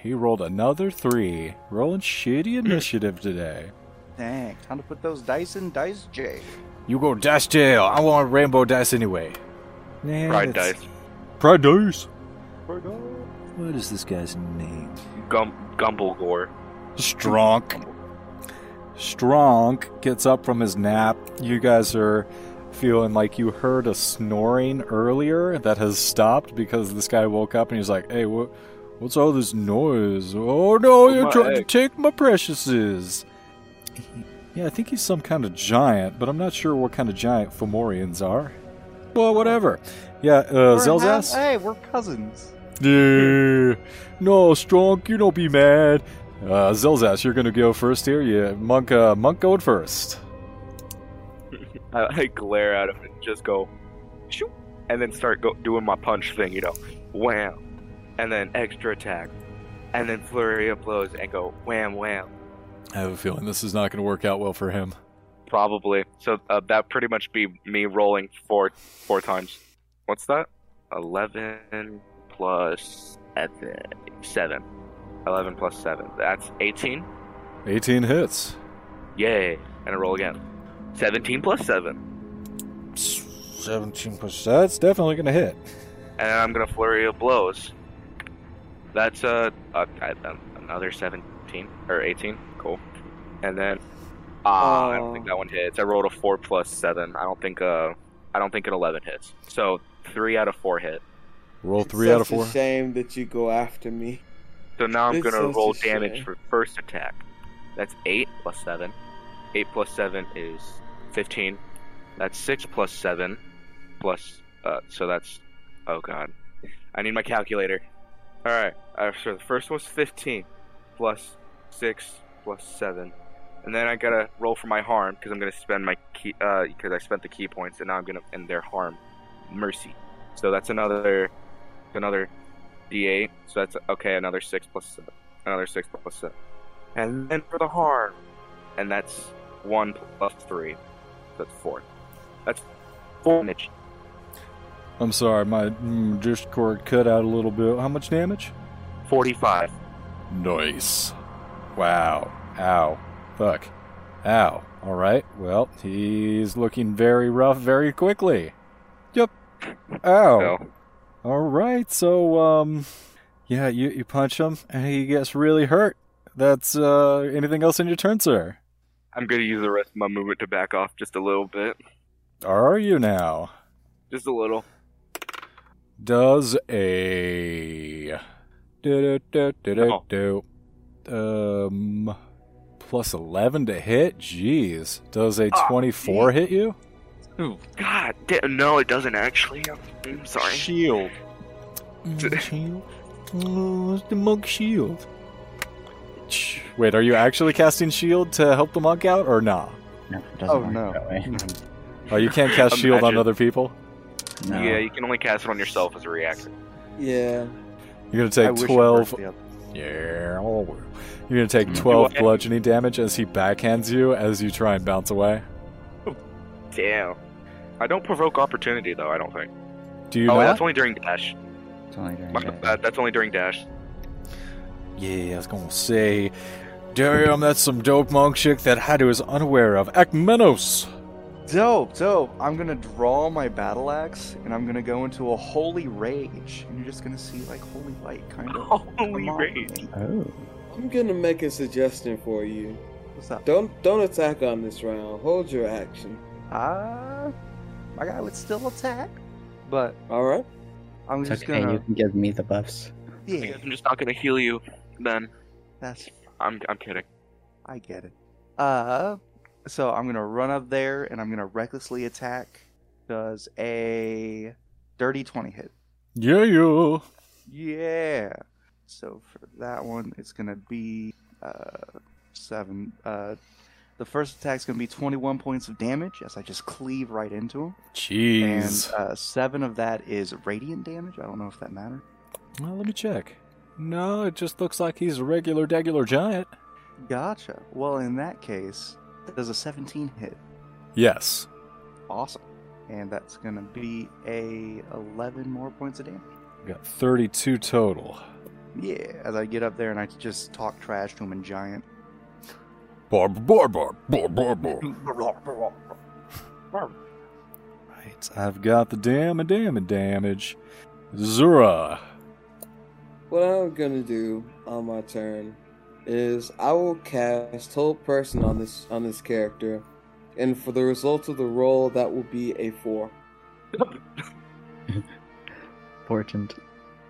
S1: He rolled another three. Rolling shitty initiative today.
S5: Dang, time to put those dice in Dice J.
S1: You go dash jail. I want rainbow dice anyway. Man,
S4: Fried
S1: it's-
S4: dice.
S1: Pride dice. What is this guy's name?
S4: Gum- Gumble Gore.
S1: Stronk. Stronk gets up from his nap. You guys are feeling like you heard a snoring earlier that has stopped because this guy woke up and he's like, "Hey, what? What's all this noise? Oh no, you're
S4: My
S1: trying to
S4: egg."
S1: take my preciouses." Yeah, I think he's some kind of giant, but I'm not sure what kind of giant Fomorians are. Well, whatever. Yeah, uh, Zelzas.
S5: Hey, we're
S4: (laughs)
S5: cousins.
S1: Yeah. No, Strunk, you don't be mad. Uh, Zelzas, you're gonna go first here. Yeah, Monk, uh, Monk going first.
S4: I, I glare at him and just go, shoot, and then start go- doing my punch thing, you know, wham, and then extra attack, and then flurry of blows and go wham wham.
S1: I have a feeling this is not gonna work out well for him.
S4: Probably. So uh, that pretty much be me rolling four four times. What's that? Eleven plus seven. Seven. Eleven plus seven. That's eighteen.
S1: 18 hits.
S4: Yay! And I roll again. Seventeen plus seven.
S1: 17 plus. That's definitely gonna hit.
S4: And I'm gonna flurry of blows. That's uh, uh I- um, another seventeen or eighteen. Cool. And then ah, I don't think
S3: Aw.
S4: that one hits. I rolled a four plus seven. I don't think uh, I don't think an eleven hits. So three out of four hit.
S1: Roll
S3: It's
S1: three out of
S3: such a
S1: four.
S3: Shame that you go after me.
S4: So now I'm
S3: It's
S4: gonna
S3: such
S4: roll
S3: a shame.
S4: damage for first attack. That's eight plus seven. Eight plus seven is fifteen. That's six plus seven, plus uh. So that's oh god, I need my calculator. All right. Uh, so the first one's fifteen, plus six plus seven, and then I gotta roll for my harm because I'm gonna spend my key uh because I spent the key points and now I'm gonna end their harm, mercy. So that's another, another d8. So that's okay. Another six plus seven. Another six plus seven. And then for the harm, and that's one plus three. That's four. That's four damage.
S1: I'm sorry, my mm, Discord cut out a little bit. How much damage?
S4: Forty-five.
S1: Nice. Wow. Ow. Fuck. Ow. All right. Well, he's looking very rough very quickly. Yep. Ow.
S4: So
S1: All right, so um, yeah, you you punch him and he gets really hurt. That's uh, anything else in your turn, sir?
S4: I'm gonna use the rest of my movement to back off just a little bit.
S1: Are you now?
S4: Just a little.
S1: Does a do do do do do um plus eleven to hit? Jeez, does a
S4: Ah,
S1: twenty four hit you?
S4: God damn. No, it doesn't actually. I'm, I'm sorry.
S6: Shield.
S4: Mm,
S1: shield. Oh, it's the monk shield. Wait, are you actually casting shield E to help the monk out or not? Nah?
S2: No, it doesn't
S5: Oh,
S2: work
S5: no.
S2: that way.
S1: Oh, you can't cast shield on
S4: Imagine.
S1: other people.
S2: No.
S4: Yeah, you can only cast it on yourself as a reaction.
S3: Yeah.
S1: You're gonna
S5: I
S1: take
S5: wish it
S1: twelve.
S5: worked the other-
S1: Yeah, oh. you're gonna take
S2: Do
S1: twelve
S4: I-
S1: bludgeoning damage as he backhands you as you try and bounce away.
S4: Damn. I don't provoke opportunity though. I don't think.
S1: Do you
S4: oh, wait,
S1: not?
S4: that's only during dash.
S2: It's only during
S4: My
S2: day.
S4: bad, that's only during dash.
S1: Yeah, I was gonna say, damn, that's some dope monk chick that Hadu is unaware of. Ekmenos.
S5: Dope, dope. I'm gonna draw my battle axe and I'm gonna go into a holy rage. And you're just gonna see like holy light kind of.
S4: (laughs) Holy
S5: come off of
S4: rage.
S5: me.
S2: Oh,
S3: I'm gonna make a suggestion for you.
S5: What's up?
S3: Don't don't attack on this round. Hold your action.
S5: Ah, my guy would still attack, but
S3: All right.
S5: I'm
S2: it's
S5: just
S2: okay. You
S5: gonna.
S2: can give me the buffs.
S4: I
S5: Yeah,
S4: guess I'm just not gonna heal you. Then
S5: that's.
S4: I'm I'm kidding.
S5: I get it. Uh, so I'm gonna run up there and I'm gonna recklessly attack. Does a dirty twenty hit?
S1: Yeah, you.
S5: Yeah. So for that one, it's gonna be uh, seven. Uh, the first attack's gonna be 21 points of damage as I just cleave right into him,
S1: Jeez.
S5: and uh, seven of that is radiant damage. I don't know if that matters.
S1: well, let me check. No, it just looks like he's a regular, degular giant.
S5: Gotcha. Well, in that case, does a 17 hit?
S6: Yes.
S5: Awesome. And that's going to be a 11 more points of damage.
S6: We got 32 total.
S5: Yeah, as I get up there and I just talk trash to him in giant.
S6: Bar, bar, bar, bar, bar, bar. (laughs) Right, I've got the damn and damn and damage. Zura.
S3: What I'm gonna do on my turn is I will cast Total Person on this on this character, and for the result of the roll, that will be a four.
S2: Important.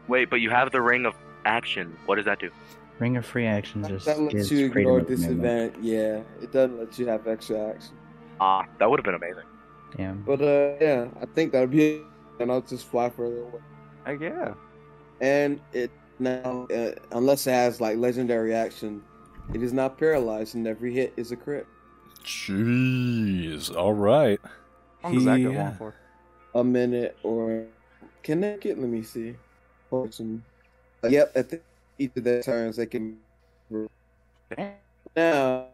S4: Wait, but you have the ring of action. What does that do?
S2: Ring of free action
S3: That,
S2: just
S3: that
S2: gives
S3: lets you
S2: freedom
S3: ignore
S2: of movement.
S3: disadvantage. Yeah, it doesn't let you have extra action.
S4: Ah, that would have been amazing.
S2: Damn.
S3: But uh, yeah, I think that'll be it, and I'll just fly further away.
S5: I yeah.
S3: And it now, uh, unless it has like legendary action, it is not paralyzed, and every hit is a crit.
S6: Jeez. All right.
S5: How long does that go
S6: He-
S5: on for?
S3: a minute or can they get let me see Poison. Uh, yep at the, each of their turns they can
S5: Damn.
S3: now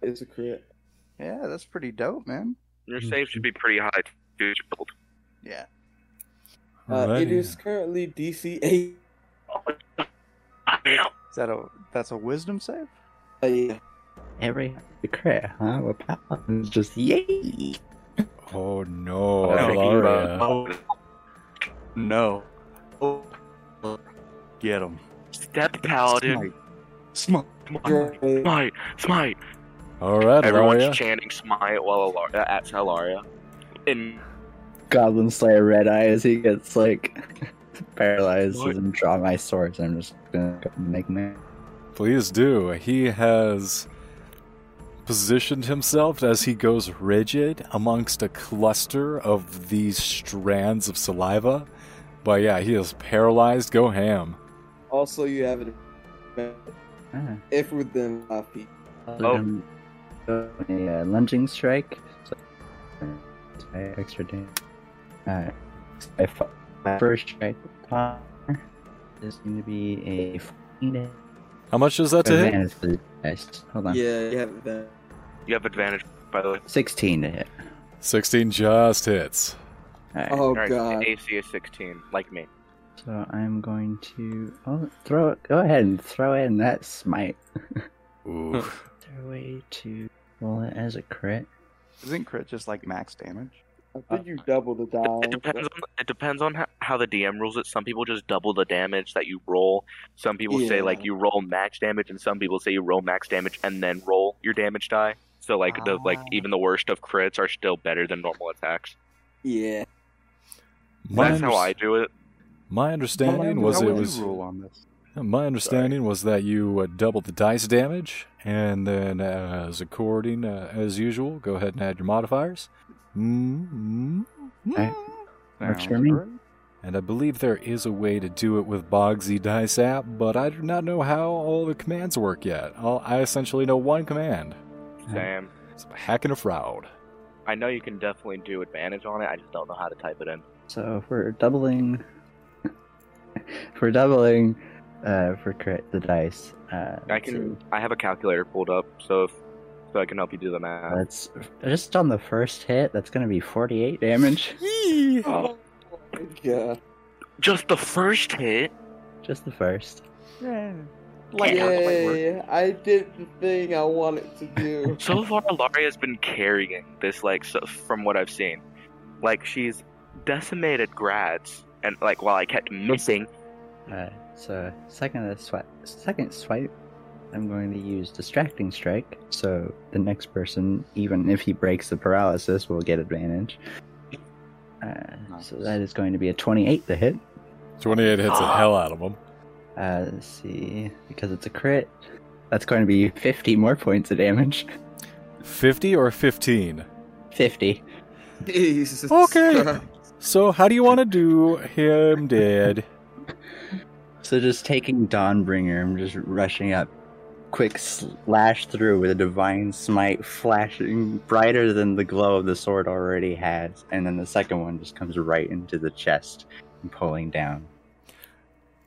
S3: it's a crit
S5: Yeah, that's pretty dope, man.
S4: Your
S3: Hmm.
S4: save should be pretty high. Dude, you build.
S5: Yeah.
S3: uh,
S6: Alrighty.
S3: it is currently dc 8
S5: Is that a that's a wisdom save?
S3: Uh, yeah.
S2: Every the crit, huh? Well, Paladin's just yay.
S6: Oh no,
S9: I think you,
S6: Alaria.
S4: oh,
S9: uh, No. Oh. Get him.
S4: Step paladin.
S9: Smite.
S3: Currently-
S4: Smite. Smite.
S6: All right,
S4: Everyone's
S6: Alaria.
S4: chanting smite while Alar- uh, at Salaria. And
S2: Goblin Slayer red eyes. He gets like (laughs) paralyzed
S4: What?
S2: and draw my swords. I'm just gonna go make man.
S6: Please do. He has positioned himself as he goes rigid amongst a cluster of these strands of saliva. But yeah, he is paralyzed. Go ham.
S3: also you have it
S2: Ah,
S3: if within five feet
S4: Oh.
S2: um, uh, yeah, lunging strike. So, uh, extra damage. Uh, I fu- my first strike uh, is going to be a 14
S6: How much is that to hit?
S2: advantage for the dice. Hold on,
S3: yeah you have it then
S4: you have advantage, by the way.
S2: 16 to hit.
S6: 16 just hits.
S2: All right.
S3: oh
S4: Alright,
S3: god
S4: AC is 16, like me.
S2: So I'm going to oh, throw it. Go ahead and throw in that smite.
S6: Ooh.
S2: Throw way to roll it as a crit.
S5: Isn't crit just like max damage?
S3: i think you double the dial
S4: It depends on it depends on how, how the DM rules it. Some people just double the damage that you roll. Some people say
S3: Yeah.
S4: like you roll max damage, and some people say you roll max damage and then roll your damage die. So like the like
S5: Ah.
S4: even the worst of crits are still better than normal attacks.
S3: yeah
S6: My
S4: That's how
S6: unders-
S4: I do it.
S6: My understanding
S5: How
S6: was
S5: would
S6: it
S5: you
S6: was
S5: rule on this?
S6: my understanding was that you uh, doubled the dice damage, and then uh, as according uh, as usual, go ahead and add your modifiers. mm mm
S2: Alright.
S6: mm.
S2: Works
S5: Sounds
S2: for me.
S5: great.
S6: And I believe there is a way to do it with Bogsy Dice app, but I do not know how all the commands work yet. All, I essentially know one command.
S4: Sam,
S6: It's hacking a fraud.
S4: I know you can definitely do advantage on it. I just don't know how to type it in.
S2: So if we're doubling, (laughs) if we're doubling uh, for crit the dice. Uh,
S4: I can. I have a calculator pulled up, so if, so I can help you do the math.
S2: That's just on the first hit. That's gonna be 48
S4: (laughs)
S2: damage.
S3: oh my god
S4: Just the first hit.
S2: Just the first.
S5: Yeah. Light work, light work.
S3: Yay, I did the thing I wanted to
S4: (laughs)
S3: do.
S4: So far, Alaria has been carrying this, like, so, from what I've seen. Like, she's decimated grads, and, like, while I kept missing,
S2: Uh, so second of the swipe, second swipe, I'm going to use distracting strike. So the next person, even if he breaks the paralysis, will get advantage. Uh, So
S5: Nice.
S2: that is going to be a 28 to hit.
S6: 28 hits the
S4: Ah.
S6: hell out of him.
S2: Uh, let's see, because it's a crit, that's going to be 50 more points of damage. (laughs)
S6: 50 or 15?
S2: 50.
S3: Jesus
S6: Okay.
S3: Christ.
S6: So, how do you want to do him dead?
S2: So just taking Dawnbringer, I'm just rushing up. Quick slash through with a divine smite flashing brighter than the glow of the sword already has, and then the second one just comes right into the chest and pulling down.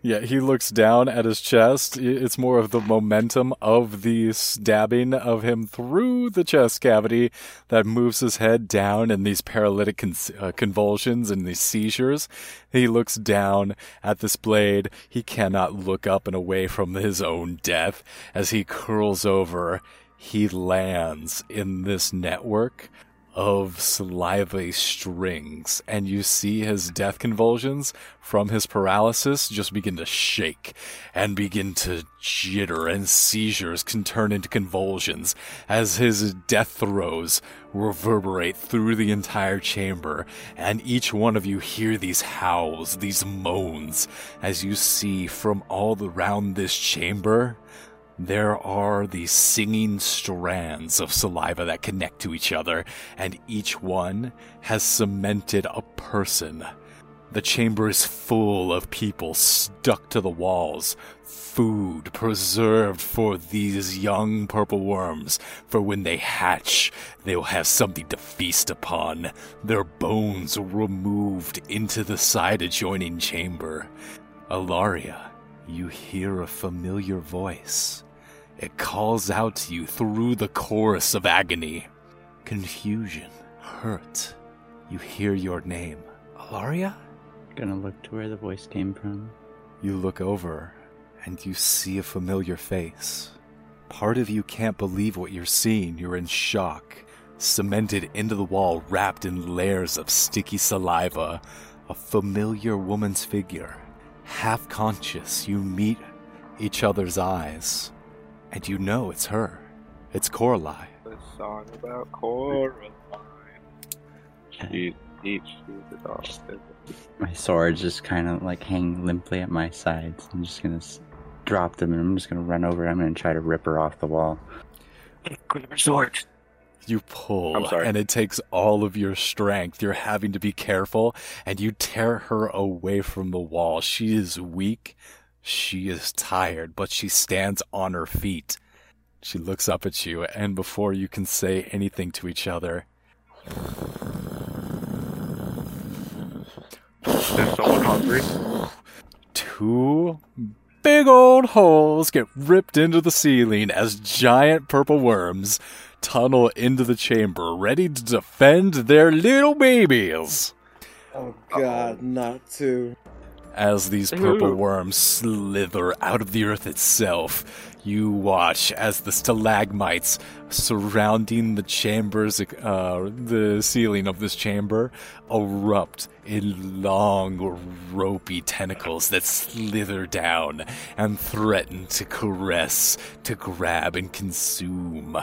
S1: Yeah, he looks down at his chest. I- It's more of the momentum of the stabbing of him through the chest cavity that moves his head down (laughs) in these paralytic con- uh, convulsions and these seizures. He looks down at this blade. He cannot look up and away from his own death. As he curls over, he lands in this network of salivary strings, and you see his death convulsions from his paralysis just begin to shake and begin to jitter, and seizures can turn into convulsions as his death throes reverberate through the entire chamber. And each one of you hear these howls, these moans, as you see from all around this chamber. There are these singing strands of saliva that connect to each other, and each one has cemented a person. The chamber is full of people stuck to the walls, food preserved for these young purple worms, for when they hatch, they'll have something to feast upon, their bones removed into the side adjoining chamber. Alaria, you hear a familiar voice. It calls out to you through the chorus of agony. Confusion, hurt. You hear your name. Alaria?
S2: Gonna look to where the voice came from.
S1: You look over and you see a familiar face. Part of you can't believe what you're seeing. You're in shock. Cemented into the wall, wrapped in layers of sticky saliva, a familiar woman's figure. Half conscious, you meet each other's eyes, and you know it's her. It's Coralie.
S4: The song about Coraline. She eats you the dog.
S2: My swords just kind of like hang limply at my sides. I'm just gonna s- drop them and I'm just gonna run over. I'm gonna try to rip her off the wall.
S4: Grab your sword.
S1: You pull,
S4: I'm sorry.
S1: and it takes all of your strength. You're having to be careful, and you tear her away from the wall. She is weak, she is tired, but she stands on her feet. She looks up at you, and before you can say anything to each other,
S4: Is someone hungry?
S1: two big old holes get ripped into the ceiling as giant purple worms tunnel into the chamber, ready to defend their little babies.
S3: Oh God, not to.
S1: as these purple
S4: Ooh.
S1: worms slither out of the earth itself. You watch as the stalagmites surrounding the chambers, uh, the ceiling of this chamber, erupt in long, ropey tentacles that slither down and threaten to caress, to grab, and consume.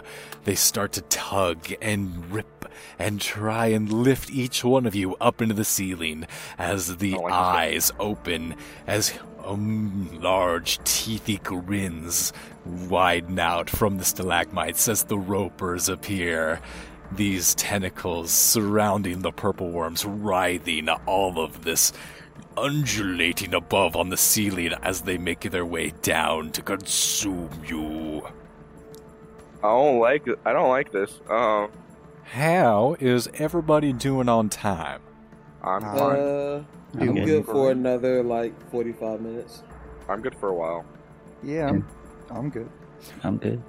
S1: They start to tug and rip and try and lift each one of you up into the ceiling as the
S4: Oh, I understand.
S1: eyes open as um, large teethy grins widen out from the stalagmites as the ropers appear. These tentacles surrounding the purple worms, writhing all of this, undulating above on the ceiling as they make their way down to consume you.
S4: I don't like. it. I don't like this. Um,
S1: How is everybody doing on time?
S4: I'm
S5: Uh,
S4: fine.
S3: Uh,
S2: I'm
S3: I'm
S2: good.
S3: good for another like forty-five minutes.
S4: I'm good for a while.
S5: Yeah, I'm, I'm good.
S2: I'm good.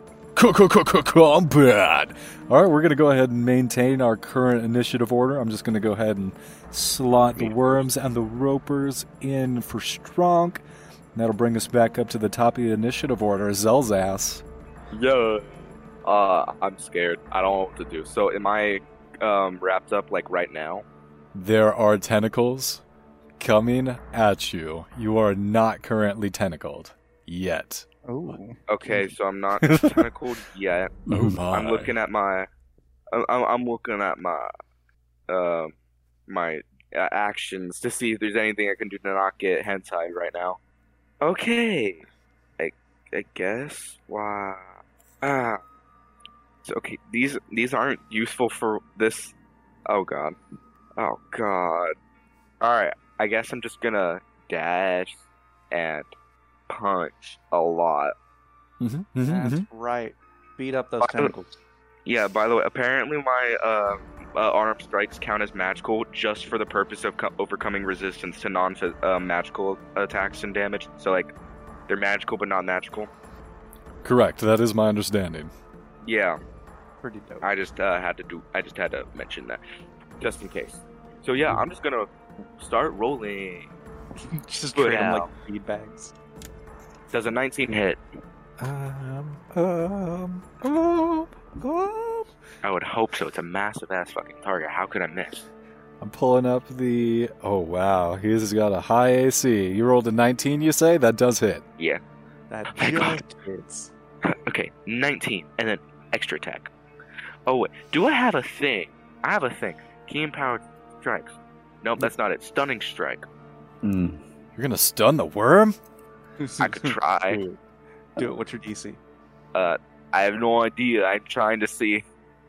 S1: combat. All right, we're going to go ahead and maintain our current initiative order. I'm just going to go ahead and slot the worms and the ropers in for Strong. That'll bring us back up to the top of the initiative order, Zelzass.
S4: Yeah. Uh, I'm scared. I don't know what to do. So am I um wrapped up like right now?
S1: There are tentacles coming at you. You are not currently tentacled yet.
S5: Oh,
S4: Okay, so I'm not tentacled yet.
S1: Oh
S4: I'm looking at my. I'm, I'm- I'm looking at my. Um, my uh, actions to see if there's anything I can do to not get hentai right now. Okay. I I guess. Wow. Ah. So, okay. These these aren't useful for this. Oh god. Oh god. All right. I guess I'm just gonna dash and punch a lot.
S1: Mhm, mhm,
S6: Mm-hmm.
S5: that's
S1: mhm.
S5: right. Beat up those tentacles.
S4: Yeah, by the way, apparently my um uh, arm strikes count as magical just for the purpose of co- overcoming resistance to non uh, magical attacks and damage. So, like, they're magical but not magical.
S1: Correct. That is my understanding.
S4: Yeah,
S5: Pretty dope.
S4: I just uh, had to do. I just had to mention that, just in case. So yeah, I'm just gonna start
S6: (laughs)
S4: rolling.
S5: just
S4: Good
S5: treat them
S4: owl.
S5: like feedbacks.
S4: Does a 19 hit?
S6: Um, um, um, um.
S4: I would hope so. It's a massive ass fucking target. How could I miss?
S1: I'm pulling up the. Oh wow, he's got a high AC. You rolled a 19, you say? That does hit.
S5: That
S4: my God.
S5: just hits.
S4: (laughs) okay, 19, and then extra attack. Oh wait, do I have a thing? I have a thing. Keen power strikes. Nope, that's not it. Stunning strike.
S2: Mm.
S1: You're gonna stun the worm?
S5: (laughs)
S4: I could try.
S5: Do it. What's your DC?
S4: Uh, I have no idea. I'm trying to see.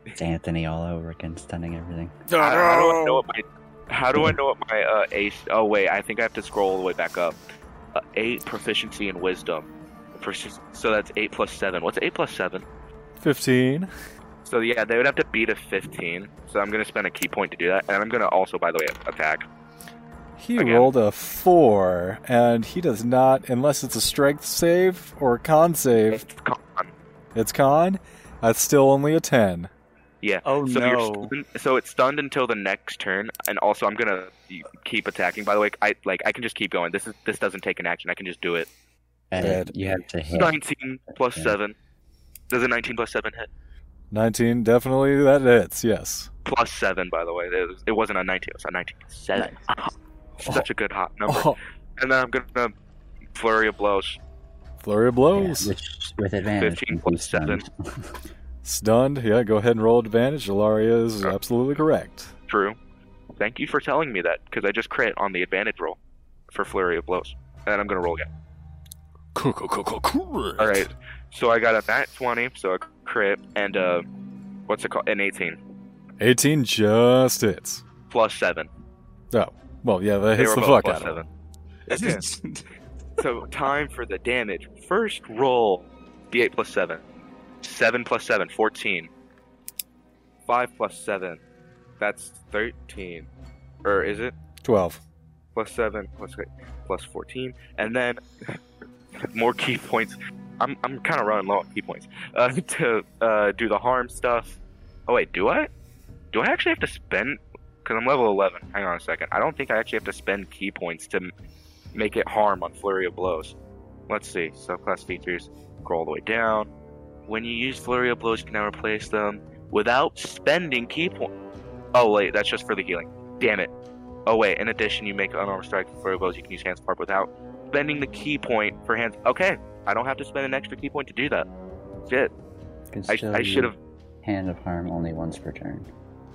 S2: It's Anthony all over again, stunning everything.
S4: How, how do I know what my? How do I know what my uh ace? Oh wait, I think I have to scroll all the way back up. Uh, eight proficiency in wisdom. Profici- So that's eight plus seven. What's eight plus seven?
S1: 15.
S4: So yeah, they would have to beat a fifteen. So I'm gonna spend a key point to do that, and I'm gonna also, by the way, attack.
S1: He
S4: Again.
S1: rolled a 4, and he does not, unless it's a strength save or a con save,
S4: Con.
S1: it's con, that's still only a 10.
S4: Yeah.
S5: Oh
S4: So, you're
S5: no!
S4: stunned, so it's stunned until the next turn, and also I'm gonna keep attacking. By the way, I like I can just keep going. This is this doesn't take an action. I can just do it.
S2: Uh,
S1: Dead.
S2: you have to hit.
S4: 19 plus
S2: Yeah.
S4: seven. Does a 19 plus seven hit?
S1: 19, definitely that hits, yes.
S4: Plus seven, by the way. It, was, it wasn't a 19. It was a 19 plus seven. (laughs) Such a good hot number.
S1: Oh,
S4: And then I'm gonna flurry of blows.
S1: flurry of
S2: Yeah,
S1: blows.
S2: which, with advantage.
S4: 15
S2: because
S4: plus
S2: he's stunned.
S1: Stunned, yeah, go ahead and roll advantage. Ilaria is absolutely correct.
S4: True. Thank you for telling me that because I just crit on the advantage roll for flurry of blows. And I'm gonna roll again.
S1: Correct.
S4: All right. So I got a nat 20, so a crit, and uh, what's it called? An 18
S1: 18 just hits.
S4: plus seven.
S1: Oh, well, yeah, that
S4: They
S1: hits the
S4: were both
S1: fuck
S4: plus
S1: out of him.
S4: seven. so time for the damage. First roll, d8 plus 7. 7 plus 7, 14. 5 plus 7, that's 13. Or is it?
S1: 12.
S4: Plus 7, plus, eight, plus 14. And then (laughs) more key points. I'm, I'm kind of running low on key points. Uh, (laughs) to uh, do the harm stuff. Oh, wait, do I? Do I actually have to spend? Because I'm level 11. Hang on a second. I don't think I actually have to spend key points to m- make it harm on Flurry of Blows. Let's see. Subclass features. Scroll all the way down. When you use Flurry of Blows, you can now replace them without spending key points. Oh, wait. That's just for the healing. Damn it. Oh, wait. In addition, you make unarmed strike with Flurry of Blows. You can use Hands Park without spending the key point for Hands. Okay. I don't have to spend an extra key point to do that. Shit.
S2: Can
S4: I,
S2: still
S4: I should have.
S2: use Hand of harm only once per turn.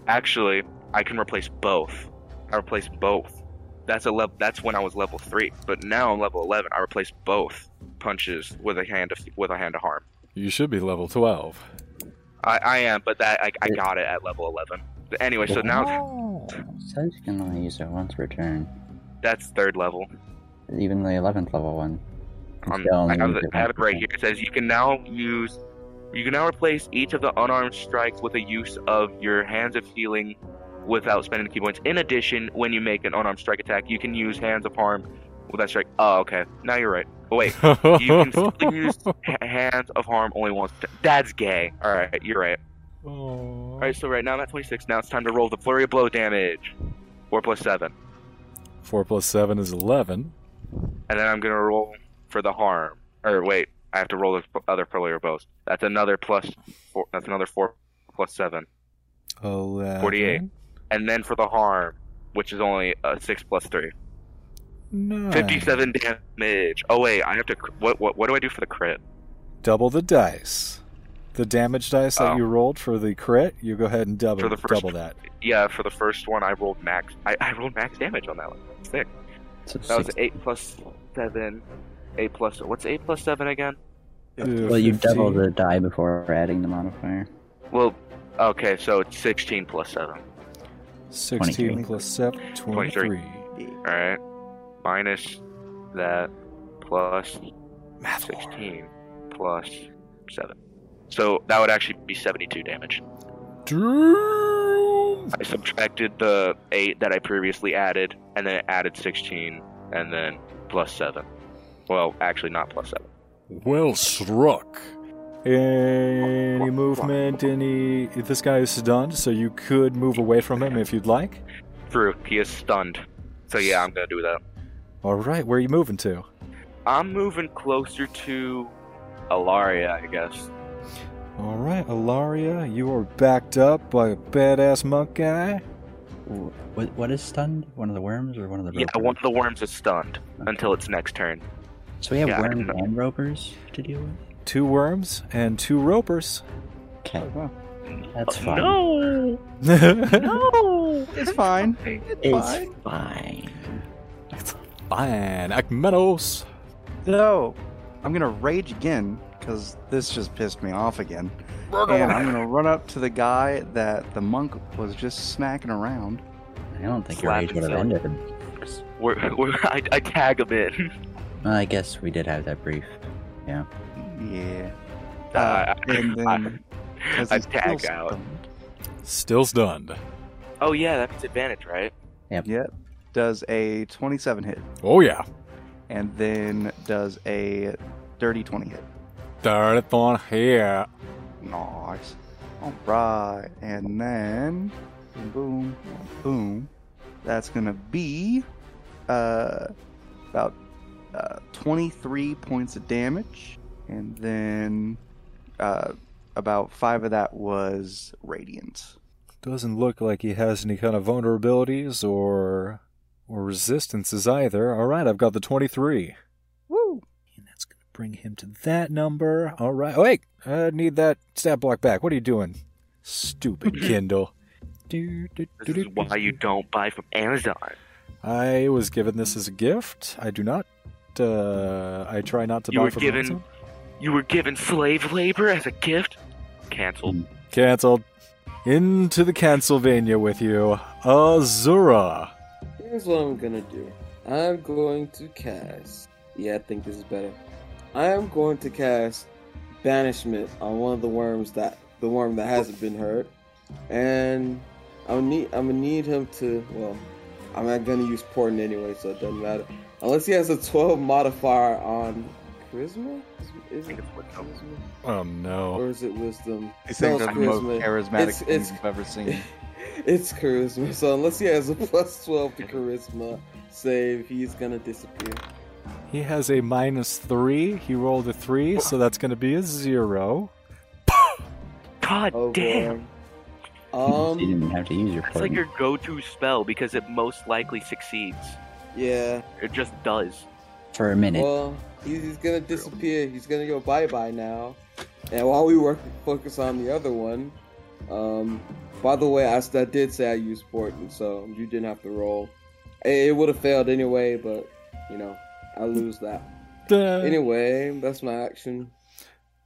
S4: Actually, I can replace both. I replace both. That's a level. That's when I was level three, but now I'm level eleven. I replace both punches with a hand of with a hand of harm.
S1: You should be level 12.
S4: I, I am, but that I, I got it at level eleven. But anyway, so now
S2: Oh, says you can only use it once per turn.
S4: that's third level.
S2: Even the eleventh level one. You
S4: Um,
S2: still only
S4: I have
S2: use
S4: it,
S2: it
S4: I have
S2: once
S4: it
S2: per
S4: right
S2: turn.
S4: here. It says you can now use. You can now replace each of the unarmed strikes with a use of your hands of healing without spending key points. In addition, when you make an unarmed strike attack, you can use hands of harm with that strike. Oh, okay. Now you're right. Oh, wait. you
S1: (laughs)
S4: can still use h- hands of harm only once. That's gay. All right, you're right. All right, so right now I'm at 26. Now it's time to roll the flurry of blow damage. Four plus seven,
S1: 4 plus 7 is 11.
S4: and then I'm gonna roll for the harm. Or wait, I have to roll the f- other flurry of blows. That's another plus. Four, that's another four plus seven,
S1: 11.
S4: 48. and then for the harm, which is only uh, six plus three,
S6: Hmm.
S1: Nine.
S4: 57 damage. Oh wait, I have to. cr- What what what do I do for the crit?
S1: Double the dice. The damage dice that
S4: Oh.
S1: you rolled for the crit, you go ahead and double,
S4: For the first-
S1: double
S4: (laughs)
S1: that.
S4: Yeah, for the first one I rolled max. I, I rolled max damage on that one. Sick.
S2: So
S4: That was
S2: six-
S4: eight plus seven. Eight plus what's eight plus seven again?
S1: Uh,
S2: well, you
S1: 15.
S2: double the die before adding the modifier.
S4: Well, okay, so it's sixteen plus seven.
S1: 16 plus 7,
S4: 23.
S1: 23.
S4: All right, minus that plus
S1: Math lore.
S4: sixteen plus seven. So that would actually be seventy-two damage.
S1: Drew
S4: I subtracted the eight that I previously added, and then it added sixteen, and then plus seven. Well, actually, not plus seven.
S6: Well struck. Any movement? Any? This guy is stunned, so you could move away from him if you'd like.
S4: True, he is stunned. So yeah, I'm gonna do that.
S6: All right, where are you moving to?
S4: I'm moving closer to Alaria, I guess.
S6: All right, Alaria, you are backed up by a badass monk guy.
S2: What, what is stunned? One of the worms or one of the
S4: Yeah,
S2: ropers?
S4: one of the worms is stunned until its next turn.
S2: So we have
S4: yeah, I
S2: worms
S4: don't know.
S2: and ropers to deal with?
S6: Two worms and two ropers. (laughs)
S2: Okay,
S5: wow.
S2: that's
S4: Oh,
S2: fine.
S4: No.
S5: No, it's fine.
S2: It's
S5: fine.
S2: fine.
S6: Fine, Akmenos.
S5: No, I'm gonna rage again because this just pissed me off again.
S4: Oh.
S5: And I'm gonna run up to the guy that the monk was just smacking around.
S2: I don't think your
S4: Slap
S2: rage would have
S4: itself.
S2: ended.
S4: We're, (laughs) we're, I, I tag a bit.
S2: Well, I guess we did have that brief.
S5: Yeah.
S4: (laughs) Uh,
S5: and then
S4: I,
S5: 'cause
S4: I
S5: he's still
S4: tag out.
S5: stunned.
S6: Still stunned.
S4: Oh yeah, that means advantage, right?
S5: Yep. Does a 27 hit,
S6: Oh yeah,
S5: and then does a dirty 20 hit.
S6: darn it, on here.
S5: Nice. All right, and then boom, boom, boom. That's gonna be uh, about uh, 23 points of damage, and then uh, about five of that was radiant.
S6: Doesn't look like he has any kind of vulnerabilities or or resistances either. All right, I've got the 23.
S5: Woo!
S6: And that's going to bring him to that number. All right. Oh, Wait, I need that stat block back. What are you doing?
S4: (clears throat)
S6: Stupid Kindle. Do, do, do,
S4: This is
S6: do,
S4: why you don't buy from Amazon.
S6: I was given this as a gift. I do not. Uh, I try not to
S4: You
S6: buy
S4: were
S6: from
S4: given-
S6: Amazon.
S4: You were given slave labor as a gift. Cancelled.
S6: Cancelled. Into the Pennsylvania with you, Azura.
S3: Here's what I'm gonna do. I'm going to cast. Yeah, I think this is better. I am going to cast banishment on one of the worms that the worm that hasn't been hurt, and I'll need I'm gonna need him to. Well, I'm not gonna use Porton anyway, so it doesn't matter. Unless he has a 12 modifier on charisma. Is, is
S4: I
S3: it
S4: think it's what comes.
S3: charisma
S6: Oh no.
S3: or is it wisdom?
S5: He's
S3: No,
S5: saying
S3: it's
S5: the most
S3: charisma.
S5: charismatic
S3: It's-
S5: thing
S3: it's-
S5: you've ever seen.
S3: (laughs) it's charisma. So unless he has a plus 12
S5: (laughs)
S3: to charisma save, he's gonna disappear.
S6: He has a minus three. He rolled a three, so that's going to be a zero.
S4: God
S3: Oh
S4: damn.
S3: boy.
S2: (laughs) you
S3: Um.
S2: didn't have to use your
S4: That's like
S2: poison.
S4: your go-to spell because it most likely succeeds.
S3: Yeah.
S4: It just does.
S2: for a minute.
S3: Well, he's, he's gonna disappear. He's gonna go bye bye now. And while we work, focus on the other one. Um. By the way, I, s- I did say I used Porton, so you didn't have to roll. It, it would have failed anyway, but you know, I lose that.
S6: Duh.
S3: Anyway, that's my action.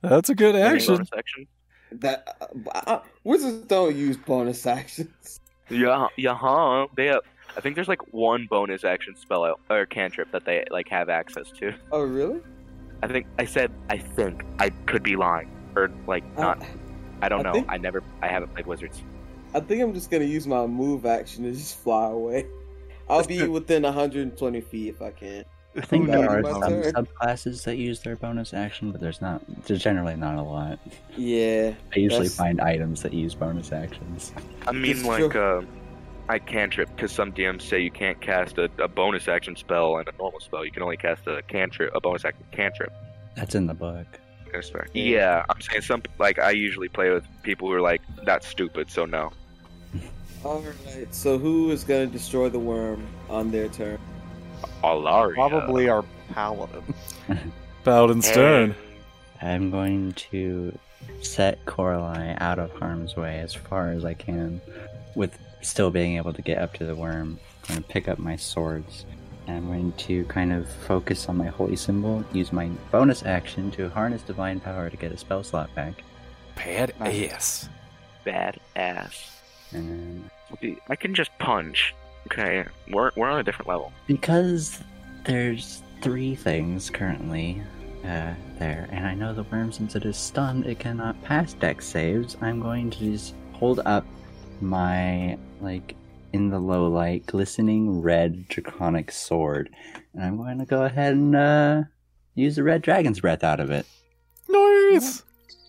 S6: that's a good
S4: Any
S6: action.
S4: bonus action?
S3: That uh, uh, wizards don't use bonus actions.
S4: Yeah, yeah, huh? They have, I think there's like one bonus action spell out- or cantrip that they like have access to.
S3: Oh, really?
S4: I think I said I think I could be lying or like not.
S3: I,
S4: I don't
S3: Uh, I
S4: know.
S3: think-
S4: I never. I haven't played wizards.
S3: I think I'm just gonna use my move action to just fly away. I'll be within 120 feet if I can.
S2: I think
S5: Who
S2: there
S5: knows
S2: are
S5: about
S2: some
S3: that?
S2: subclasses that use their bonus action, but there's not. There's generally not a lot.
S3: Yeah.
S2: I usually
S3: That's-
S2: find items that use bonus actions.
S4: I mean,
S3: It's
S4: like, uh, I cantrip because some DMs say you can't cast a, a bonus action spell and a normal spell. You can only cast a cantrip, a bonus action cantrip.
S2: That's in the book.
S4: That's fair.
S3: Yeah.
S4: Yeah, I'm saying some like I usually play with people who are like that's stupid, so no.
S3: Alright, so who is gonna destroy the worm on their turn?
S4: Alaria.
S5: Probably our paladin.
S6: Paladin Stern.
S2: I'm going to set Coraline out of harm's way as far as I can, with still being able to get up to the worm. I'm going to pick up my swords. And I'm going to kind of focus on my holy symbol, use my bonus action to harness divine power to get a spell slot back.
S6: Bad
S5: Nice.
S6: ass.
S4: badass.
S2: And
S4: I can just punch. Okay, we're we're on a different level.
S2: because there's three things currently uh, there, and I know the worm, since it is stunned, it cannot pass deck saves. I'm going to just hold up my like in the low light glistening red draconic sword, and I'm going to go ahead and uh, use the red dragon's breath out of it.
S1: Nice.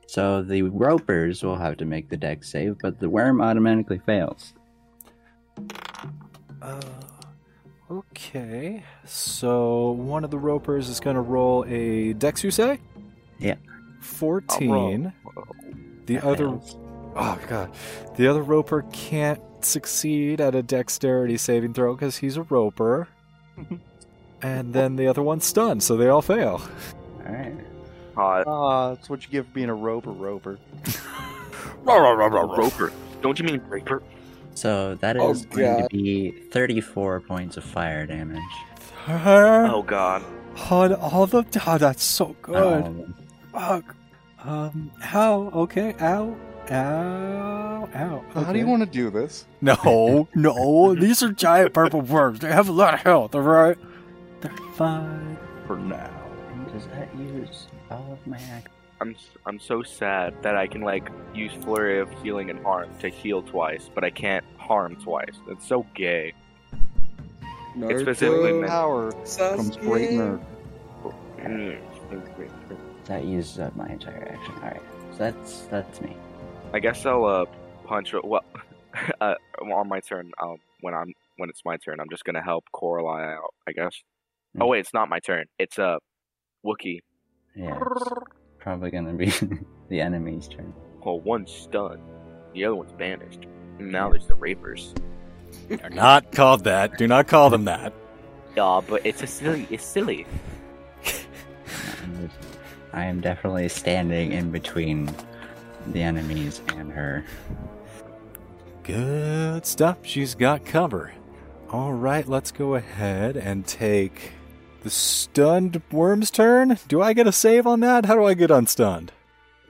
S2: So the ropers will have to make the deck save, but the worm automatically fails.
S1: Uh, okay. So one of the ropers is going to roll a dex, you say?
S2: Yeah.
S1: 14. The
S2: That
S1: other.
S2: fails.
S1: Oh, God. The other roper can't succeed at a dexterity saving throw because he's a (laughs) roper. and then the other one's stunned, so they all fail.
S2: All right.
S4: Hot.
S5: Ah, that's what you get for being a roper roper.
S4: Roper. Don't you mean Raper?
S2: So that is
S3: Oh,
S2: going to
S3: God.
S2: be 34 points of fire damage.
S4: Oh god.
S1: On all the. Oh, that's so
S2: on all
S1: good.
S2: of them.
S1: Fuck. Um, ow. Okay. Ow. Ow. Ow.
S5: How do
S1: okay.
S5: you want to do this?
S1: No, Oh, no, these are giant purple worms. They have a lot of health, alright? They're fine.
S5: For now.
S2: And Does that use all of my action?
S4: I'm s- I'm so sad that I can like use flurry of healing and harm to heal twice, but I can't harm twice. That's so gay. It's specifically
S3: Naruto,
S4: meant-
S5: Power comes great
S3: Sasuke.
S5: nerd.
S4: Mm.
S2: That uses up my entire action. All right. So that's that's me.
S4: I guess I'll uh punch. Well, (laughs) uh, on my turn, um, when I'm when it's my turn, I'm just gonna help Coraline out. I guess. Oh wait, it's not my turn. It's uh, Wookie.
S2: Yeah. It's probably gonna be (laughs) the enemy's turn.
S4: Well, one's stunned, the other one's banished. And now there's the Rapers.
S1: They're not called that. Do not call them that.
S4: Yeah, but it's a silly. It's silly.
S2: I'm just- I am definitely standing in between the enemies and her.
S1: Good stuff. She's got cover. Alright, let's go ahead and take the stunned worm's turn. Do I get a save on that? How do I get unstunned?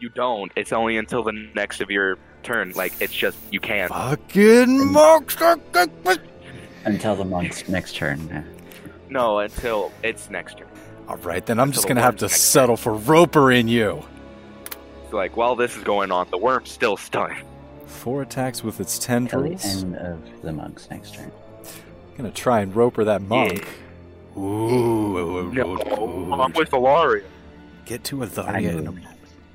S4: You don't. It's only until the next of your turn. Like it's just you can't.
S1: Fucking monks!
S2: Until the monk's next turn. Uh, yeah.
S4: No, until it's next turn.
S1: Alright, then I'm
S4: Until
S1: just
S4: the
S1: gonna have
S4: worms
S1: to
S4: next.
S1: settle for Roper in you.
S4: It's like while this is going on, the worm's still stunned.
S1: Four attacks with its
S2: Until the
S1: tendrils.
S2: end of the monk's next turn.
S1: Gonna try and Roper that monk. Ooh, ooh,
S4: No,
S1: ooh, ooh.
S4: I'm with Alaria.
S1: Get to a
S2: I
S1: Thalia in a
S2: move.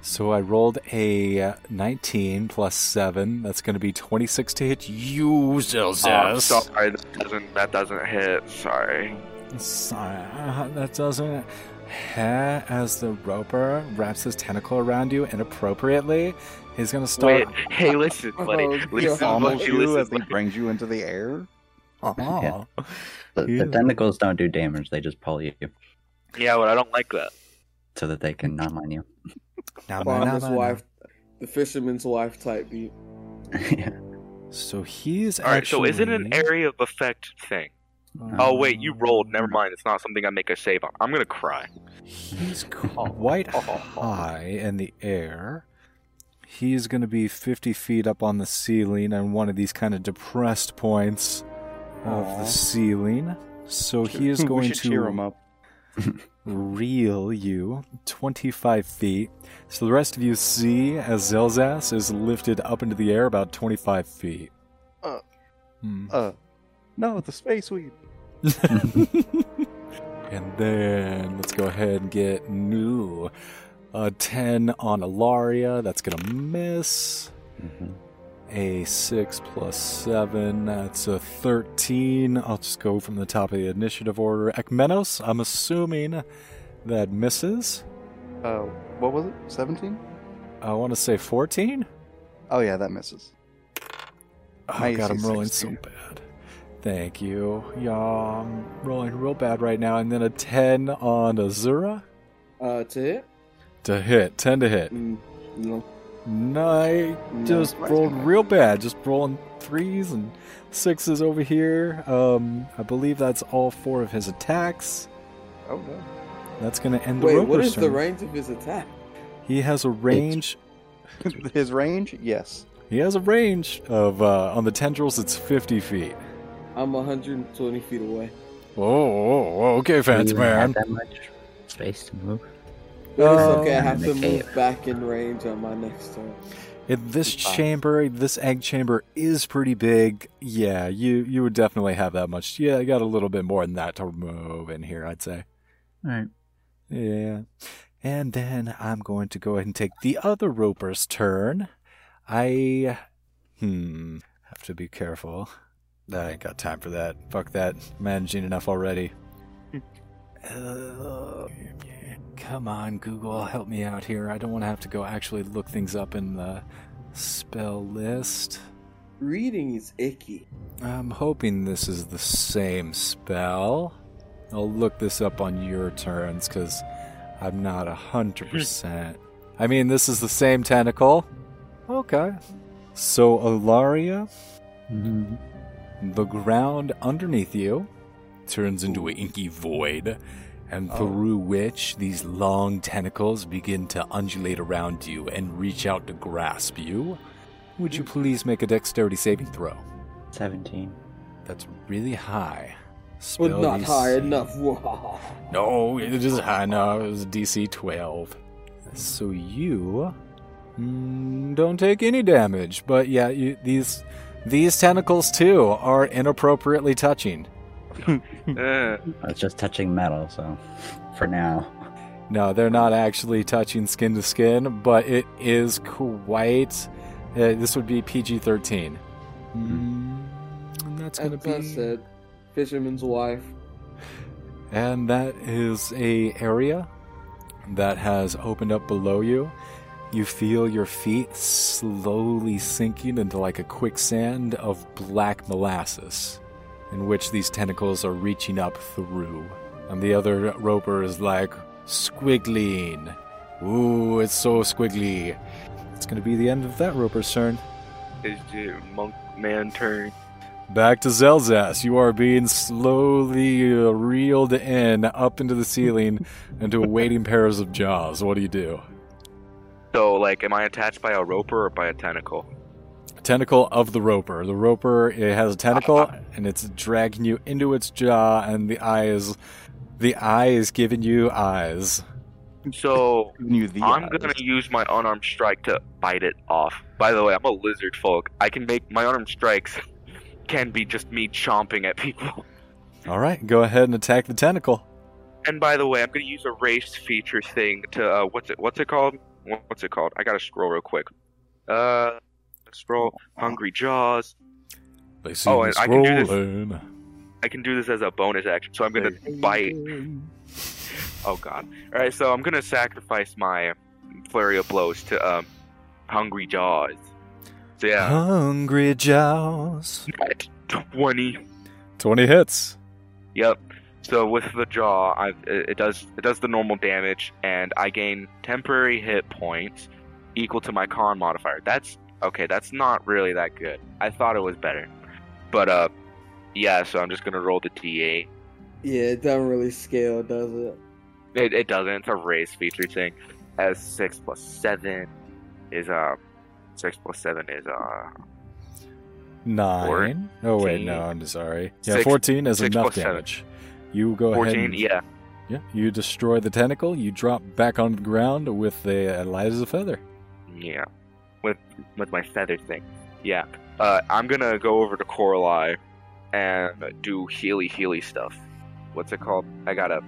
S1: So I rolled a uh, 19 plus 7. That's going to be 26 to hit you,
S4: Oh,
S1: Zilzis.
S4: sorry, that doesn't that doesn't hit. Sorry.
S1: So- uh, that doesn't. Ha- As the roper wraps his tentacle around you inappropriately, he's going to
S4: Wait,
S1: start.
S4: hey, listen, buddy.
S3: Oh,
S4: Listen,
S3: God.
S5: Almost
S4: buddy,
S5: you as
S4: listen.
S5: he brings you into the air.
S1: (laughs) Aw.
S2: The, the
S1: Ew.
S2: tentacles don't do damage; they just pull you
S4: Yeah, but I don't like that.
S2: so that they can numb on you. (laughs)
S1: Now, now, now,
S3: Farmer's
S1: now.
S3: wife, the fisherman's wife type beat.
S2: Yeah.
S1: So he's.
S4: All right, so is it an
S1: actually-
S4: area of effect thing? Oh wait, you rolled. Never mind. It's not something I make a save on. I'm gonna cry. (laughs)
S1: He's quite
S4: Oh.
S1: high in the air. He's going to be 50 feet up on the ceiling on one of these kind of depressed points of the
S5: Aw.
S1: ceiling. So (laughs) he is
S5: (laughs) we
S1: going
S5: should cheer him
S1: to
S5: up.
S1: reel you 25 feet. So the rest of you see as Zelzas is lifted up into the air about 25 feet.
S5: Uh.
S1: Hmm.
S5: Uh, no, the space weed.
S1: (laughs)
S5: (laughs)
S1: And then let's go ahead and get new. A 10 on Alaria. That's going to miss.
S2: Mhm.
S1: A 6 plus 7. That's a 13. I'll just go from the top of the initiative order. Ekmenos, I'm assuming that misses.
S5: Uh, what was it? 17?
S1: I want to say 14.
S5: Oh, yeah, that misses. (laughs)
S1: Oh,
S5: I
S1: God,
S5: see
S1: I'm rolling
S5: 16.
S1: so bad. Thank you. Yeah, I'm rolling real bad right now. And then a 10 on Azura
S3: Uh, to hit?
S1: to hit. 10 to hit.
S3: Mm, no.
S1: Nice.
S3: no.
S1: just rolled real bad. Just rolling threes and sixes over here. Um, I believe that's all four of his attacks.
S5: Oh, no.
S1: That's going to end the
S3: Wait, what
S1: roper's
S3: is the
S1: turn.
S3: range of his attack?
S1: He has a range.
S5: His range? Yes.
S1: He has a range of uh, on the tendrils. It's fifty feet.
S3: I'm 120 feet away.
S1: Oh, oh, oh, okay, fancy
S2: Do you even have
S1: man.
S2: That much space to move.
S3: But it's
S1: Um,
S3: okay, I have
S2: Oh, in
S3: to
S2: the
S3: move
S2: cave.
S3: back in range on my next turn.
S1: It, this chamber, this egg chamber is pretty big. Yeah, you you would definitely have that much. Yeah, I got a little bit more than that to move in here, I'd say.
S2: All right.
S1: Yeah. And then I'm going to go ahead and take the other roper's turn. I hmm have to be careful. I ain't got time for that. Fuck that. Managing enough already. Uh, come on, Google, help me out here. I don't want to have to go actually look things up in the spell list.
S3: Reading is icky.
S1: I'm hoping this is the same spell. I'll look this up on your turns because I'm not a hundred percent. I mean, this is the same tentacle. Okay. So, Alaria,
S2: Mhm.
S3: Mm-hmm.
S1: the ground underneath you turns into an inky void, and
S5: Oh.
S1: through which these long tentacles begin to undulate around you and reach out to grasp you. Would
S3: Hmm.
S1: you please make a dexterity saving throw?
S2: 17.
S1: That's really high.
S3: But
S1: Spell
S3: not
S1: DC.
S3: high enough. (laughs)
S1: No, it is high enough. It was DC 12. So you mm, don't take any damage, but yeah, you, these these tentacles too are inappropriately touching.
S4: Uh,
S2: I was just touching metal, so for now.
S1: No, they're not actually touching skin to skin, but it is quite. Uh, this would be PG 13. Mm, and that's
S3: As
S1: going to
S3: I
S1: be.
S3: said, fisherman's wife.
S1: And that is a area that has opened up below you. You feel your feet slowly sinking into like a quicksand of black molasses, in which these tentacles are reaching up through. And the other roper is like squiggling. Ooh, it's so squiggly. It's gonna be the end of that roper's turn.
S4: is the monk man turn?
S1: Back to Zelzas. You are being slowly uh, reeled in up into the ceiling into waiting pairs of jaws. What do you do?
S4: So, like, am I attached by a roper or by a tentacle?
S1: Tentacle of the roper. The roper it has a
S4: Ah.
S1: tentacle and it's dragging you into its jaw, and the eye is the eye is giving you eyes.
S4: So,
S5: Giving you the
S4: I'm
S5: eyes.
S4: gonna use my unarmed strike to bite it off. By the way, I'm a lizard folk. I can make my unarmed strikes can be just me chomping at people. (laughs)
S1: All right, go ahead and attack the tentacle.
S4: And by the way, I'm gonna use a race feature thing to uh, what's it what's it called? Wha- What's it called? I gotta scroll real quick. Uh, scroll. Hungry Jaws.
S1: They see
S4: Oh,
S1: me
S4: and I can do this.
S1: scrolling.
S4: I can do this as a bonus action, so I'm gonna bite. Oh god. Alright, so I'm gonna sacrifice my flurry of blows to um Hungry Jaws. So yeah.
S1: Hungry jaws.
S4: Twenty.
S1: Twenty hits.
S4: Yep. So with the jaw, I, it it does it does the normal damage, and I gain temporary hit points equal to my con modifier. That's okay. That's not really that good. I thought it was better, but uh, yeah. So I'm just gonna roll the d8.
S3: Yeah, it doesn't really scale, does it?
S4: It, it doesn't. It's a raise feature thing. As six plus seven is uh, six plus seven is uh,
S1: Nine. Oh wait, no, I'm sorry. Yeah,
S4: Six-
S1: fourteen is
S4: six
S1: enough
S4: plus seven.
S1: damage. You go ahead.
S4: fourteen. e-
S1: and-
S4: Yeah.
S1: Yeah, you destroy the tentacle. You drop back on the ground with the uh, light as a feather.
S4: Yeah, with with my feather thing. Yeah, uh, I'm gonna go over to Coralie and do Healy Healy stuff. What's it called? I gotta,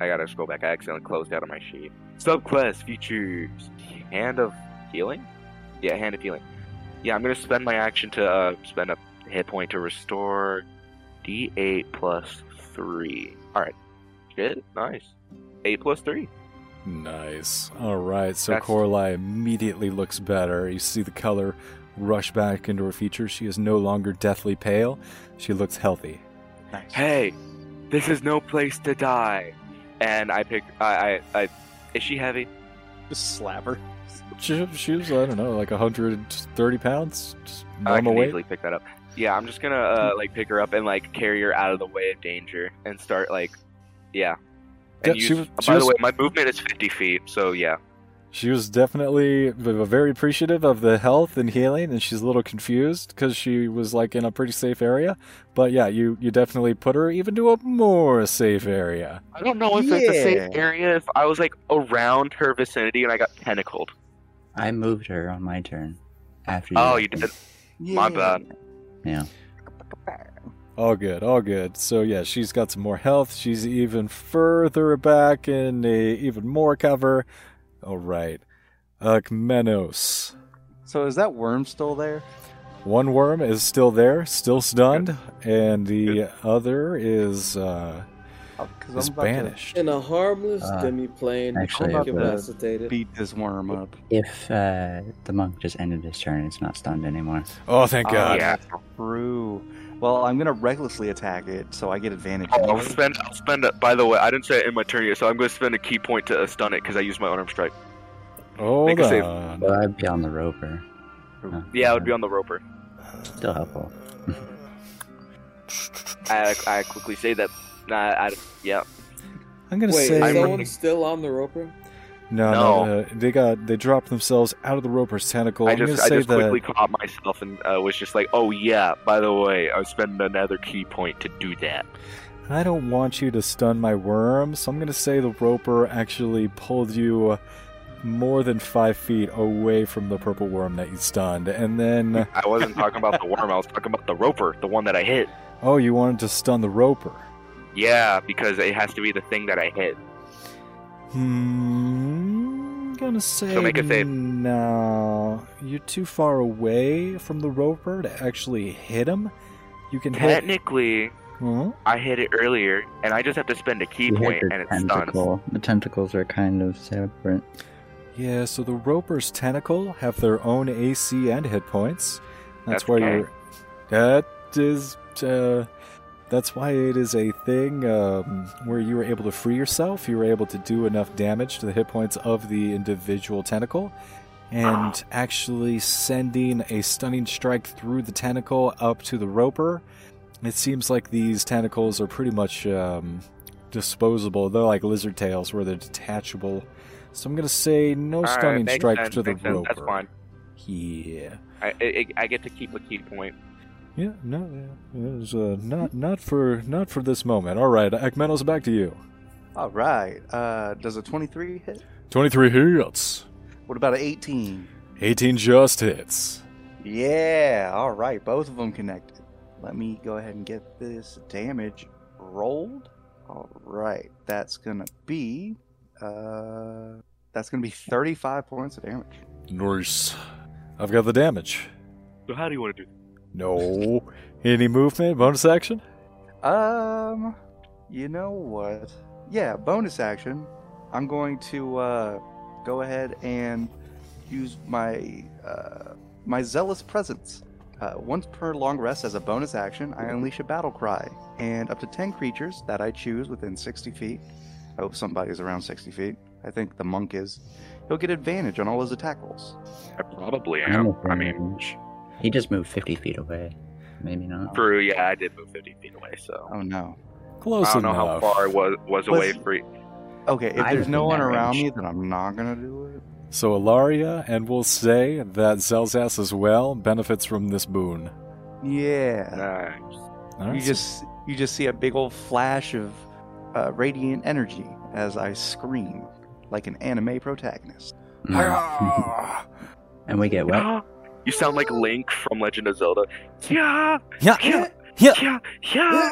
S4: I gotta scroll back. I accidentally closed out of my sheet. Subclass features Hand of Healing. Yeah, Hand of Healing. Yeah, I'm gonna spend my action to uh, spend a hit point to restore D8 plus three. All right, good, nice. Eight plus three.
S1: Nice. All right, so
S4: That's-
S1: Coralie immediately looks better. You see the color rush back into her features. She is no longer deathly pale. She looks healthy.
S5: Nice.
S4: hey, this is no place to die. And I pick, I, I, I is she heavy?
S5: Just slap her.
S1: She, she was, I don't know, like 130 pounds? Just
S4: I
S1: normal
S4: can
S1: weight?
S4: easily pick that up. Yeah, I'm just gonna
S1: Mm-hmm.
S4: uh, like pick her up and like carry her out of the way of danger and start like, yeah.
S1: Yeah,
S4: And use,
S1: she was- she
S4: by
S1: was-
S4: the way, my movement is 50 feet, so yeah.
S1: She was definitely v- very appreciative of the health and healing, and she's a little confused because she was like in a pretty safe area. But yeah, you, you definitely put her even to a more safe area.
S4: I don't know if it's the
S5: Yeah.
S4: same area. If I was like around her vicinity and I got tentacled.
S2: I moved her on my turn. after.
S4: Oh, you did. My bad.
S2: Yeah.
S6: All good, all good. So yeah, she's got some more health. She's even further back in a, even more cover. All right, Akmenos.
S5: So is that worm still there?
S6: One worm is still there, still stunned, and the other is uh,
S5: Because
S6: is
S5: Oh, I'm about
S6: banished.
S3: In a harmless
S2: Uh,
S3: demiplane,
S2: actually,
S5: uh, to
S3: incapacitated.
S5: beat this worm up.
S2: If uh, the monk just ended his turn, it's not stunned anymore.
S6: Oh,
S4: Uh,
S6: thank
S5: Ah,
S6: God!
S4: Yeah.
S5: True. Well, I'm gonna recklessly attack it, so I get advantage.
S4: I'll
S5: anyway.
S4: spend. I'll spend. A, by the way, I didn't say it in my turn yet, so I'm going to spend a key point to uh, stun it because I used my unarmed strike.
S6: Hold
S4: Make a save.
S6: on.
S2: Well, I'd be on the roper.
S1: Oh,
S2: Huh.
S4: Yeah, it would be on the roper.
S2: Still helpful.
S4: I, I quickly say that. Nah, I, yeah.
S6: I'm gonna
S3: Wait,
S6: say
S3: is
S4: I'm-
S3: someone still on the roper?
S6: no, no,
S4: No.
S6: no. They got they dropped themselves out of the roper's tentacle.
S4: I
S6: am
S4: just.
S6: gonna
S4: I
S6: say
S4: just
S6: that
S4: quickly caught myself and uh, was just like, oh yeah. By the way, I spend another key point to do that.
S6: I don't want you to stun my worm, so I'm gonna say the roper actually pulled you more than five feet away from the purple worm that you stunned, and then
S4: I wasn't talking about the worm. I was talking about the roper, the one that I hit.
S6: oh, you wanted to stun the roper.
S4: Yeah, because it has to be the thing that I hit.
S6: Hmm. Gonna say
S4: make a save.
S6: no. You're too far away from the roper to actually hit him. You can hit.
S4: Technically,
S6: Hmm?
S4: I hit it earlier, and I just have to spend a key
S2: You hit
S4: point,
S2: the
S4: and it's stunned.
S2: tentacle. The tentacles are kind of separate.
S6: Yeah, so the Roper's tentacle have their own AC and hit points. That's,
S4: That's
S6: why
S4: okay.
S6: you're. That is. Uh, that's why it is a thing um, where you were able to free yourself. You were able to do enough damage to the hit points of the individual tentacle, and
S4: Ah.
S6: actually sending a stunning strike through the tentacle up to the Roper. It seems like these tentacles are pretty much um, disposable. They're like lizard tails, where they're detachable. So I'm gonna say no
S4: All right,
S6: stunning
S4: makes
S6: strike
S4: sense,
S6: to the
S4: makes sense,
S6: roper.
S4: That's fine.
S6: Yeah,
S4: I, I, I get to keep a key point.
S6: yeah, no, yeah. It was, uh, not not for not for this moment. All right, Akmenos, back to you.
S5: All right. Uh, does a 23 hit?
S6: Twenty-three hits,
S5: What about an 18?
S6: eighteen just hits.
S5: Yeah. All right. Both of them connected. Let me go ahead and get this damage rolled. All right. That's gonna be. Uh, that's gonna be 35 points of damage.
S6: Nice. I've got the damage.
S4: So how do you want to do? This?
S6: No, any movement, bonus action.
S5: Um, you know what? Yeah, bonus action. I'm going to uh, go ahead and use my uh, my zealous presence. Uh, once per long rest, as a bonus action, I unleash a battle cry, and up to ten creatures that I choose within 60 feet. I hope somebody's around 60 feet. I think the monk is. He'll get advantage on all his attack rolls.
S4: I probably
S2: I'm
S4: am.
S2: within
S4: I mean,
S2: range. he just moved 50 feet away. Maybe not.
S4: Brew, yeah, I did move 50 feet away, so
S5: Oh no.
S6: Close
S4: I don't know
S6: enough.
S4: how far I was was away.
S5: Was-
S4: Free.
S5: Okay, if
S2: I'm
S5: there's no one
S2: within that
S5: around me,
S2: range.
S5: then I'm not gonna do it.
S6: So Ilaria, and we'll say that Zelzas as well benefits from this boon.
S5: Yeah.
S4: Nice.
S6: All
S5: You
S6: right,
S5: just you just see a big old flash of uh, radiant energy as I scream like an anime protagonist.
S2: Mm.
S4: (laughs)
S2: and we get
S4: Ah!
S2: what?
S4: You sound like Link from Legend of Zelda. Yeah,
S6: Yeah.
S4: yeah,
S6: Yeah.
S4: yeah,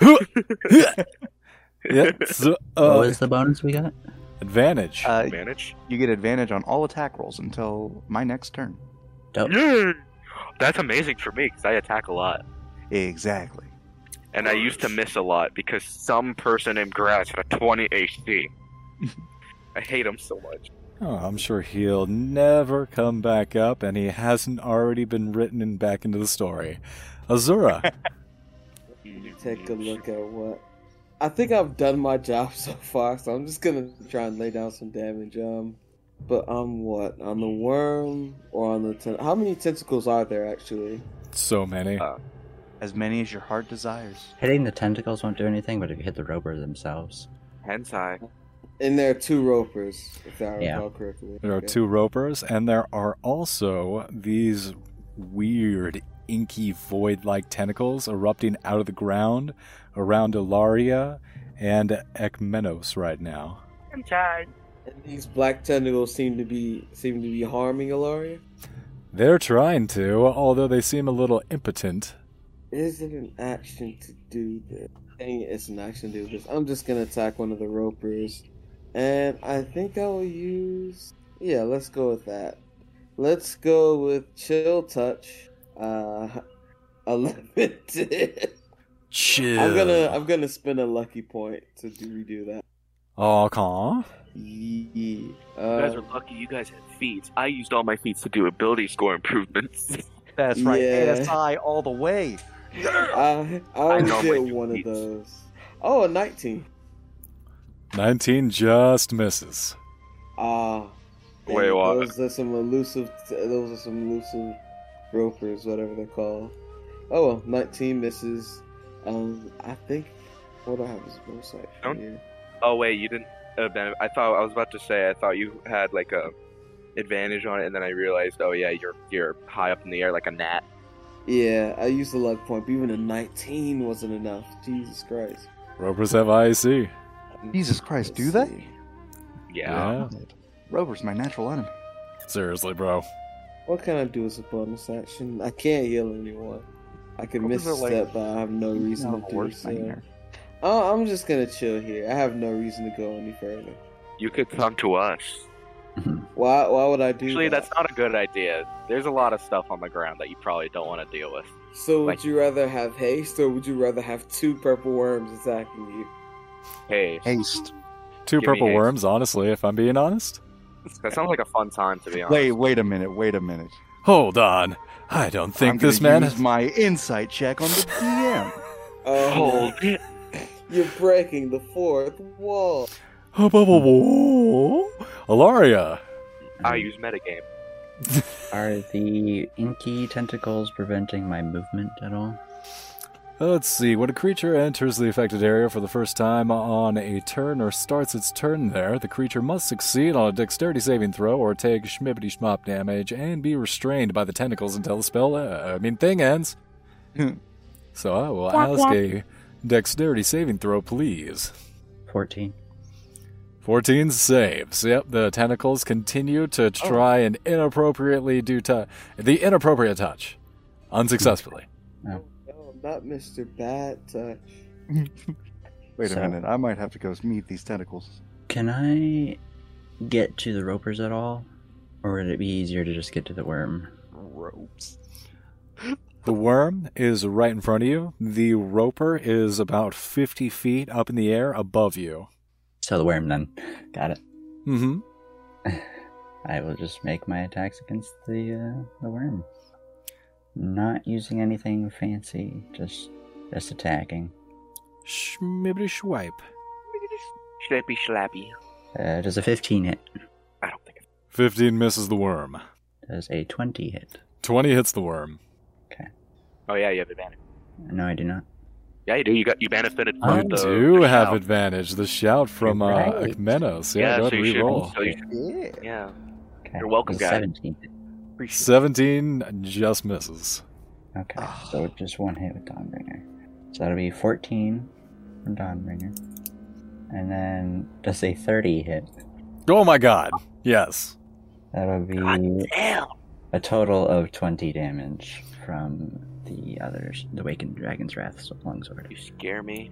S4: yeah. (laughs)
S6: yeah, so,
S1: Oh.
S2: what
S6: uh,
S2: was the bonus we got?
S6: advantage.
S5: Uh,
S4: Advantage.
S5: you get advantage on all attack rolls until my next turn.
S6: Oh.
S2: Dope.
S4: Yeah. That's amazing for me because I attack a lot,
S5: Exactly.
S4: and I used to miss a lot because some person in grass had a 20
S6: (laughs)
S4: HD. I hate him so much.
S6: Oh, I'm sure he'll never come back up, and he hasn't already been written in back into the story. Azura,
S3: Take a look at what. I think I've done my job (laughs) so far, so I'm just gonna try and lay down some damage. Um, but I'm what on the worm or on the ten- how many tentacles are there actually?
S6: so many.
S4: Uh,
S5: As many as your heart desires.
S2: Hitting the tentacles won't do anything, but if you hit the roper themselves,
S4: Hensai.
S3: And there are two ropers, if I
S2: Yeah.
S3: recall correctly.
S6: There are
S3: Okay.
S6: two ropers, and there are also these weird, inky, void like tentacles erupting out of the ground around Ilaria and Ekmenos right now.
S3: And these black tentacles seem to be seem to be harming Ilaria.
S1: They're trying to, although they seem a little impotent.
S3: Is it an action to do this? Dang it, it's an action to do this. I'm just gonna attack one of the ropers. And I think I will use Yeah, let's go with that. Let's go with chill touch. Uh (laughs) unlimited.
S1: Chill.
S3: I'm gonna I'm gonna spend a lucky point to do, redo that.
S1: Aw,
S3: Yeah.
S4: You guys
S3: Uh,
S4: are lucky. You guys had feats. I used all my feats to do ability score improvements.
S5: That's right.
S3: Yeah.
S5: ASI all the way.
S3: Uh, I I always
S4: normally
S3: did
S4: do
S3: one of
S4: feats.
S3: those. Oh, a 19.
S1: 19 just misses.
S3: Ah. dang
S4: Wait,
S3: it,
S4: what?
S3: Those are some elusive. Those are some elusive ropers, whatever they're called. Oh well, 19 misses. Um, I think. What do I have his bonus
S4: Don't-
S3: action here?
S4: Oh wait, you didn't. Uh, ben, I thought I was about to say. I thought you had like a advantage on it, and then I realized. Oh yeah, you're you're high up in the air like a gnat.
S3: Yeah, I used the luck point, but even a 19 wasn't enough. Jesus Christ.
S1: Ropers have IAC.
S5: Jesus Christ, do they?
S3: see.
S4: Yeah.
S5: Rover's my natural enemy.
S1: Seriously, bro.
S3: What can I do as a bonus action? I can't heal anyone. I can
S5: Ropers
S3: miss a
S5: are like-
S3: step, but I have no reason
S5: Not
S3: to
S5: the
S3: do
S5: worst
S3: so.
S5: nightmare.
S3: Oh, I'm just gonna chill here. I have no reason to go any further.
S4: You could come to us.
S3: Why? Why would I do?
S4: Actually,
S3: that?
S4: that's not a good idea. There's a lot of stuff on the ground that you probably don't want to deal with.
S3: So would
S4: Like-
S3: you rather have haste or would you rather have two purple worms attacking you?
S4: Hey,
S5: Haste.
S1: Two
S4: Give me
S1: purple
S4: haste.
S1: worms, honestly, if I'm being honest.
S4: that sounds like a fun time to be honest.
S5: Wait, wait a minute. Wait a minute.
S1: Hold on. I don't think
S5: I'm
S1: this
S5: gonna
S1: man. (laughs)
S5: use my insight check on the DM.
S3: Oh, (laughs)
S4: Hold it.
S3: you're breaking the fourth wall.
S1: Oh, blah, blah, blah. Alaria.
S4: I use metagame.
S2: Are the inky tentacles preventing my movement at all?
S1: Let's see. When a creature enters the affected area for the first time on a turn or starts its turn there, the creature must succeed on a dexterity saving throw or take schmippity schmop damage and be restrained by the tentacles until the spell, uh, I mean, thing ends. (laughs) so oh, I will ask a dexterity saving throw, please.
S2: 14.
S1: 14 saves. Yep, the tentacles continue to try and inappropriately do tou the inappropriate touch, unsuccessfully.
S2: No.
S3: No, not Mr. Bad Touch.
S5: Wait a
S2: So-
S5: minute. I might have to go meet these tentacles.
S2: Can I get to the ropers at all? Or would it be easier to just get to the worm?
S5: Ropes.
S1: The worm is right in front of you. The roper is about 50 feet up in the air above you.
S2: So the worm then. (laughs) Got it.
S1: Mm-hmm.
S2: (laughs) I will just make my attacks against the uh, the worm. Not using anything fancy, just just attacking.
S1: Schmibbity swipe.
S4: Slappy slappy.
S2: Uh, does a 15 hit?
S4: I don't think.
S1: 15 misses the worm.
S2: Does a 20 hit?
S1: 20 hits the worm.
S4: Oh yeah, you have advantage.
S2: No, I do not.
S4: Yeah, you do. You got you benefited
S2: I
S4: from the.
S1: Do
S4: the
S1: have
S4: shout.
S1: advantage. The shout from uh,
S2: Right.
S1: Menos. Yeah,
S4: Yeah,
S1: go
S4: so
S1: ahead,
S4: you should.
S1: re-roll.
S4: So you should
S5: Yeah.
S4: yeah.
S2: Okay.
S4: You're welcome,
S2: Does
S4: guy.
S2: 17 hit?
S1: 17 just misses.
S2: Okay,
S5: Ah.
S2: so just one hit with Dawnbringer. So that'll be 14 from Dawnbringer. And then does a 30 hit?
S1: Oh my god. Yes.
S2: That'll be a total of 20 damage from the others, the Awakened Dragon's Wrath so Longsword. (laughs)
S4: You scare me.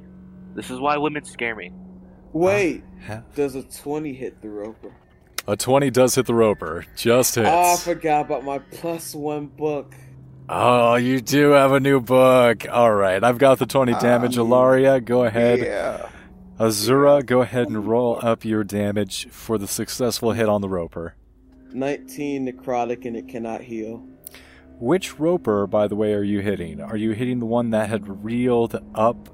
S4: This is why women scare me.
S3: Wait,
S1: Huh?
S3: does a 20 hit the roper?
S1: A 20 does hit the roper. Just hits.
S3: Oh, I forgot about my plus one book.
S1: Oh, you do have a new book. All right. I've got the 20 damage.
S5: Um,
S1: Alaria, go ahead.
S5: Yeah.
S1: Azura, go ahead and roll up your damage for the successful hit on the roper.
S3: 19 necrotic and it cannot heal.
S1: Which roper, by the way, are you hitting? Are you hitting the one that had reeled up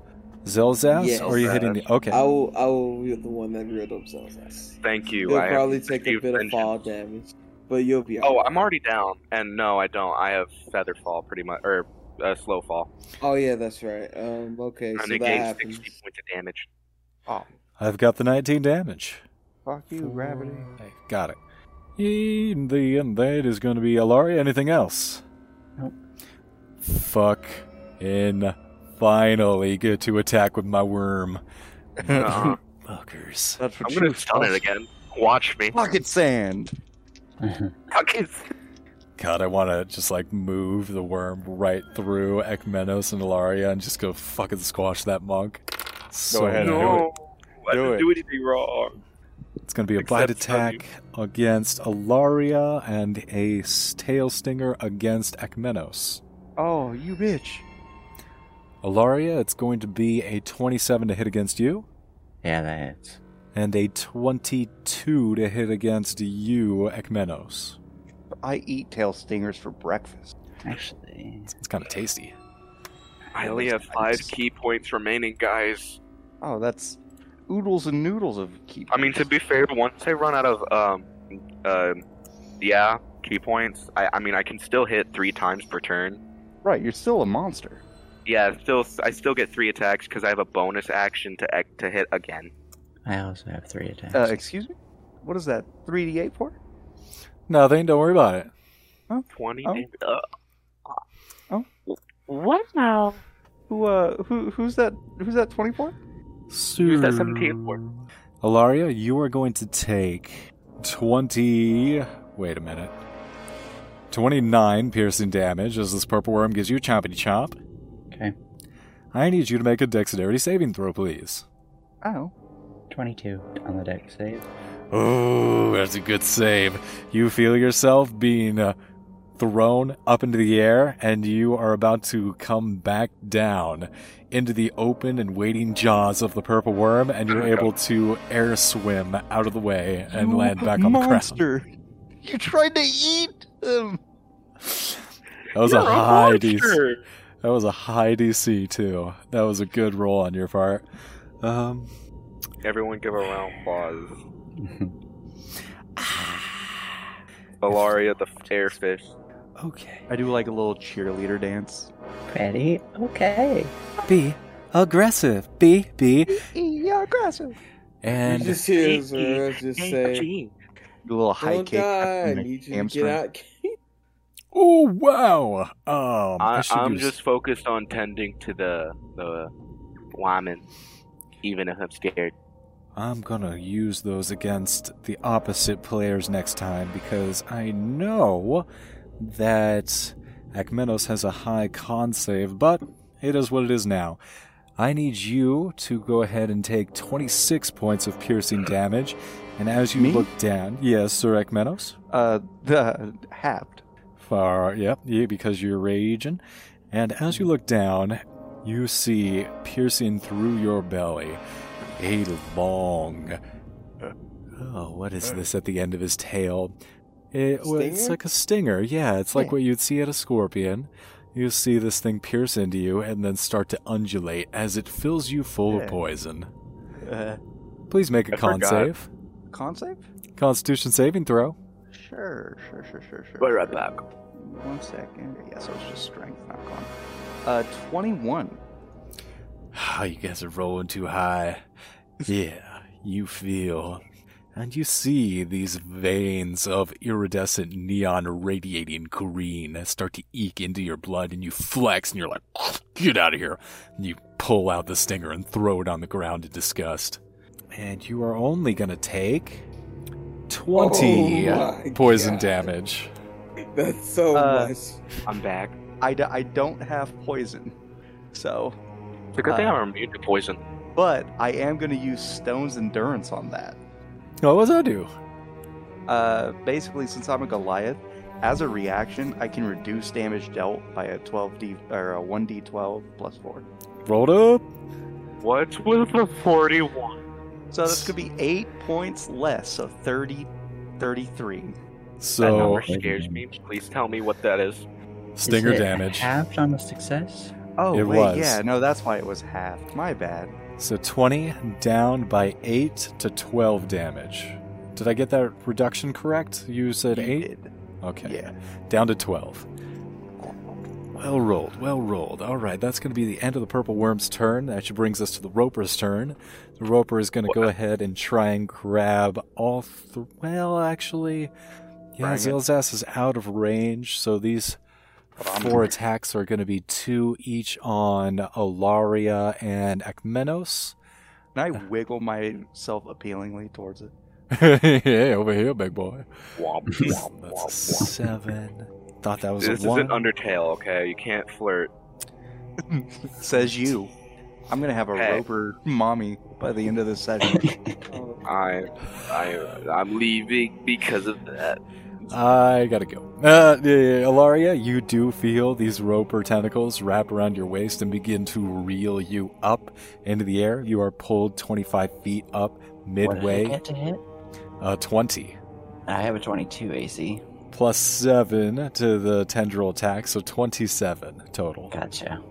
S1: Zelzas?
S3: Yes.
S1: Or are you hitting the. Okay.
S3: I will. I will be the one that reeled themselves. ass.
S4: Thank you.
S3: They'll
S4: I have
S3: probably take a
S4: received
S3: bit of
S4: vengeance.
S3: fall damage, but you'll be.
S4: Oh,
S3: alright.
S4: I'm already down. And no, I don't. I have feather fall pretty much, or uh, slow fall.
S3: Oh yeah, that's right. Um. Okay,
S4: I
S3: so that
S4: negate 60
S3: happens.
S4: points
S10: (laughs)
S4: of damage.
S1: I've got the 19 damage.
S5: Fuck you, gravity.
S1: Hey, Got it. Yee, and the and that is going to be Alaria. Anything else?
S2: Nope.
S1: Fuck. In. Finally get to attack with my worm.
S4: Uh-huh.
S1: Fuckers.
S5: That's what
S4: I'm
S5: you
S4: (laughs) gonna stun it again. Watch me.
S5: Pocket sand.
S4: Fuck is-
S1: God, I want to just like move the worm right through Ekmenos and Ilaria and just go fucking squash that monk. So
S10: ahead and
S1: good.
S10: do
S4: No, I
S10: Do
S4: didn't
S10: it.
S4: do anything wrong.
S1: It's going to be a
S4: Except
S1: bite attack against Ilaria and a s- tail stinger against Ekmenos.
S5: Oh, you bitch.
S1: Ilaria, it's going to be a 27 to hit against you
S2: Yeah, that hits.
S1: and a 22 to hit against you, Ekmenos.
S5: I eat tail stingers for breakfast.
S2: Actually,
S1: It's, it's kind of tasty.
S4: I only have five key points remaining, guys.
S5: Oh, that's oodles and noodles of keep.
S4: I mean, to be fair, once I run out of um, uh, yeah, key points. I, I mean, I can still hit three times per turn.
S5: right, you're still a monster.
S4: Yeah, still, I still get three attacks because I have a bonus action to ec- to hit again.
S2: I also have three attacks.
S5: Uh, excuse me. What is that? Three d eight for?
S1: Nothing, don't worry about it.
S4: Twenty.
S5: Oh.
S4: damage- uh,
S8: What now?
S5: Who? Uh, who? Who's that? Who's that? Twenty four?
S1: Who's
S4: that 17 for?
S1: Ilaria, you are going to take 20. Wait a minute. 29 piercing damage as this purple worm gives you a chompity chomp.
S2: Okay.
S1: I need you to make a dexterity saving throw, please.
S5: Oh,
S2: 22 on the deck save. (laughs)
S1: Oh, that's a good save. You feel yourself being uh, thrown up into the air, and you are about to come back down into the open and waiting jaws of the purple worm, and you're able to air swim out of the way and
S5: You
S1: land back on the ground.
S5: monster. You tried to eat him.
S1: That was a
S4: You're a
S1: high DC.
S4: monster!
S1: That was a high DC too. That was a good roll on your part. Um,
S4: Everyone, give a round of applause. Alaria, the air fish.
S6: Okay.
S5: I do like a little cheerleader dance.
S2: Pretty okay.
S6: Be aggressive. Be be.
S5: Yeah, aggressive.
S1: (laughs) and
S3: You just hear Zora uh, just say,
S5: Do a little high
S3: "Don't
S5: kick.
S3: die.
S5: after
S3: I
S5: my
S3: need Oh, you to
S5: hamstring.
S3: get out."
S1: oh wow, um,
S4: I,
S1: should
S4: I'm
S1: use-
S4: just focused on tending to the the woman, even if I'm scared.
S1: I'm gonna use those against the opposite players next time because I know that Akmenos has a high con save, but it is what it is now. I need you to go ahead and take 26 points of piercing damage, and as you
S5: Me?
S1: look down, yes, Sir Akmenos,
S5: Uh, the happed.
S1: far, yep, yeah, because you're raging, and as you look down, you see piercing through your belly a long. Oh, what is this at the end of his tail? It, well, it's
S3: Stinger?
S1: like a stinger. Yeah, it's like what you'd see at a scorpion. You see this thing pierce into you and then start to undulate as it fills you full of
S5: Yeah.
S1: poison.
S5: Uh,
S1: Please make a
S4: I
S1: con
S4: forgot.
S1: save.
S5: con save?
S1: Constitution saving throw.
S5: Sure, sure, sure, sure, sure.
S4: We're right back.
S5: One second. Yeah, so it's just strength, not con. Uh, twenty-one.
S1: Oh, (sighs) you guys are rolling too high. Yeah, you feel and you see these veins of iridescent neon radiating green start to eke into your blood, and you flex and you're like, (sighs) get out of here. And you pull out the stinger and throw it on the ground in disgust. And you are only going to take 20
S3: Oh my
S1: poison
S3: God.
S1: damage.
S3: That's so
S5: Uh,
S3: much.
S4: I'm back.
S5: I, d- I don't have poison, so.
S4: It's a good thing
S5: Uh,
S4: I'm immune to poison.
S5: But I am going to use Stone's Endurance on that.
S1: What does Oh, that do?
S5: Uh, basically, since I'm a Goliath, as a reaction, I can reduce damage dealt by a 12d or a 1d12 plus four.
S1: Rolled up.
S4: What's with the 41?
S5: So that's going to be eight points less, so 30, 33.
S4: That
S1: So,
S4: number scares me. Please tell me what that is.
S1: stinger
S2: Is it
S1: damage.
S2: Halved on
S1: (coughs)
S2: a success.
S5: Oh,
S1: It
S5: wait,
S1: was.
S5: yeah, no, that's why it was half. My bad.
S1: So 20 down by 8 to 12 damage. Did I get that reduction correct? You said
S5: You
S1: 8?
S5: did.
S1: Okay.
S5: Yeah.
S1: Down to 12. Well rolled, well rolled. All right, that's going to be the end of the Purple Worm's turn. That actually brings us to the Roper's turn. The Roper is going to go ahead and try and grab all. Th- well, actually, yeah,
S5: Bring it.
S1: Zilzas is out of range, so these four attacks are going to be two each on Alaria and Akmenos.
S5: And I wiggle myself appealingly towards it.
S1: (laughs) yeah, over here, big boy. (laughs)
S4: Womp,
S1: That's
S4: womp,
S1: a
S4: womp, womp.
S1: seven Thought that was
S4: This
S1: a
S4: is
S1: one.
S4: an Undertale, okay? You can't flirt.
S5: Says you. I'm gonna have a
S4: Hey.
S5: roper mommy by the end of this
S1: (laughs)
S5: session.
S3: Oh,
S4: I, I, I'm leaving because of that.
S1: I gotta go. Uh, yeah, Ilaria, you do feel these roper tentacles wrap around your waist and begin to reel you up into the air. You are pulled 25 feet up
S2: What did I
S1: midway,
S2: get to hit?
S1: uh, 20.
S2: I have a 22 AC.
S1: Plus 7 to the tendril attack, so 27 total.
S2: Gotcha.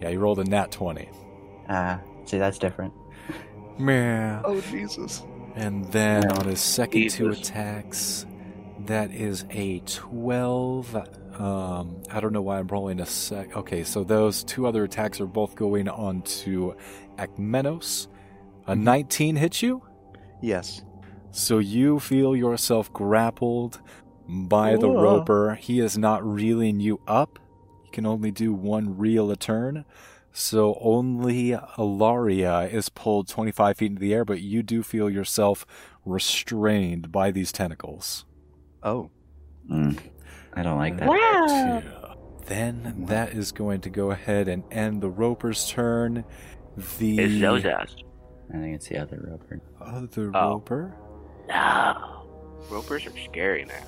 S1: Yeah, you rolled a nat 20.
S2: Ah, see, that's different.
S1: Meh.
S5: oh Jesus!
S1: And then on his second two
S4: Jesus.
S1: attacks, that is a 12. Um, I don't know why I'm rolling a sec. Okay, so those two other attacks are both going on to Akmenos. A 19 hits you,
S5: Yes.
S1: so you feel yourself grappled by the
S2: Whoa.
S1: roper. He is not reeling you up. He can only do one reel a turn. So only Alaria is pulled 25 feet into the air, but you do feel yourself restrained by these tentacles.
S5: Oh,
S2: Mm, I don't like that.
S8: Wow.
S1: Yeah. Then that is going to go ahead and end the roper's turn. The
S4: It's Zelda's.
S2: I think it's the other roper.
S1: other
S4: Oh.
S1: roper.
S4: No. Ropers are scary, man.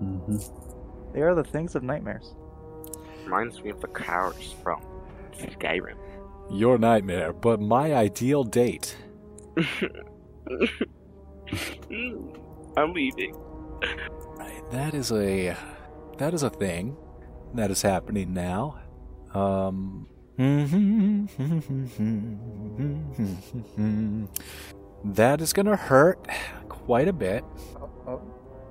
S2: Mm-hmm.
S5: they are the things of nightmares.
S4: Reminds me of the cowards from Skyrim.
S1: Your nightmare, but my ideal date.
S4: I'm leaving.
S1: That is a that is a thing that is happening now. Um (laughs) That is going to hurt quite a bit.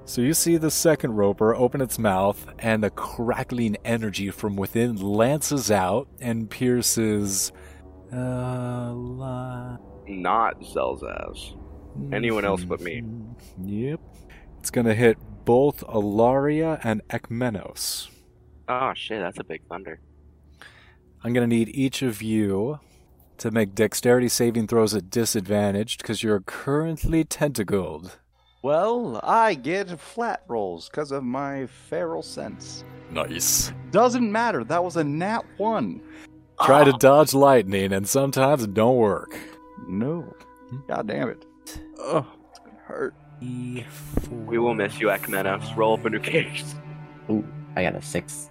S1: So you see the second roper open its mouth and the crackling energy from within lances out and pierces uh, li-
S4: Not Zelzaz. Anyone else but me.
S1: Yep. It's going to hit both Alaria and Ekmenos.
S4: Oh shit, that's a big thunder.
S1: I'm going to need each of you to make dexterity saving throws at disadvantage because you're currently tentacled.
S5: Well, I get flat rolls because of my feral sense.
S1: Nice.
S5: Doesn't matter. That was a nat one.
S1: Try to dodge lightning, and sometimes it don't work.
S5: No.
S1: Hmm?
S5: God damn it. Oh, it's gonna hurt.
S4: We will miss you, Ekmenos. Roll up a new (laughs) case.
S2: Ooh, I got a six.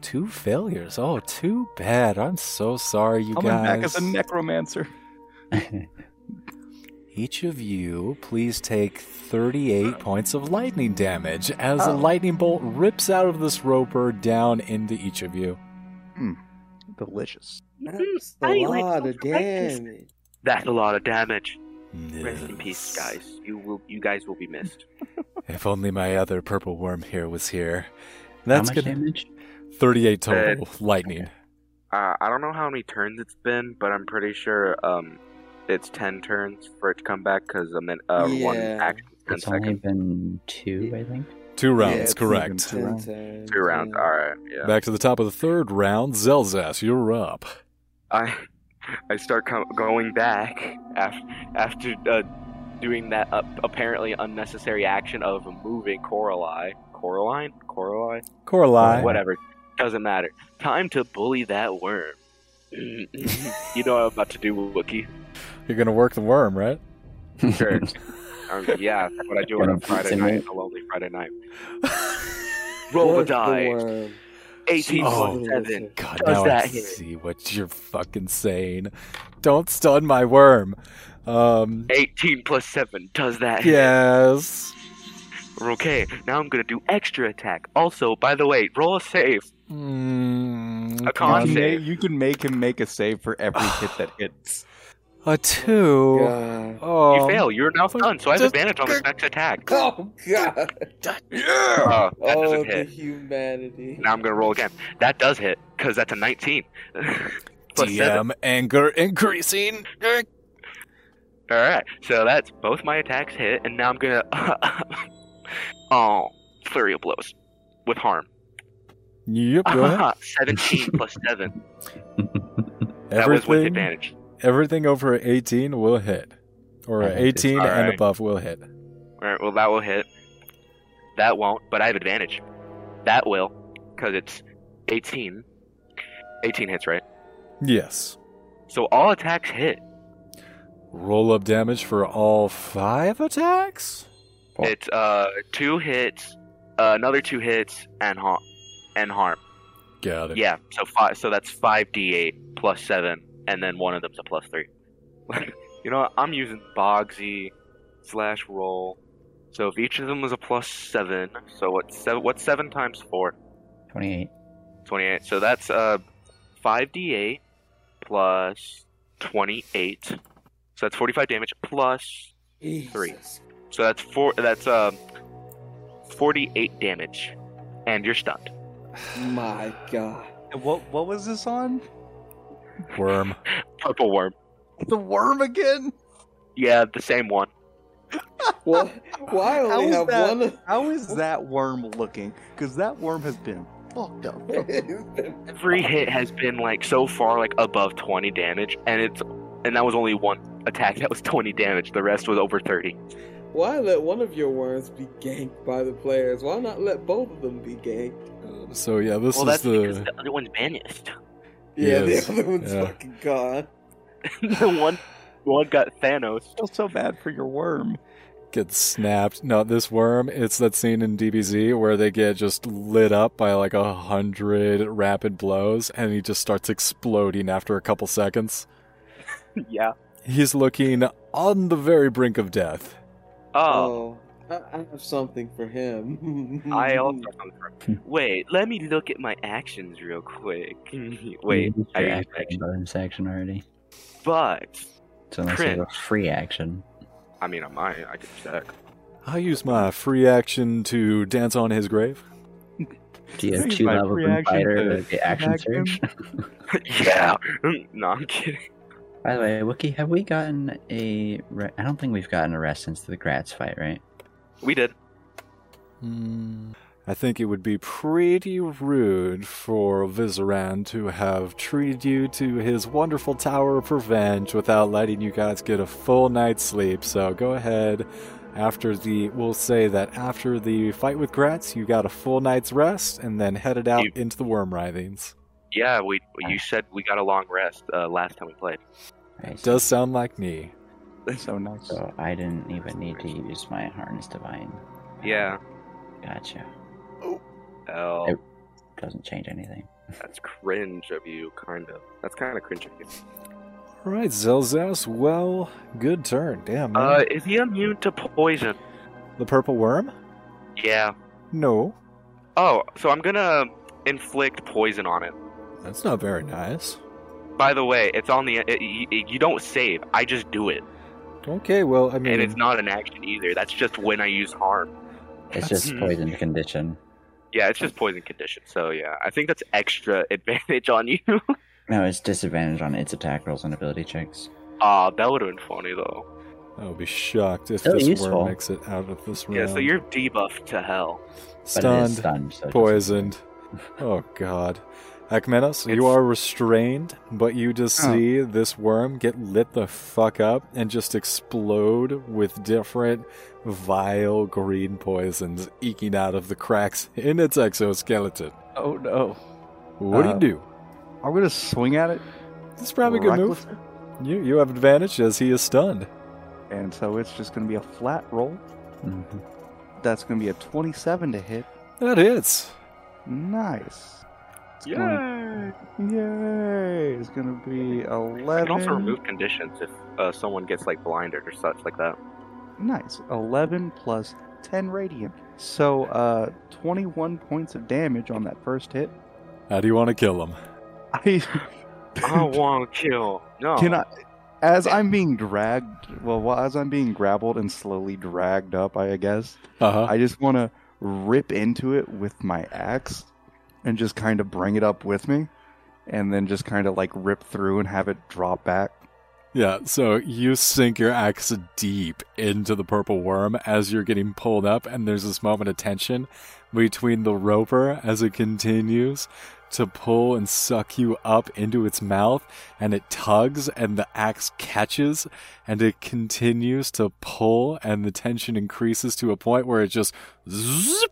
S1: Two failures. Oh, too bad. I'm so sorry, you
S5: Coming
S1: guys.
S5: back as a necromancer.
S1: Each of you, please take 38 points of lightning damage as a
S5: Oh.
S1: lightning bolt rips out of this roper down into each of you.
S5: Delicious.
S3: that's
S8: How do
S3: a
S8: you like
S3: lot of
S8: ultra brightness?
S3: damage.
S4: That's a lot of damage. Rest in peace, guys. You will, you guys will be missed.
S1: If only my other purple worm here was here.
S2: How
S1: That's
S2: much
S1: good.
S2: damage?
S1: 38 total (laughs) lightning.
S4: Uh, I don't know how many turns it's been, but I'm pretty sure um, it's ten turns for it to come back because a min- uh, one
S3: Yeah.
S4: action, is ten
S2: It's only
S4: seconds,
S2: been two, I think.
S1: Two rounds,
S5: it's
S1: correct.
S5: even-
S3: Ten
S5: rounds.
S3: times.
S4: two rounds.
S3: yeah.
S4: All right, yeah.
S1: Back to the top of the third round. Zelzas, you're up.
S4: I (laughs) I start com- going back after after uh, doing that uh, apparently unnecessary action of moving Coralie, Coraline, Coralie,
S1: Coraline.
S4: whatever. Doesn't matter. Time to bully that worm. (clears throat) you know what I'm about to do, Wookie.
S1: You're going to work the worm, right?
S4: (laughs) Sure. Um, yeah, that's what I do on a
S2: Gonna
S4: Friday
S2: pizza
S4: night,
S2: night.
S4: a lonely Friday night. Roll the
S3: Work
S4: die.
S3: worm.
S4: 18
S1: Oh.
S4: plus 7.
S1: God,
S4: Does
S1: now I
S4: that hit?
S1: see what you're fucking saying. Don't stun my worm. Um,
S4: 18 plus 7. Does that hit?
S1: yes.
S4: Okay, now I'm going to do extra attack. Oh, Also, by the way, roll a save.
S1: Mm, come
S4: A con
S1: on.
S5: You can
S4: save.
S5: ma- you can make him make a save for every hit that hits.
S1: A two.
S3: God.
S1: Oh,
S4: you fail. You're now
S1: fuck.
S4: done, so I have
S1: Just-
S4: advantage on this next attack.
S3: Oh God.
S4: Uh, that
S3: Oh,
S4: doesn't
S3: the
S4: hit.
S3: humanity.
S4: Now I'm going to roll again. That does hit, because that's a 19. (laughs) plus 7.
S1: DM anger increasing.
S4: Alright, so that's both my attacks hit, and now I'm going to. (laughs) Oh, flurry of blows with harm.
S1: Yep. Go ahead.
S4: (laughs) 17 plus
S1: (laughs)
S4: 7. That was with
S1: Everything,
S4: advantage.
S1: everything over 18 will hit, or
S2: I think it's
S1: 18 and
S4: Oh, alright.
S1: above will hit.
S4: Alright, well, that will hit. That won't, but I have advantage. That will, because it's 18. 18 hits, right?
S6: Yes.
S4: So all attacks hit.
S6: Roll up damage for all five attacks?
S2: Oh.
S4: It's uh two hits, uh, another two hits, and harm, and harm.
S6: Got it.
S4: Yeah. So five. So that's five d8 plus seven, and then one of them's a plus three. (laughs) you know, what? I'm using Bogsy slash roll. So if each of them was a plus seven, so what's seven? What's seven times four?
S2: 28.
S4: 28. So that's uh, 5d8 plus 28. So that's 45 damage plus 3. So that's four. That's um, 48 damage, and you're stunned.
S3: My God.
S5: And what what was this on?
S6: Worm.
S4: Purple worm.
S5: The worm again?
S4: Yeah, the same one.
S3: Well, well I only
S5: was
S3: have
S5: that?
S3: one.
S5: How is that worm looking? Because that worm has been fucked up.
S3: (laughs)
S4: Every hit has been like so far like above 20 damage, and it's and that was only one attack. (laughs) That was 20 damage. The rest was over 30.
S3: Why let one of your worms be ganked by the players? Why not let both of them be ganked?
S6: So yeah, this
S4: well, that's
S6: is
S4: because
S6: the
S4: the other one's banished.
S3: Yeah,
S6: Yes,
S3: the other one's
S6: yeah.
S3: fucking gone.
S4: (laughs) the one one got Thanos.
S5: I feel so bad for your worm.
S6: gets snapped. No, this worm, it's that scene in DBZ where they get just lit up by like a hundred rapid blows and he just starts exploding after a couple seconds.
S4: (laughs) yeah.
S6: He's looking on the very brink of death.
S4: Oh.
S3: Oh, I, I have something for him. (laughs)
S4: I also come from. Wait, let me look at my actions real quick.
S6: Hmm.
S2: You
S4: Wait,
S2: used
S4: I
S2: your
S4: used
S2: action
S4: action.
S2: bonus action already.
S6: (laughs)
S4: But
S2: So unless you have a free action,
S4: I mean, on mine, I can check. (laughs)
S6: I use my free action to dance on his grave.
S2: do you have
S5: Use
S2: two
S5: my
S2: levels
S5: free
S2: in
S5: action
S2: fighter
S5: to
S2: with the action
S5: smack him?
S2: surge?
S4: yeah. (laughs) no, I'm kidding.
S2: (laughs) By the way, Wookie, have we gotten a? Re- I don't think we've gotten a rest since the Gratz fight, right?
S4: We did.
S6: Hmm. I think it would be pretty rude for Vizoran to have treated you to his wonderful tower of revenge without letting you guys get a full night's sleep. So go ahead. After the, we'll say that after the fight with Gratz, you got a full night's rest and then headed out
S4: You-
S6: into the worm writhings.
S4: Yeah, we. You said we got a long rest uh, last time we played.
S2: Right.
S6: Does sound like me.
S5: So nice.
S2: So I didn't even need to use my harness divine.
S4: Yeah.
S2: Gotcha.
S4: Oh,
S2: Nope. Doesn't change anything.
S4: that's cringe of you, kind of. That's kind of cringe of you.
S6: All right, Zelzas. Well, good turn. Damn, man.
S4: Uh, is he immune to poison?
S6: the purple worm?
S4: Yeah.
S6: No.
S4: Oh, so I'm gonna inflict poison on it.
S6: That's not very nice.
S4: By the way, it's on the. It, you, you don't save. I just do it.
S6: Okay, well, I mean.
S4: And it's not an action either. That's just when I use harm.
S2: It's
S6: mm.
S2: just poison condition.
S4: Yeah, it's just poison condition. So yeah, I think that's extra (laughs) advantage on you.
S2: No, it's disadvantage on its attack rolls and ability checks.
S4: Aw, that would have been funny though.
S6: I would be shocked if
S2: Still
S6: this
S2: useful.
S6: worm makes it out of this room.
S4: Yeah, so you're debuffed to hell.
S2: But it is
S6: stunned,
S2: stunned, so it doesn't-
S6: poisoned. oh god. Akmenos, you
S4: It's-
S6: are restrained, but you just
S5: Huh.
S6: see this worm get lit the fuck up and just explode with different vile green poisons eking out of the cracks in its exoskeleton.
S5: Oh no.
S6: What
S5: Uh,
S6: do you do?
S5: I'm gonna swing at it.
S6: It's probably a good move.
S5: recklessly,
S6: You you have advantage as he is stunned.
S5: And so it's just gonna be a flat roll.
S2: Mhm.
S5: That's gonna be a 27 to hit.
S6: That hits.
S5: Nice. It's gonna- Yay! It's gonna be
S4: You
S5: 11.
S4: can also remove conditions if uh, someone gets like blinded or such like that.
S5: Nice. 11 plus 10 radiant. So, uh, 21 points of damage on that first hit.
S6: How do you want to kill him?
S5: I
S4: I want to kill.
S5: (laughs)
S4: No.
S5: Can I, as I'm being dragged, well, while- as I'm being grappled and slowly dragged up, I guess,
S6: Uh huh.
S5: I just want to rip into it with my axe and just kind of bring it up with me and then just kind of like rip through and have it drop back.
S6: Yeah, so you sink your axe deep into the purple worm as you're getting pulled up, and there's this moment of tension between the roper as it continues to pull and suck you up into its mouth, and it tugs, and the axe catches, and it continues to pull, and the tension increases to a point where it just zzzp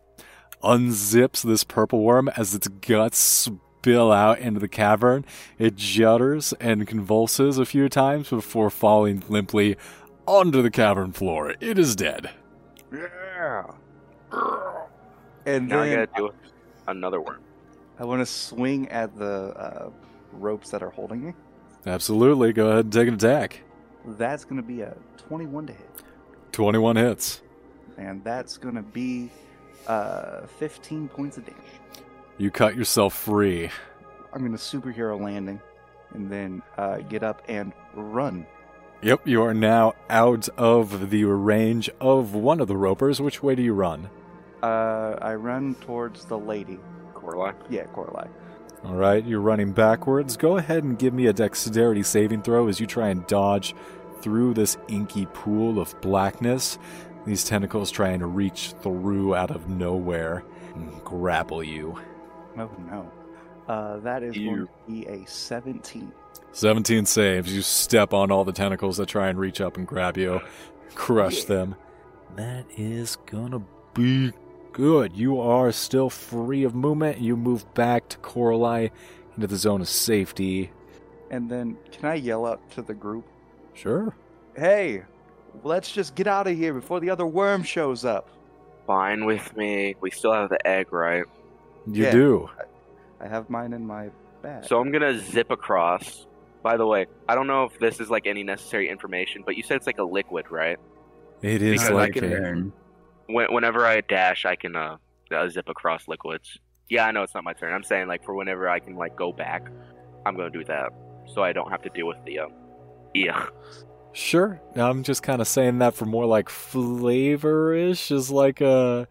S6: unzips this purple worm as its guts spill out into the cavern. It judders and convulses a few times before falling limply onto the cavern floor. It is dead.
S4: Yeah.
S5: And
S4: Now I
S5: then
S4: gotta do another worm.
S5: I want to swing at the uh, ropes that are holding me.
S6: Absolutely. Go ahead and take an attack.
S5: That's going to be a 21 to hit.
S6: 21 hits.
S5: And that's going to be uh, 15 points of damage.
S6: You cut yourself free.
S5: I'm going to superhero landing and then uh, get up and run.
S6: Yep, you are now out of the range of one of the ropers. Which way do you run?
S5: Uh, I run towards the lady.
S4: Corlock.
S5: Yeah, Coralie.
S6: All right, you're running backwards. Go ahead and give me a dexterity saving throw as you try and dodge through this inky pool of blackness. These tentacles trying to reach through out of nowhere and grapple you.
S5: Oh, no. Uh, that is going
S4: Ew.
S5: to be a 17.
S6: 17 saves. You step on all the tentacles that try and reach up and grab you, crush them. That is gonna be good. You are still free of movement. You move back to Coralie into the zone of safety.
S5: And then can I yell out to the group?
S6: Sure.
S5: Hey, let's just get out of here before the other worm shows up.
S4: Fine with me. We still have the egg, right?
S6: You
S5: Yeah.
S6: do.
S5: I have mine in my bag.
S4: So I'm gonna zip across. By the way, I don't know if this is like any necessary information, but you said it's like a liquid, right?
S6: It is
S4: Because I
S6: like
S4: can
S6: a-
S2: Burn.
S4: When, whenever I dash, I can uh, uh, zip across liquids. Yeah, I know it's not my turn. I'm saying like for whenever I can like go back, I'm gonna do that, so I don't have to deal with the um, yeah.
S6: Sure. I'm just kind of saying that for more like flavorish is like a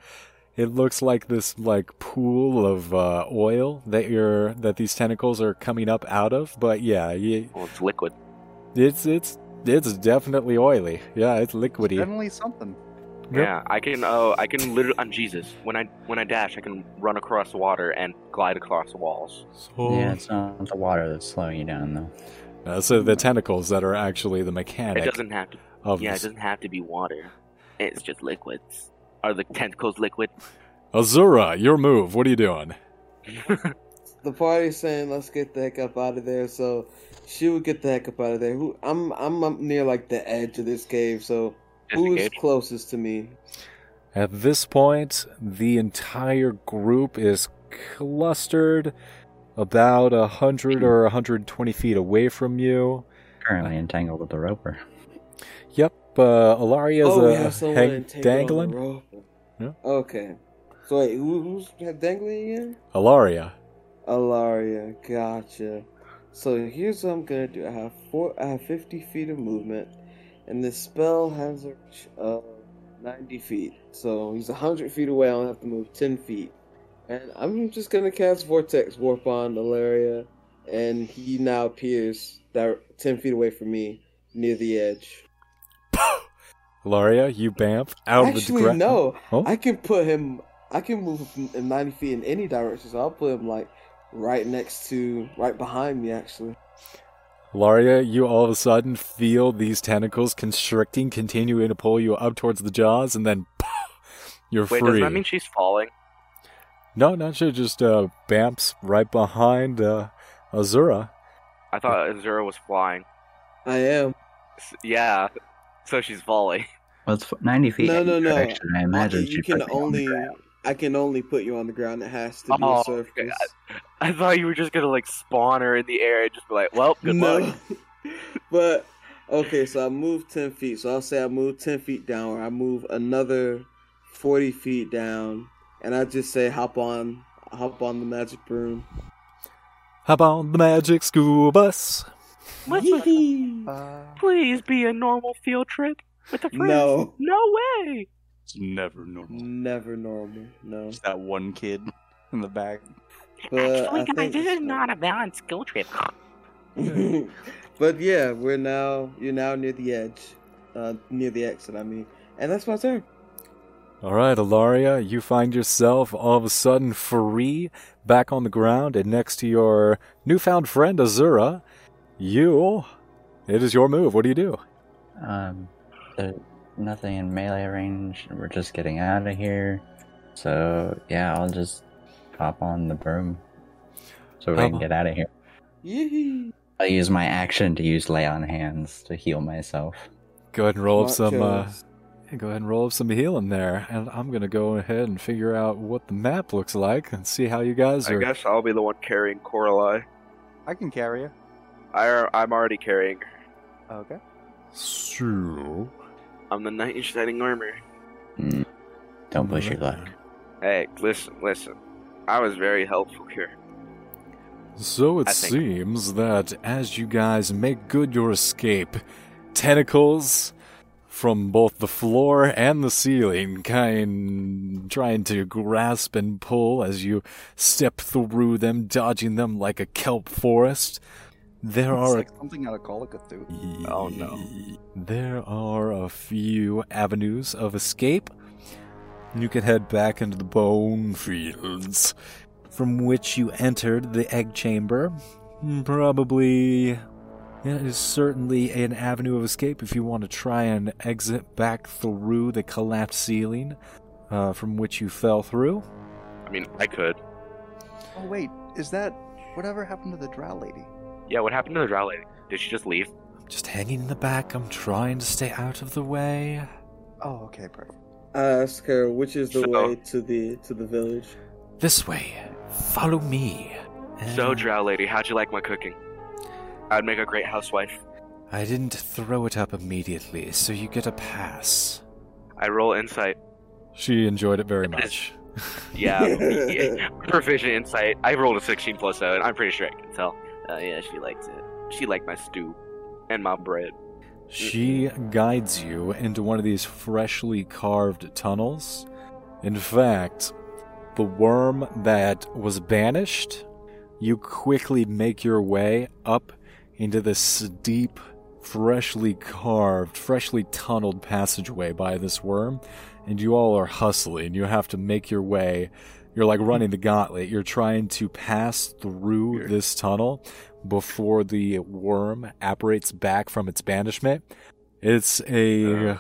S6: it looks like this like pool of uh, oil that you're that these tentacles are coming up out of, but yeah, you,
S4: Well, it's liquid.
S6: it's it's it's definitely oily. Yeah, it's liquidy.
S5: Definitely something.
S6: Yep.
S4: Yeah, I can. Oh, I can literally. I'm Jesus. When I when I dash, I can run across water and glide across walls.
S2: Yeah, it's not the water that's slowing you down, though.
S6: Uh, so the tentacles that are actually the
S4: It
S6: mechanic
S4: doesn't have to.
S6: of
S4: Yeah, it
S6: this.
S4: doesn't have to be water. It's just liquids. Are the tentacles liquid?
S6: Azura, your move. What are you doing?
S3: The party's saying let's get the heck up out of there, so she would get the heck up out of there. Who I'm I'm up near like the edge of this cave, so who is
S4: Disengage.
S3: closest to me?
S6: At this point, the entire group is clustered about a hundred or a hundred twenty feet away from you.
S2: Currently
S6: Uh.
S2: entangled with the roper.
S6: Yep, uh, Alaria's
S3: oh, we
S6: uh,
S3: have someone
S6: hang-
S3: entangled on the
S6: dangling.
S3: rope.
S6: Yeah.
S3: Okay. So wait, who, who's dangling again?
S6: Alaria,
S3: Alaria, gotcha. So here's what I'm gonna do. I have four. I have 50 feet of movement, and this spell has a reach of 90 feet. So he's 100 feet away. I only have to move 10 feet, and I'm just gonna cast Vortex Warp on Alaria, and he now appears that 10 feet away from me, near the edge.
S6: Alaria, you bamf out of the
S3: Actually,
S6: gra-
S3: no.
S6: Oh?
S3: I can put him. I can move him 90 feet in any direction. So I'll put him like right next to, right behind me, actually.
S6: Laria, you all of a sudden feel these tentacles constricting, continuing to pull you up towards the jaws, and then you're
S4: Wait,
S6: free.
S4: does that mean she's falling?
S6: no, not sure. Just uh, bamps right behind uh, Azura.
S4: I thought Azura was flying.
S3: I am.
S4: S- Yeah, so she's falling. (laughs)
S2: Well, it's f- 90 feet.
S3: No,
S2: in
S3: no,
S2: each
S3: no.
S2: direction. I imagine
S3: you
S2: she'd
S3: can
S2: put me on the
S3: only.
S2: ground.
S3: I can only put you on the ground. It has to be
S4: Oh,
S3: a surface.
S4: okay. I thought you were just gonna like spawn her in the air and just be like, "Well, good
S3: no.
S4: luck."
S3: (laughs) but okay, so I moved ten feet. So I'll say I moved ten feet down, or I move another forty feet down, and I just say hop on, hop on the magic broom.
S6: Hop on the magic school bus.
S4: Let's-
S5: Uh,
S4: Please be a normal field trip with a friend.
S3: No,
S4: No way.
S5: it's never normal.
S3: never normal. No,
S5: Just that one kid in the back.
S3: but I think it's-
S8: a balanced school trip.
S3: (laughs) but yeah, we're now you're now near the edge, uh, near the exit. I mean, and that's my turn.
S6: All right, Alaria, you find yourself all of a sudden free, back on the ground, and next to your newfound friend Azura. You, it is your move. What do you do?
S2: Um, there's nothing in melee range. We're just getting out of here. So yeah, I'll just hop on the broom so we
S1: Hop
S2: can
S1: on.
S2: get out of here.
S3: Yee
S2: I'll use my action to use lay on hands to heal myself.
S1: Go ahead and roll up some. Uh, yeah, go ahead and roll up some healing there, and I'm gonna go ahead and figure out what the map looks like and see how you guys
S4: I
S1: are.
S4: guess I'll be the one carrying Coralie.
S5: I can carry you.
S4: I, I'm already carrying. her.
S5: Okay.
S1: So,
S4: I'm the knight in shining armor.
S2: Mm. Don't push your luck.
S4: Hey, listen, listen. I was very helpful here.
S1: So it
S4: I think.
S1: seems that as you guys make good your escape, tentacles from both the floor and the ceiling kind trying to grasp and pull as you step through them, dodging them like a kelp forest. There
S5: It's
S1: are a
S5: like something out of Call of Cthulhu.
S1: Oh no. There are a few avenues of escape. You can head back into the bone fields from which you entered the egg chamber. Hmm, Probably. Yeah, it is certainly an avenue of escape if you want to try and exit back through the collapsed ceiling uh, from which you fell through.
S4: I mean, I could.
S5: Oh wait, is that whatever happened to the Drow lady?
S4: Yeah, what happened to the drow lady? Did she just leave?
S1: Just hanging in the back, I'm trying to stay out of the way.
S5: Oh, okay, perfect.
S3: I ask her which is the
S4: So-
S3: way to the to the village.
S1: This way. Follow me.
S4: So,
S1: And-
S4: drow lady, how'd you like my cooking? I'd make a great housewife.
S1: I didn't throw it up immediately, so you get a pass.
S4: I roll insight.
S1: She enjoyed it very much.
S4: Yeah,
S3: (laughs)
S4: yeah. (laughs) proficient insight. I rolled a 16 plus 7. I'm pretty sure I can tell. Uh, yeah, she likes it. She liked my stew and my bread.
S1: She guides you into one of these freshly carved tunnels. In fact, the worm that was banished, you quickly make your way up into this deep, freshly carved, freshly tunneled passageway by this worm, and you all are hustling. You have to make your way. You're like running the gauntlet. You're trying to pass through this tunnel before the worm apparates back from its banishment. It's a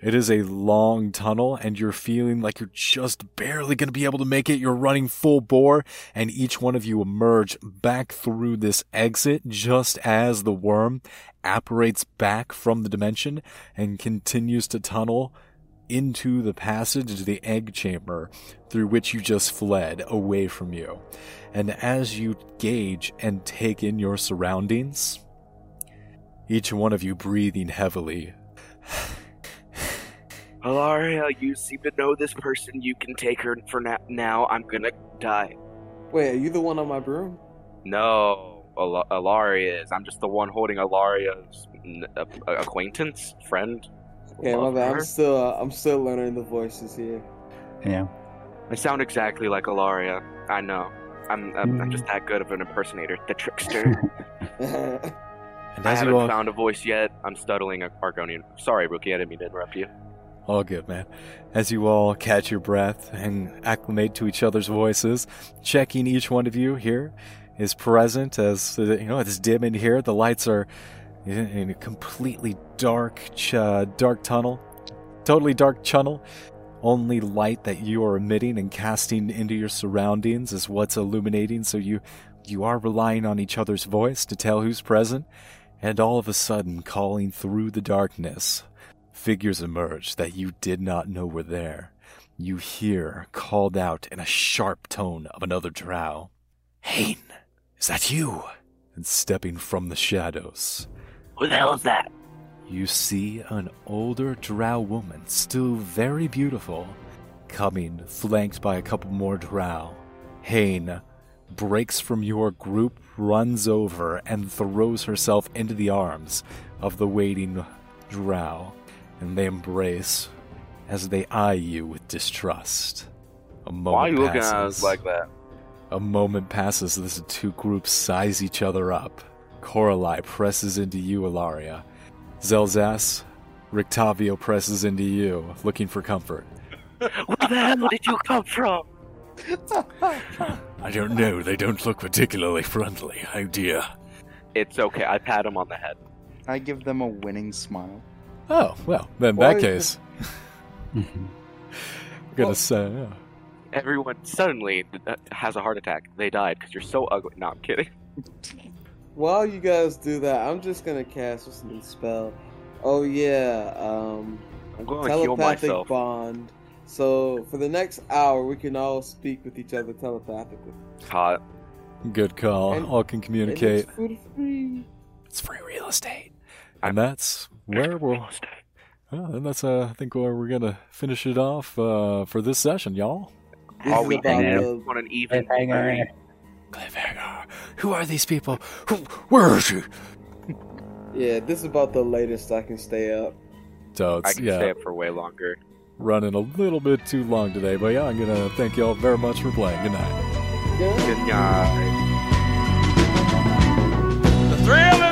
S1: it is a long tunnel and you're feeling like you're just barely going to be able to make it. You're running full bore and each one of you emerge back through this exit just as the worm apparates back from the dimension and continues to tunnel into the passage to the egg chamber through which you just fled away from you. And as you gauge and take in your surroundings, each one of you breathing heavily,
S4: Alaria, you seem to know this person. You can take her for na- now. I'm gonna die.
S3: Wait, are you the one on my broom?
S4: No, Al- Alaria is. I'm just the one holding Alaria's n- a- a- acquaintance, friend.
S3: Okay, my
S4: Love
S3: bad.
S4: her.
S3: I'm still uh, I'm still learning the voices here. (laughs)
S2: Yeah.
S4: I sound exactly like Alaria. I know. I'm, I'm, I'm just that good of an impersonator, the trickster.
S1: and
S4: I
S1: as you
S4: haven't
S1: all,
S4: found a voice yet. I'm stuttering a Argonian. Sorry, Rookie, I didn't mean to interrupt you.
S1: all good, man. As you all catch your breath and acclimate to each other's voices, checking each one of you here is present as uh, you know it's dim in here. The lights are in in a completely dark, ch- uh, dark tunnel, totally dark tunnel. Only light that you are emitting and casting into your surroundings is what's illuminating. So you you are relying on each other's voice to tell who's present. And all of a sudden, calling through the darkness, figures emerge that you did not know were there. You hear called out in a sharp tone of another drow. Hain, is that you? And stepping from the shadows,
S4: Who the hell is that?
S1: you see an older drow woman, still very beautiful, coming flanked by a couple more drow. Hain breaks from your group, runs over, and throws herself into the arms of the waiting drow, and they embrace as they eye you with distrust. A moment
S4: Why are you looking
S1: passes.
S4: at us like that?
S1: A moment passes as the two groups size each other up. Coralie presses into you, Ilaria. Zelzas, Rictavio presses into you, looking for comfort.
S4: (laughs) Where the hell did you come from?
S1: I don't know, they don't look particularly friendly. Oh dear.
S4: It's okay. I pat him on the head.
S5: (laughs) I give them a winning smile.
S1: Oh, well, then in
S3: Why
S6: (laughs)
S1: that
S3: is
S1: case, I'm gonna
S5: Well-
S1: say, yeah.
S4: everyone suddenly uh, has a heart attack. They died because you're so ugly. No, I'm kidding.
S3: While you guys do that, I'm just gonna cast what's the spell. Oh yeah, um,
S4: I'm going to heal
S3: telepathic
S4: myself.
S3: bond. So for the next hour, we can all speak with each other telepathically.
S4: Hot.
S6: Good call.
S3: And-
S6: All can
S3: And it's
S6: communicate.
S3: food free.
S6: It's free real estate. And that's where we'll. Well, and that's, uh, I think, where we're going to finish it off uh, for this session, y'all.
S3: This
S4: Are
S3: is
S4: we
S3: about
S4: ending
S3: the-
S4: on an even?
S6: Cliffhanger. Who are these people? Who, where is she?
S3: Yeah, this is about the latest I can stay up.
S6: So
S4: I
S6: it's,
S4: can
S6: yeah,
S4: stay up for way longer.
S6: running a little bit too long today. But yeah, I'm going to thank y'all very much for playing. Good night.
S3: Yeah.
S4: Good night.
S8: The thrill Oh, Oh,